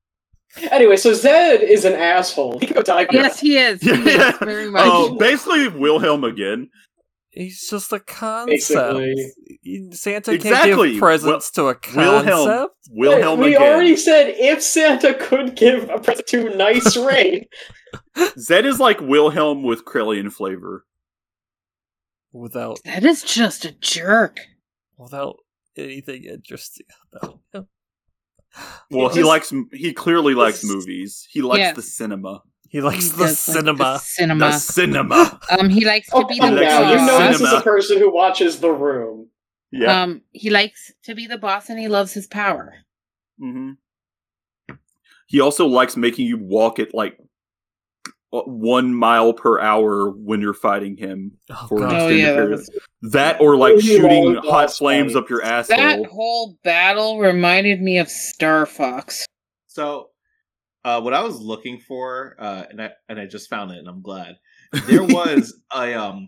[SPEAKER 3] Bye. Anyway, so Zed is an asshole. He can go die. by
[SPEAKER 6] Yes, he is. He
[SPEAKER 4] Yeah.
[SPEAKER 6] is very much.
[SPEAKER 4] Oh, basically Wilhelm again.
[SPEAKER 1] He's just a concept.
[SPEAKER 3] Basically.
[SPEAKER 1] Santa can't
[SPEAKER 4] Exactly.
[SPEAKER 1] give presents to a concept.
[SPEAKER 4] Wilhelm.
[SPEAKER 3] Wait,
[SPEAKER 4] Wilhelm
[SPEAKER 3] we
[SPEAKER 4] again.
[SPEAKER 3] already said if Santa could give a present to nice rain,
[SPEAKER 4] Zed is like Wilhelm with Krillian flavor.
[SPEAKER 1] Without
[SPEAKER 6] That is just a jerk.
[SPEAKER 1] without anything interesting about him.
[SPEAKER 4] Well,
[SPEAKER 3] It
[SPEAKER 4] he
[SPEAKER 3] just-
[SPEAKER 4] likes he clearly likes
[SPEAKER 3] it's-
[SPEAKER 4] movies. He likes
[SPEAKER 6] Yeah.
[SPEAKER 4] the cinema.
[SPEAKER 1] He likes
[SPEAKER 6] He
[SPEAKER 1] the
[SPEAKER 6] does like the
[SPEAKER 1] cinema.
[SPEAKER 3] Mm-hmm.
[SPEAKER 6] cinema.
[SPEAKER 4] The cinema.
[SPEAKER 6] um, he likes to
[SPEAKER 3] Oh,
[SPEAKER 6] be the
[SPEAKER 3] come
[SPEAKER 4] Next
[SPEAKER 3] now.
[SPEAKER 6] boss.
[SPEAKER 3] You know this is
[SPEAKER 4] cinema.
[SPEAKER 3] a person who watches The Room. Uh,
[SPEAKER 4] Yeah.
[SPEAKER 6] Um, he likes to be the boss, and he loves his power.
[SPEAKER 4] hmm He also likes making you walk at like o- one mile per hour when you're fighting him.
[SPEAKER 1] Oh,
[SPEAKER 4] For
[SPEAKER 1] God.
[SPEAKER 6] Oh
[SPEAKER 4] Extended
[SPEAKER 6] yeah, that,
[SPEAKER 4] period.
[SPEAKER 6] was,
[SPEAKER 4] That or like
[SPEAKER 3] Really long
[SPEAKER 4] shooting hot
[SPEAKER 3] boss
[SPEAKER 4] flames
[SPEAKER 3] fight.
[SPEAKER 4] up your asshole.
[SPEAKER 6] that whole battle reminded me of Star Fox.
[SPEAKER 8] So, uh, what I was looking for, uh, and I and I just found it, and I'm glad there was a um.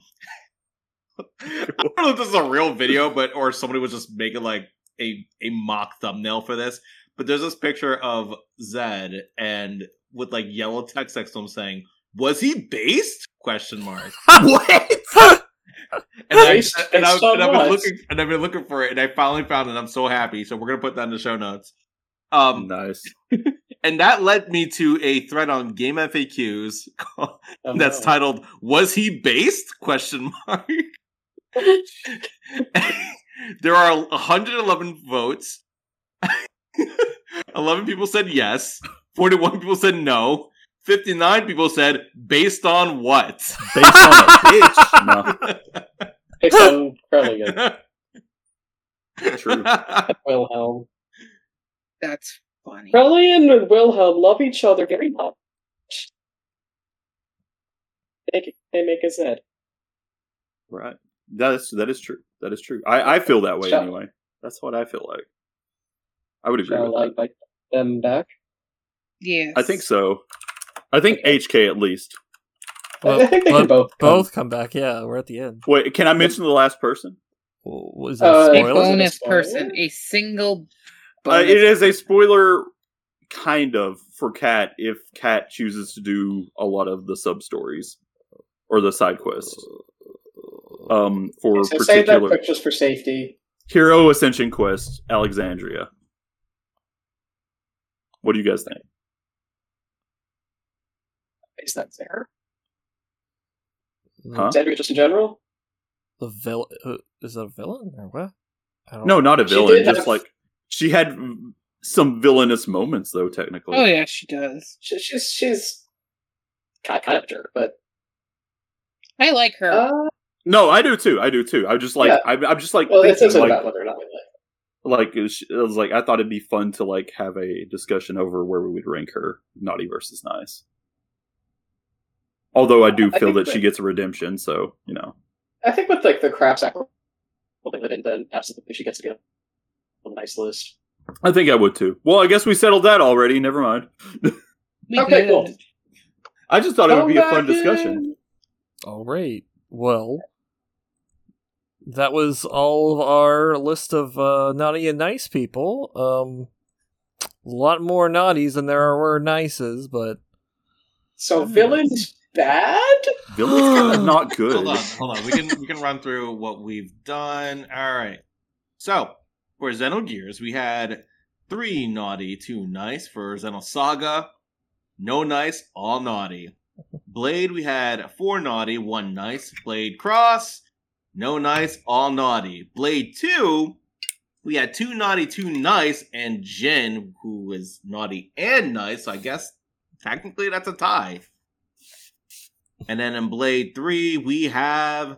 [SPEAKER 8] I don't know if this is a real video, but or somebody was just making like a a mock thumbnail for this. But there's this picture of Zed and with like yellow text next to him saying, "Was he based?" Question mark.
[SPEAKER 1] what?
[SPEAKER 8] And, I,
[SPEAKER 3] Based-
[SPEAKER 8] and, I,
[SPEAKER 3] based on
[SPEAKER 8] and I've been
[SPEAKER 3] what?
[SPEAKER 8] looking and I've been looking for it, and I finally found it. and I'm so happy. So we're gonna put that in the show notes. Um,
[SPEAKER 4] nice.
[SPEAKER 8] and that led me to a thread on Game FAQs
[SPEAKER 3] Oh,
[SPEAKER 8] that's
[SPEAKER 3] no.
[SPEAKER 8] titled "Was he based?" Question mark. there are 111 votes. 11 people said yes. 41 people said no. 59 people said based on what?
[SPEAKER 4] Based on a bitch. No.
[SPEAKER 3] It's on Krelligan.
[SPEAKER 4] True.
[SPEAKER 3] Wilhelm.
[SPEAKER 6] That's funny.
[SPEAKER 3] Krelligan and Wilhelm love each other very much. They, they make a Z.
[SPEAKER 4] Right. That is that is true. That is true. I, I feel that way
[SPEAKER 3] Shall-
[SPEAKER 4] anyway. That's what I feel like. I would agree
[SPEAKER 3] Shall
[SPEAKER 4] with
[SPEAKER 3] I
[SPEAKER 4] that.
[SPEAKER 3] bite them back?
[SPEAKER 6] Yes,
[SPEAKER 4] I think so. I think HK at least.
[SPEAKER 3] I think they
[SPEAKER 1] Well,
[SPEAKER 3] can both. come.
[SPEAKER 1] Both come back. Yeah, we're at the end.
[SPEAKER 4] Wait, can I mention the last person?
[SPEAKER 1] Was that
[SPEAKER 3] Uh,
[SPEAKER 1] a
[SPEAKER 6] A
[SPEAKER 3] Spoiler?
[SPEAKER 1] spoiler?
[SPEAKER 6] bonus
[SPEAKER 3] Spoiler?
[SPEAKER 6] person, a single.
[SPEAKER 4] Uh,
[SPEAKER 6] Bonus
[SPEAKER 4] it is a spoiler, kind of, for Cat if Cat chooses to do a lot of the sub stories or the side quests. Um, for
[SPEAKER 3] So save that
[SPEAKER 4] particular
[SPEAKER 3] quick just for safety.
[SPEAKER 4] Hero Ascension quest, Alexandria. What do you guys think?
[SPEAKER 3] Is that there?
[SPEAKER 4] Huh?
[SPEAKER 3] Xandria just in general?
[SPEAKER 1] The villain uh, is that a villain or what? I
[SPEAKER 8] Oh,
[SPEAKER 1] don't
[SPEAKER 4] No, not a
[SPEAKER 3] She
[SPEAKER 4] villain.
[SPEAKER 3] did
[SPEAKER 4] Just
[SPEAKER 3] have-
[SPEAKER 4] like she had some villainous moments, though. Technically,
[SPEAKER 6] Oh yeah, she does.
[SPEAKER 3] She, she's she's kind kind of a jerk, but
[SPEAKER 6] I like her.
[SPEAKER 3] uh,
[SPEAKER 4] no, I do too. I do too. I'm just like
[SPEAKER 3] Yeah.
[SPEAKER 4] I'm, I'm just like
[SPEAKER 3] well, it's
[SPEAKER 4] thinking,
[SPEAKER 3] isn't
[SPEAKER 4] like
[SPEAKER 3] about whether or not we like.
[SPEAKER 4] like it was, it was like I thought it'd be fun to like have a discussion over where we would rank her naughty versus nice. Although I do
[SPEAKER 3] I
[SPEAKER 4] feel
[SPEAKER 3] think
[SPEAKER 4] that she
[SPEAKER 3] that-
[SPEAKER 4] gets a redemption, so you know.
[SPEAKER 3] I think with like the crap sack holding it in, then absolutely she gets to be on the nice list.
[SPEAKER 4] I think I would too. Well, I guess we settled that already. Never mind.
[SPEAKER 6] we
[SPEAKER 3] okay,
[SPEAKER 6] did.
[SPEAKER 3] cool.
[SPEAKER 4] I just thought it would
[SPEAKER 3] Come
[SPEAKER 4] be a fun
[SPEAKER 3] back
[SPEAKER 4] discussion.
[SPEAKER 3] in.
[SPEAKER 1] All Oh, right. Well, that was all of our list of uh, naughty and nice people. Um, a lot more naughties than there were nices, but
[SPEAKER 3] So villains bad?
[SPEAKER 4] Villain's kind of not good.
[SPEAKER 8] Hold on, hold on. We can we can run through what we've done. All right. So for Xenogears, we had three naughty, two nice. For Xenosaga, no nice, all naughty. Blade, we had four naughty, one nice. Blade Cross, no nice, all naughty. Blade Two, we had two naughty, two nice, and Jin, who was naughty and nice. So I guess technically that's a tie. And then in Blade 3, we have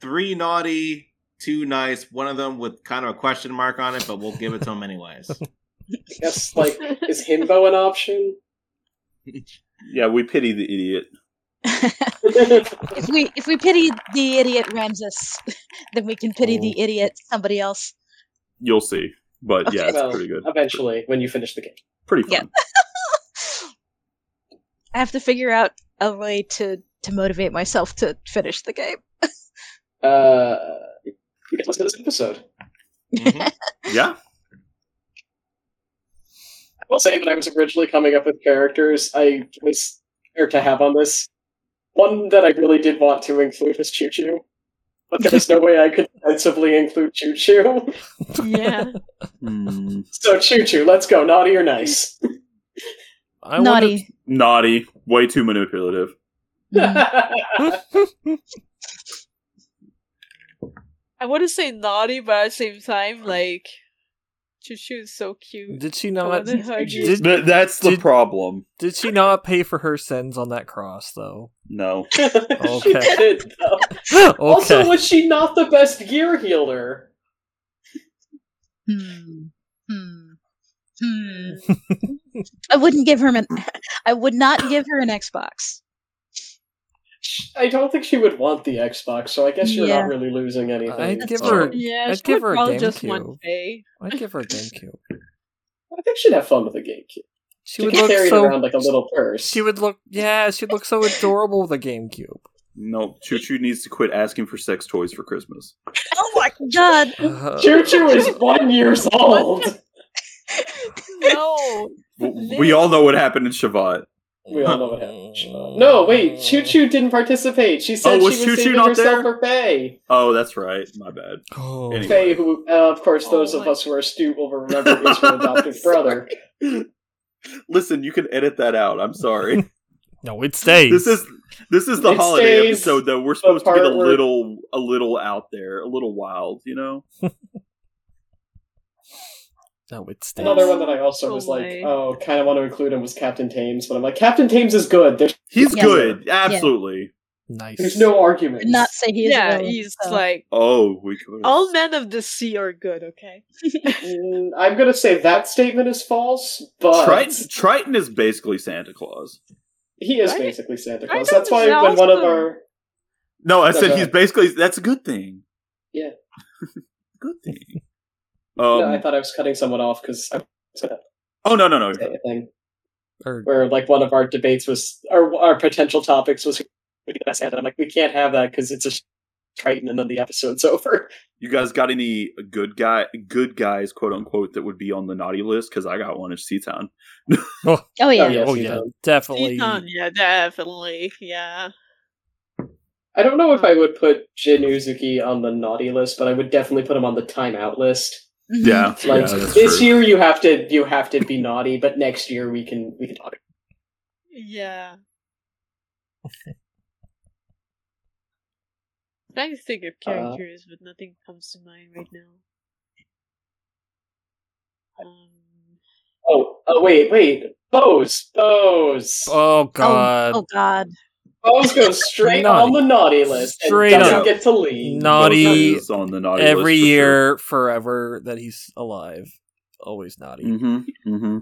[SPEAKER 8] three naughty, two nice, one of them with kind of a question mark on it, but we'll give it to him anyways.
[SPEAKER 3] I guess like is himbo an option?
[SPEAKER 4] Yeah, we pity the idiot.
[SPEAKER 7] if we if we pity the idiot Ramses, then we can pity
[SPEAKER 3] Oh.
[SPEAKER 7] the idiot somebody else.
[SPEAKER 4] You'll see. But yeah, it's
[SPEAKER 3] Well,
[SPEAKER 4] pretty good.
[SPEAKER 3] Eventually, when you finish the game.
[SPEAKER 4] Pretty fun.
[SPEAKER 7] I have to figure out a way to to motivate myself to finish the game.
[SPEAKER 3] Uh, you guys listen to this episode.
[SPEAKER 7] Mm-hmm.
[SPEAKER 8] Mhm.
[SPEAKER 4] Yeah.
[SPEAKER 3] I will say when I was originally coming up with characters, I was there to have on this. One that I really did want to include was Choo Choo, but there was no way I could sensibly include Choo Choo.
[SPEAKER 5] yeah.
[SPEAKER 4] Mm,
[SPEAKER 3] So Choo Choo, let's go, naughty or nice.
[SPEAKER 1] I
[SPEAKER 7] Naughty.
[SPEAKER 4] naughty. Way too manipulative.
[SPEAKER 7] Mm.
[SPEAKER 5] I want to say naughty, but at the same time, like Chuchu's so cute.
[SPEAKER 1] Did she
[SPEAKER 5] I
[SPEAKER 1] not?
[SPEAKER 5] wanna hug you.
[SPEAKER 1] Did,
[SPEAKER 4] Th- that's the
[SPEAKER 1] Did-
[SPEAKER 4] problem.
[SPEAKER 1] did she not pay for her sins on that cross though?
[SPEAKER 4] No.
[SPEAKER 3] she
[SPEAKER 1] Okay.
[SPEAKER 3] did, though.
[SPEAKER 1] okay.
[SPEAKER 3] Also, was she not the best gear healer?
[SPEAKER 7] Hmm. Hmm. Hmm. I wouldn't give her an. I would not give her an Xbox.
[SPEAKER 3] I don't think she would want the Xbox, so I guess you're
[SPEAKER 7] Yeah.
[SPEAKER 3] not really losing anything.
[SPEAKER 1] I'd give
[SPEAKER 7] true.
[SPEAKER 1] her.
[SPEAKER 5] Yeah,
[SPEAKER 1] I'd
[SPEAKER 5] she
[SPEAKER 1] give
[SPEAKER 5] would
[SPEAKER 1] her a
[SPEAKER 5] probably just
[SPEAKER 1] GameCube.
[SPEAKER 5] one day.
[SPEAKER 1] I'd give her a GameCube.
[SPEAKER 3] I think she'd have fun with a GameCube.
[SPEAKER 1] She
[SPEAKER 3] She
[SPEAKER 1] would
[SPEAKER 3] could
[SPEAKER 1] look
[SPEAKER 3] carry it
[SPEAKER 1] so.
[SPEAKER 3] around like a little purse.
[SPEAKER 1] She would look. Yeah, she'd look so adorable with a GameCube.
[SPEAKER 4] No. Choo Choo needs to quit asking for sex toys for Christmas.
[SPEAKER 7] Oh my god!
[SPEAKER 1] Uh,
[SPEAKER 3] Choo Choo is one years old.
[SPEAKER 5] No.
[SPEAKER 4] W- We all know what happened in Shavat.
[SPEAKER 3] We all know what happened. No, wait. Choo Choo didn't participate. She said
[SPEAKER 4] Oh, was
[SPEAKER 3] she
[SPEAKER 4] Choo
[SPEAKER 3] was
[SPEAKER 4] Choo
[SPEAKER 3] saving
[SPEAKER 4] not
[SPEAKER 3] herself
[SPEAKER 4] there?
[SPEAKER 3] for Faye.
[SPEAKER 4] Oh, that's right. My bad.
[SPEAKER 1] Oh.
[SPEAKER 4] Anyway.
[SPEAKER 3] Faye, who, uh, of course,
[SPEAKER 5] Oh
[SPEAKER 3] those of
[SPEAKER 5] my-
[SPEAKER 3] us who are astute will remember is her adopted brother.
[SPEAKER 4] Listen, you can edit that out. I'm sorry.
[SPEAKER 1] No, it stays.
[SPEAKER 4] this is this is the
[SPEAKER 3] It
[SPEAKER 4] holiday
[SPEAKER 3] stays
[SPEAKER 4] episode though. We're supposed to
[SPEAKER 3] part
[SPEAKER 4] get a
[SPEAKER 3] where-
[SPEAKER 4] little a little out there, a little wild, you know?
[SPEAKER 1] No, it stays.
[SPEAKER 3] Another one that I also was
[SPEAKER 5] Oh
[SPEAKER 3] like,
[SPEAKER 5] my.
[SPEAKER 3] oh, kind of want to include him was Captain Thames, but I'm like, Captain Thames is good. There's,
[SPEAKER 4] He's
[SPEAKER 7] Yeah.
[SPEAKER 4] good. Absolutely.
[SPEAKER 1] Nice.
[SPEAKER 3] there's no
[SPEAKER 7] Would
[SPEAKER 3] argument.
[SPEAKER 7] Not say he is. a
[SPEAKER 5] yeah,
[SPEAKER 7] villain,
[SPEAKER 5] he's
[SPEAKER 7] so.
[SPEAKER 5] like
[SPEAKER 4] Oh, we could
[SPEAKER 5] all men of the sea are good. Okay.
[SPEAKER 3] Mm, I'm gonna say that statement is false, but
[SPEAKER 4] Triton, Triton is basically Santa Claus.
[SPEAKER 3] he is
[SPEAKER 5] Right?
[SPEAKER 3] basically Santa
[SPEAKER 5] Right,
[SPEAKER 3] Claus. That's why
[SPEAKER 5] that's
[SPEAKER 3] when one of
[SPEAKER 5] awesome.
[SPEAKER 3] our
[SPEAKER 4] No, I
[SPEAKER 3] No,
[SPEAKER 4] said
[SPEAKER 3] no.
[SPEAKER 4] he's basically. That's a good thing.
[SPEAKER 3] Yeah.
[SPEAKER 4] good thing.
[SPEAKER 3] no,
[SPEAKER 4] Um,
[SPEAKER 3] I thought I was cutting someone off because I was gonna
[SPEAKER 4] oh no no no!
[SPEAKER 3] say a thing
[SPEAKER 1] Or-
[SPEAKER 3] where like one of our debates was our our potential topics was who would be the best Santa. I'm like, we can't have that because it's a Triton, and then the episode's over.
[SPEAKER 4] You guys got any good guy, good guys, quote unquote, that would be on the naughty list? Because I got one at Seatown.
[SPEAKER 7] oh yeah.
[SPEAKER 3] yeah. Yes,
[SPEAKER 1] oh
[SPEAKER 3] you
[SPEAKER 1] yeah,
[SPEAKER 3] don't.
[SPEAKER 1] definitely.
[SPEAKER 5] Eton, yeah, definitely. Yeah.
[SPEAKER 3] I don't know if I would put Jin Uzuki on the naughty list, but I would definitely put him on the timeout list.
[SPEAKER 7] Mhm.
[SPEAKER 4] Yeah,
[SPEAKER 3] Like
[SPEAKER 4] yeah, that's
[SPEAKER 3] this
[SPEAKER 4] true.
[SPEAKER 3] year, you have to you have to be naughty, but next year we can we can talk.
[SPEAKER 5] Yeah. Trying to
[SPEAKER 7] Uh,
[SPEAKER 5] think of characters, but nothing comes to mind right now. Um,
[SPEAKER 3] Oh, oh wait, wait, Bose, Bose,
[SPEAKER 1] Oh
[SPEAKER 7] Oh,
[SPEAKER 1] god,
[SPEAKER 7] oh god.
[SPEAKER 3] Bose goes straight
[SPEAKER 1] Naughty.
[SPEAKER 3] on the naughty list and
[SPEAKER 1] Straight
[SPEAKER 3] doesn't
[SPEAKER 4] up.
[SPEAKER 3] get to leave.
[SPEAKER 1] No. Naughty
[SPEAKER 4] Both is on the naughty
[SPEAKER 1] every
[SPEAKER 4] list for
[SPEAKER 1] year, forever that he's alive, always naughty.
[SPEAKER 4] Sure. Mm-hmm, mm-hmm.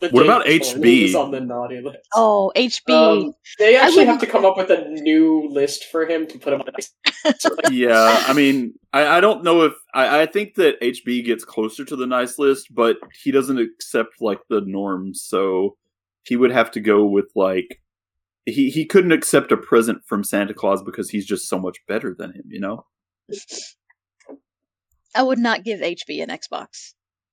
[SPEAKER 3] The
[SPEAKER 4] What about
[SPEAKER 3] Dave
[SPEAKER 4] HB?
[SPEAKER 3] Is on the naughty list.
[SPEAKER 7] Oh, HB.
[SPEAKER 3] Um, they
[SPEAKER 7] I
[SPEAKER 3] actually have
[SPEAKER 7] wouldn't-
[SPEAKER 3] to come up with a new list for him to put him on the nice.
[SPEAKER 4] yeah, I mean, I, I don't know if I, I think that HB gets closer to the nice list, but he doesn't accept like the norms, so he would have to go with like he he couldn't accept a present from Santa Claus because he's just so much better than him, you know?
[SPEAKER 7] I would not give HB an Xbox.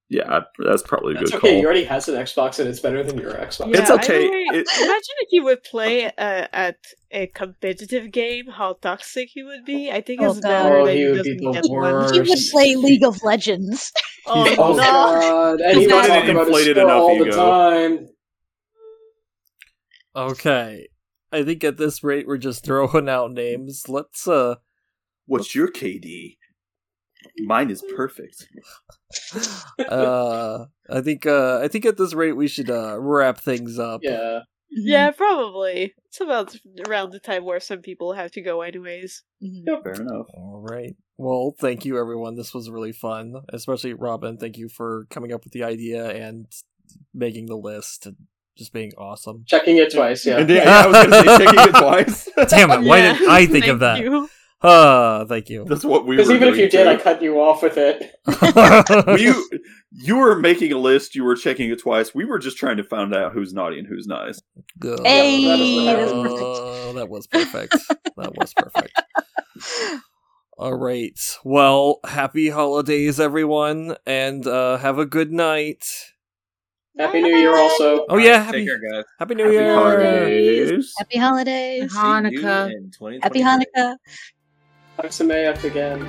[SPEAKER 4] Yeah, that's probably a
[SPEAKER 3] That's
[SPEAKER 4] good
[SPEAKER 3] okay. He
[SPEAKER 4] call.
[SPEAKER 3] already has an Xbox, and it's better than your Xbox.
[SPEAKER 4] It's
[SPEAKER 5] yeah,
[SPEAKER 4] okay.
[SPEAKER 5] either way,
[SPEAKER 4] It-
[SPEAKER 5] imagine if he would play uh, at a competitive game, how toxic he would be. I think
[SPEAKER 7] Oh,
[SPEAKER 5] it's
[SPEAKER 7] God.
[SPEAKER 5] better
[SPEAKER 3] Oh,
[SPEAKER 5] that
[SPEAKER 3] he
[SPEAKER 5] he
[SPEAKER 3] would be
[SPEAKER 5] doesn't
[SPEAKER 3] the
[SPEAKER 5] get one.
[SPEAKER 1] worst.
[SPEAKER 7] He would
[SPEAKER 1] First-
[SPEAKER 7] play League of Legends.
[SPEAKER 5] Oh,
[SPEAKER 4] Oh,
[SPEAKER 5] no.
[SPEAKER 3] God! And
[SPEAKER 5] He's
[SPEAKER 3] he would
[SPEAKER 5] got it
[SPEAKER 3] talk about his
[SPEAKER 4] inflated
[SPEAKER 3] score
[SPEAKER 4] enough
[SPEAKER 3] all the
[SPEAKER 4] ego.
[SPEAKER 3] time.
[SPEAKER 1] Okay, I think at this rate we're just throwing out names. Let's uh,
[SPEAKER 4] What's your KD? Mine is perfect.
[SPEAKER 1] uh, I think uh, I think at this rate we should uh wrap things up.
[SPEAKER 3] Yeah.
[SPEAKER 5] Yeah, probably. It's about around the time where some people have to go, anyways.
[SPEAKER 7] Mhm.
[SPEAKER 4] Fair enough.
[SPEAKER 1] All right. Well, thank you everyone. This was really fun, especially Robin. Thank you for coming up with the idea and making the list and just being awesome.
[SPEAKER 3] Checking it twice. Yeah.
[SPEAKER 4] And yeah, I was gonna say taking it twice.
[SPEAKER 1] Damn it! Why
[SPEAKER 5] Yeah,
[SPEAKER 1] didn't I think of that?
[SPEAKER 5] thank you.
[SPEAKER 1] Ah, thank you.
[SPEAKER 4] That's what we were
[SPEAKER 3] Because even if
[SPEAKER 4] doing,
[SPEAKER 3] you did,
[SPEAKER 4] too.
[SPEAKER 3] I cut you off with it.
[SPEAKER 4] you you were making a list. You were checking it twice. We were just trying to find out who's naughty and who's nice.
[SPEAKER 1] Good.
[SPEAKER 7] Hey,
[SPEAKER 3] that's
[SPEAKER 1] Uh, that was perfect. That was perfect. All right. Well, happy holidays, everyone, and uh, have a good night.
[SPEAKER 3] Happy New Year, also.
[SPEAKER 1] Oh yeah,
[SPEAKER 8] Take
[SPEAKER 1] happy
[SPEAKER 8] care, guys.
[SPEAKER 1] Happy New
[SPEAKER 4] Happy
[SPEAKER 1] Year.
[SPEAKER 4] holidays.
[SPEAKER 7] Happy holidays.
[SPEAKER 5] Uh-huh.
[SPEAKER 8] See you
[SPEAKER 6] Hanukkah.
[SPEAKER 8] in 2023.
[SPEAKER 7] Happy Hanukkah.
[SPEAKER 3] Have some AF again.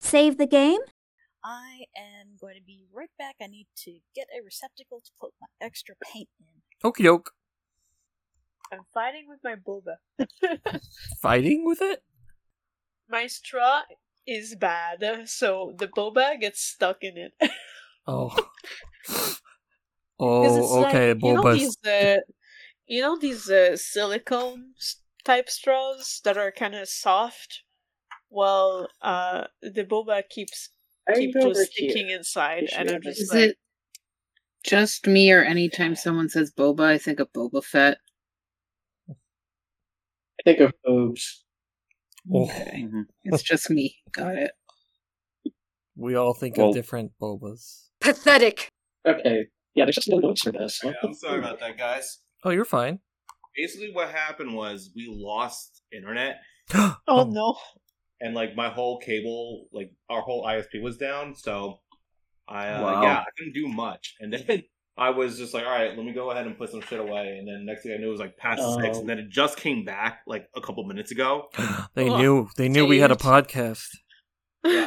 [SPEAKER 9] Save the game?
[SPEAKER 10] I am going to be right back. I need to get a receptacle to put my extra paint in.
[SPEAKER 1] Okie doke.
[SPEAKER 5] I'm fighting with my boba.
[SPEAKER 1] Fighting with it?
[SPEAKER 5] my straw is bad, so the boba gets stuck in it.
[SPEAKER 1] Oh.
[SPEAKER 5] 'Cause it's
[SPEAKER 1] oh,
[SPEAKER 5] like-
[SPEAKER 1] okay,
[SPEAKER 5] You know
[SPEAKER 1] Bulba's.
[SPEAKER 5] these, uh, you know these uh, silicone s- type straws that are kind of soft. Well, uh, the boba keeps
[SPEAKER 3] I'm
[SPEAKER 5] keep
[SPEAKER 3] over
[SPEAKER 5] just
[SPEAKER 3] here.
[SPEAKER 5] sticking inside,
[SPEAKER 3] You should
[SPEAKER 5] and I'm
[SPEAKER 3] have
[SPEAKER 5] just
[SPEAKER 6] Is
[SPEAKER 5] like,
[SPEAKER 6] it just me or anytime someone says boba, I think of Boba Fett?
[SPEAKER 3] I think of boobs.
[SPEAKER 1] Oh.
[SPEAKER 6] Okay.
[SPEAKER 4] Mm-hmm.
[SPEAKER 6] It's just me. Got it.
[SPEAKER 1] We all think
[SPEAKER 4] Well-
[SPEAKER 1] of different Bulbas.
[SPEAKER 9] Pathetic.
[SPEAKER 3] Okay. Yeah, there's just no notes for this.
[SPEAKER 8] Yeah, I'm sorry about that, guys.
[SPEAKER 1] Oh, you're fine.
[SPEAKER 8] Basically, what happened was we lost internet,
[SPEAKER 1] oh,
[SPEAKER 5] "Oh no!"
[SPEAKER 8] and like my whole cable, like our whole ISP was down. So I, uh,
[SPEAKER 4] Wow.
[SPEAKER 8] yeah, I couldn't do much. And then I was just like, all right, let me go ahead and put some shit away. And then next thing I knew, it was like past six,
[SPEAKER 3] Oh.
[SPEAKER 8] and then it just came back like a couple minutes ago.
[SPEAKER 1] They
[SPEAKER 5] Oh,
[SPEAKER 1] knew. They knew we had a
[SPEAKER 5] dude.
[SPEAKER 1] podcast.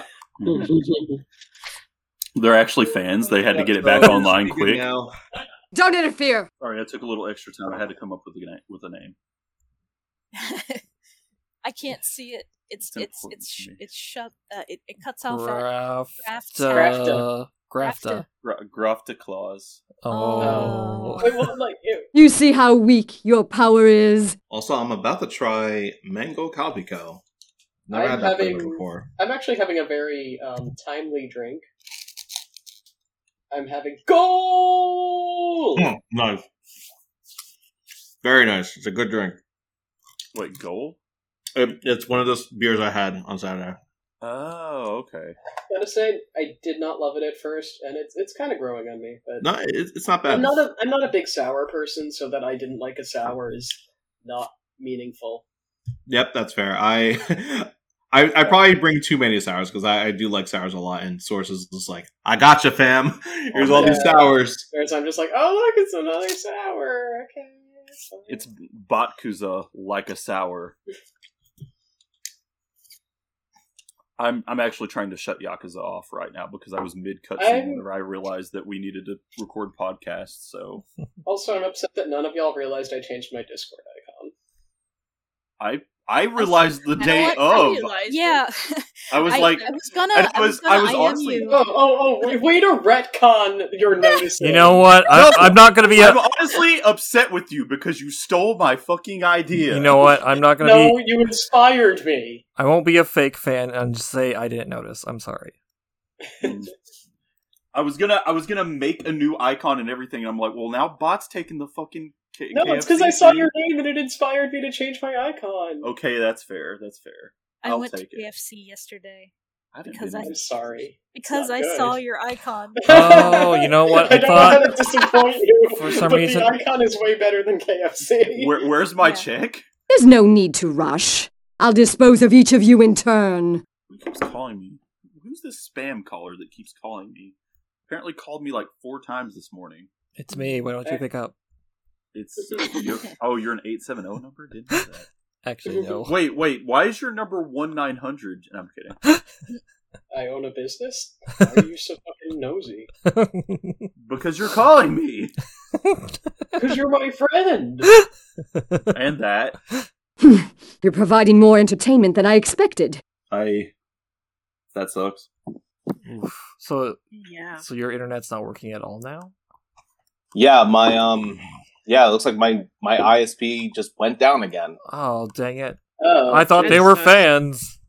[SPEAKER 4] Mhm. Mm-hmm. They're actually fans. They had to get it back
[SPEAKER 8] So,
[SPEAKER 4] online
[SPEAKER 8] we can
[SPEAKER 4] quick.
[SPEAKER 8] Now.
[SPEAKER 9] Don't interfere.
[SPEAKER 4] Sorry, I took a little extra time. I had to come up with a na- with a name.
[SPEAKER 10] I can't see it. It's it's
[SPEAKER 4] It's important
[SPEAKER 10] it's
[SPEAKER 4] to
[SPEAKER 10] sh-
[SPEAKER 4] me.
[SPEAKER 10] it's shut. Uh, it, it cuts off. at-
[SPEAKER 1] Grafta.
[SPEAKER 3] Grafta.
[SPEAKER 1] Grafta.
[SPEAKER 10] Grafta.
[SPEAKER 4] Gra- Grafta claws.
[SPEAKER 1] Oh.
[SPEAKER 3] Wait, well, like, it,
[SPEAKER 9] You see how weak your power is.
[SPEAKER 8] Also, I'm about to try mango calpico. Never
[SPEAKER 3] I'm
[SPEAKER 8] had that
[SPEAKER 3] having-
[SPEAKER 8] flavor before.
[SPEAKER 3] I'm actually having a very um, timely drink. I'm having gold.
[SPEAKER 8] Mm, nice. Very nice. It's a good drink.
[SPEAKER 4] Wait, goal?
[SPEAKER 8] It, it's one of those beers I had on Saturday.
[SPEAKER 4] Oh, okay.
[SPEAKER 3] Gotta say, I did not love it at first, and it's it's kind of growing on me. But
[SPEAKER 8] No, it, it's not bad.
[SPEAKER 3] I'm not a I'm not a big sour person, so that I didn't like a sour is not meaningful.
[SPEAKER 8] yep, that's fair. I, I, I probably bring too many sours because I, I do like sours a lot. And sources just like, I gotcha, fam. Here's all these
[SPEAKER 3] Yeah.
[SPEAKER 8] sours.
[SPEAKER 3] Whereas I'm just like, oh look, it's another sour. Okay, it's fine.
[SPEAKER 4] It's Botkuza like a sour. I'm I'm actually trying to shut Yakuza off right now because I was mid cutscene
[SPEAKER 3] I'm-
[SPEAKER 4] whenever I realized that we needed to record podcasts. So
[SPEAKER 3] also I'm upset that none of y'all realized I changed my Discord icon.
[SPEAKER 4] I I realized the
[SPEAKER 5] I
[SPEAKER 4] day
[SPEAKER 5] like- I
[SPEAKER 4] of.
[SPEAKER 5] realized
[SPEAKER 10] Yeah,
[SPEAKER 4] I was
[SPEAKER 10] I,
[SPEAKER 4] like,
[SPEAKER 10] I was gonna.
[SPEAKER 4] and it
[SPEAKER 10] I was
[SPEAKER 4] was- I
[SPEAKER 10] gonna
[SPEAKER 4] was
[SPEAKER 10] IM
[SPEAKER 4] honestly-
[SPEAKER 10] you.
[SPEAKER 3] Oh oh oh! Way, way to retcon your notice.
[SPEAKER 1] You know what? I,
[SPEAKER 4] No!
[SPEAKER 1] I'm not gonna be. A,
[SPEAKER 4] I'm honestly upset with you because you stole my fucking idea.
[SPEAKER 1] you know what? I'm not gonna
[SPEAKER 3] No,
[SPEAKER 1] be.
[SPEAKER 3] you inspired me.
[SPEAKER 1] I won't be a fake fan and just say I didn't notice. I'm sorry. Mm.
[SPEAKER 4] I was gonna I was gonna make a new icon and everything. And I'm like, well, now bot's taking the fucking. K-
[SPEAKER 3] No, it's because I
[SPEAKER 4] KFC
[SPEAKER 3] saw
[SPEAKER 4] thing.
[SPEAKER 3] your name and it inspired me to change my icon.
[SPEAKER 1] Oh.
[SPEAKER 4] Okay, that's fair. That's fair.
[SPEAKER 10] I
[SPEAKER 4] I'll
[SPEAKER 10] went to
[SPEAKER 4] take it.
[SPEAKER 10] KFC yesterday
[SPEAKER 4] I didn't
[SPEAKER 10] Because
[SPEAKER 4] mean
[SPEAKER 10] I-
[SPEAKER 3] I'm sorry.
[SPEAKER 10] because
[SPEAKER 3] not
[SPEAKER 10] I
[SPEAKER 3] good.
[SPEAKER 10] saw your icon.
[SPEAKER 1] Oh, you know what?
[SPEAKER 3] I
[SPEAKER 1] I
[SPEAKER 3] don't know how
[SPEAKER 1] thought.
[SPEAKER 3] to disappoint you,
[SPEAKER 1] For some
[SPEAKER 3] but
[SPEAKER 1] reason-
[SPEAKER 3] the icon is way better than KFC.
[SPEAKER 4] Where, where's my
[SPEAKER 10] Yeah.
[SPEAKER 4] check?
[SPEAKER 9] There's no need to rush. I'll dispose of each of you in turn.
[SPEAKER 4] Who keeps calling me? Who's this spam caller that keeps calling me? Apparently called me like four times this morning.
[SPEAKER 1] It's me. Why don't you pick up?
[SPEAKER 4] It's you're, oh, you're an eight seven zero number. Didn't know that.
[SPEAKER 1] Actually, no.
[SPEAKER 4] Wait, wait. Why is your number one nine hundred? And I'm kidding.
[SPEAKER 3] I own a business. Why are you so fucking nosy?
[SPEAKER 4] Because you're calling me.
[SPEAKER 3] Because you're my friend.
[SPEAKER 4] and that
[SPEAKER 9] Hmm. You're providing more entertainment than I expected.
[SPEAKER 4] I. That sucks.
[SPEAKER 1] Oof. so,
[SPEAKER 5] Yeah.
[SPEAKER 1] so your internet's not working at all now.
[SPEAKER 2] Yeah, my um, yeah, it looks like my my ISP just went down again.
[SPEAKER 1] Oh, dang it!
[SPEAKER 3] Oh,
[SPEAKER 1] I thought they
[SPEAKER 5] it's,
[SPEAKER 1] were
[SPEAKER 5] uh,
[SPEAKER 1] fans.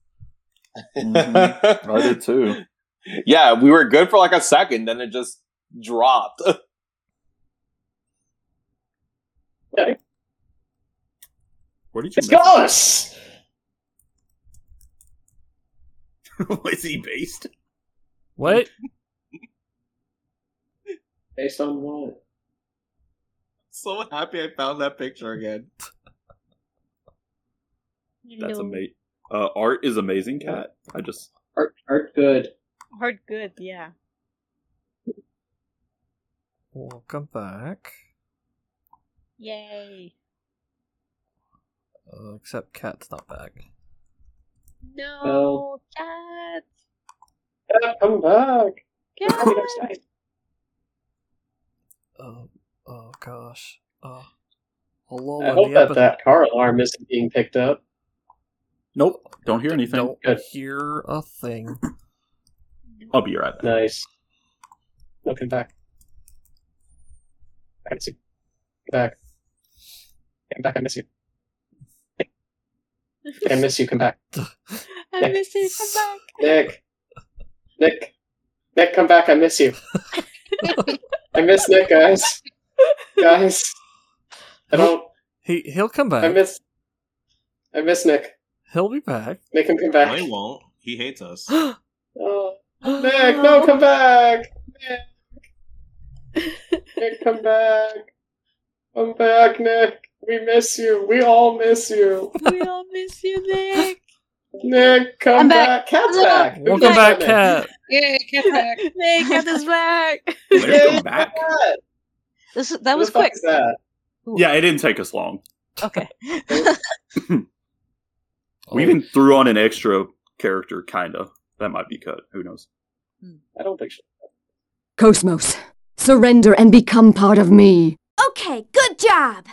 [SPEAKER 8] Mm-hmm.
[SPEAKER 4] Mhm. I did too.
[SPEAKER 2] Yeah, we were good for like a second, then it just dropped.
[SPEAKER 4] Where did you?
[SPEAKER 3] it's Gallus.
[SPEAKER 4] Is he based?
[SPEAKER 1] What?
[SPEAKER 3] Based on what?
[SPEAKER 8] So happy I found that picture again.
[SPEAKER 4] That's amazing. Uh, art is amazing, cat. I just
[SPEAKER 3] Art, art, good.
[SPEAKER 5] Hard good. Yeah.
[SPEAKER 1] Welcome back.
[SPEAKER 5] Yay.
[SPEAKER 1] Uh, except Cat's not back.
[SPEAKER 5] No
[SPEAKER 3] Well-
[SPEAKER 5] cat.
[SPEAKER 3] Come back.
[SPEAKER 5] Yeah.
[SPEAKER 3] Come next time.
[SPEAKER 1] Oh, oh gosh. Oh. Hello,
[SPEAKER 3] I hope
[SPEAKER 1] the
[SPEAKER 3] that
[SPEAKER 1] epi-
[SPEAKER 3] that car alarm isn't being picked up.
[SPEAKER 4] Nope, don't hear anything.
[SPEAKER 1] Don't
[SPEAKER 3] Good.
[SPEAKER 1] hear a thing.
[SPEAKER 4] I'll be right back.
[SPEAKER 3] Nice. Looking back. I miss you. Come back. Come back. I miss you. I miss you. Come back.
[SPEAKER 5] I miss you. Come back.
[SPEAKER 3] Nick. Nick. Nick, come back. I miss you. I miss Nick, guys. Guys. I don't.
[SPEAKER 1] He he'll come back.
[SPEAKER 3] I miss. I miss Nick.
[SPEAKER 1] he'll be back.
[SPEAKER 3] Make him come
[SPEAKER 8] No,
[SPEAKER 3] back.
[SPEAKER 8] he won't. He hates us.
[SPEAKER 3] Oh. Nick, no, come back! Nick. Nick, come back! Come back, Nick! We miss you. We all miss you.
[SPEAKER 5] We all miss you, Nick.
[SPEAKER 3] Nick, come
[SPEAKER 7] I'm
[SPEAKER 3] back.
[SPEAKER 7] back.
[SPEAKER 3] Cat's
[SPEAKER 7] Hello.
[SPEAKER 3] back! Who
[SPEAKER 1] Welcome
[SPEAKER 3] cares
[SPEAKER 1] back,
[SPEAKER 3] about Nick?
[SPEAKER 1] cat.
[SPEAKER 6] Yay, cat back.
[SPEAKER 5] Nick, get this back.
[SPEAKER 4] Welcome back.
[SPEAKER 3] Cat.
[SPEAKER 7] This is-
[SPEAKER 3] Who
[SPEAKER 7] that was
[SPEAKER 3] the fuck
[SPEAKER 7] quick.
[SPEAKER 3] is that?
[SPEAKER 4] Yeah, it didn't take us long.
[SPEAKER 7] Okay.
[SPEAKER 1] Oh.
[SPEAKER 4] We even threw on an extra character, kind of. That might be cut. Who knows?
[SPEAKER 3] I don't think so.
[SPEAKER 9] Cosmos, surrender and become part of me.
[SPEAKER 11] Okay, good job!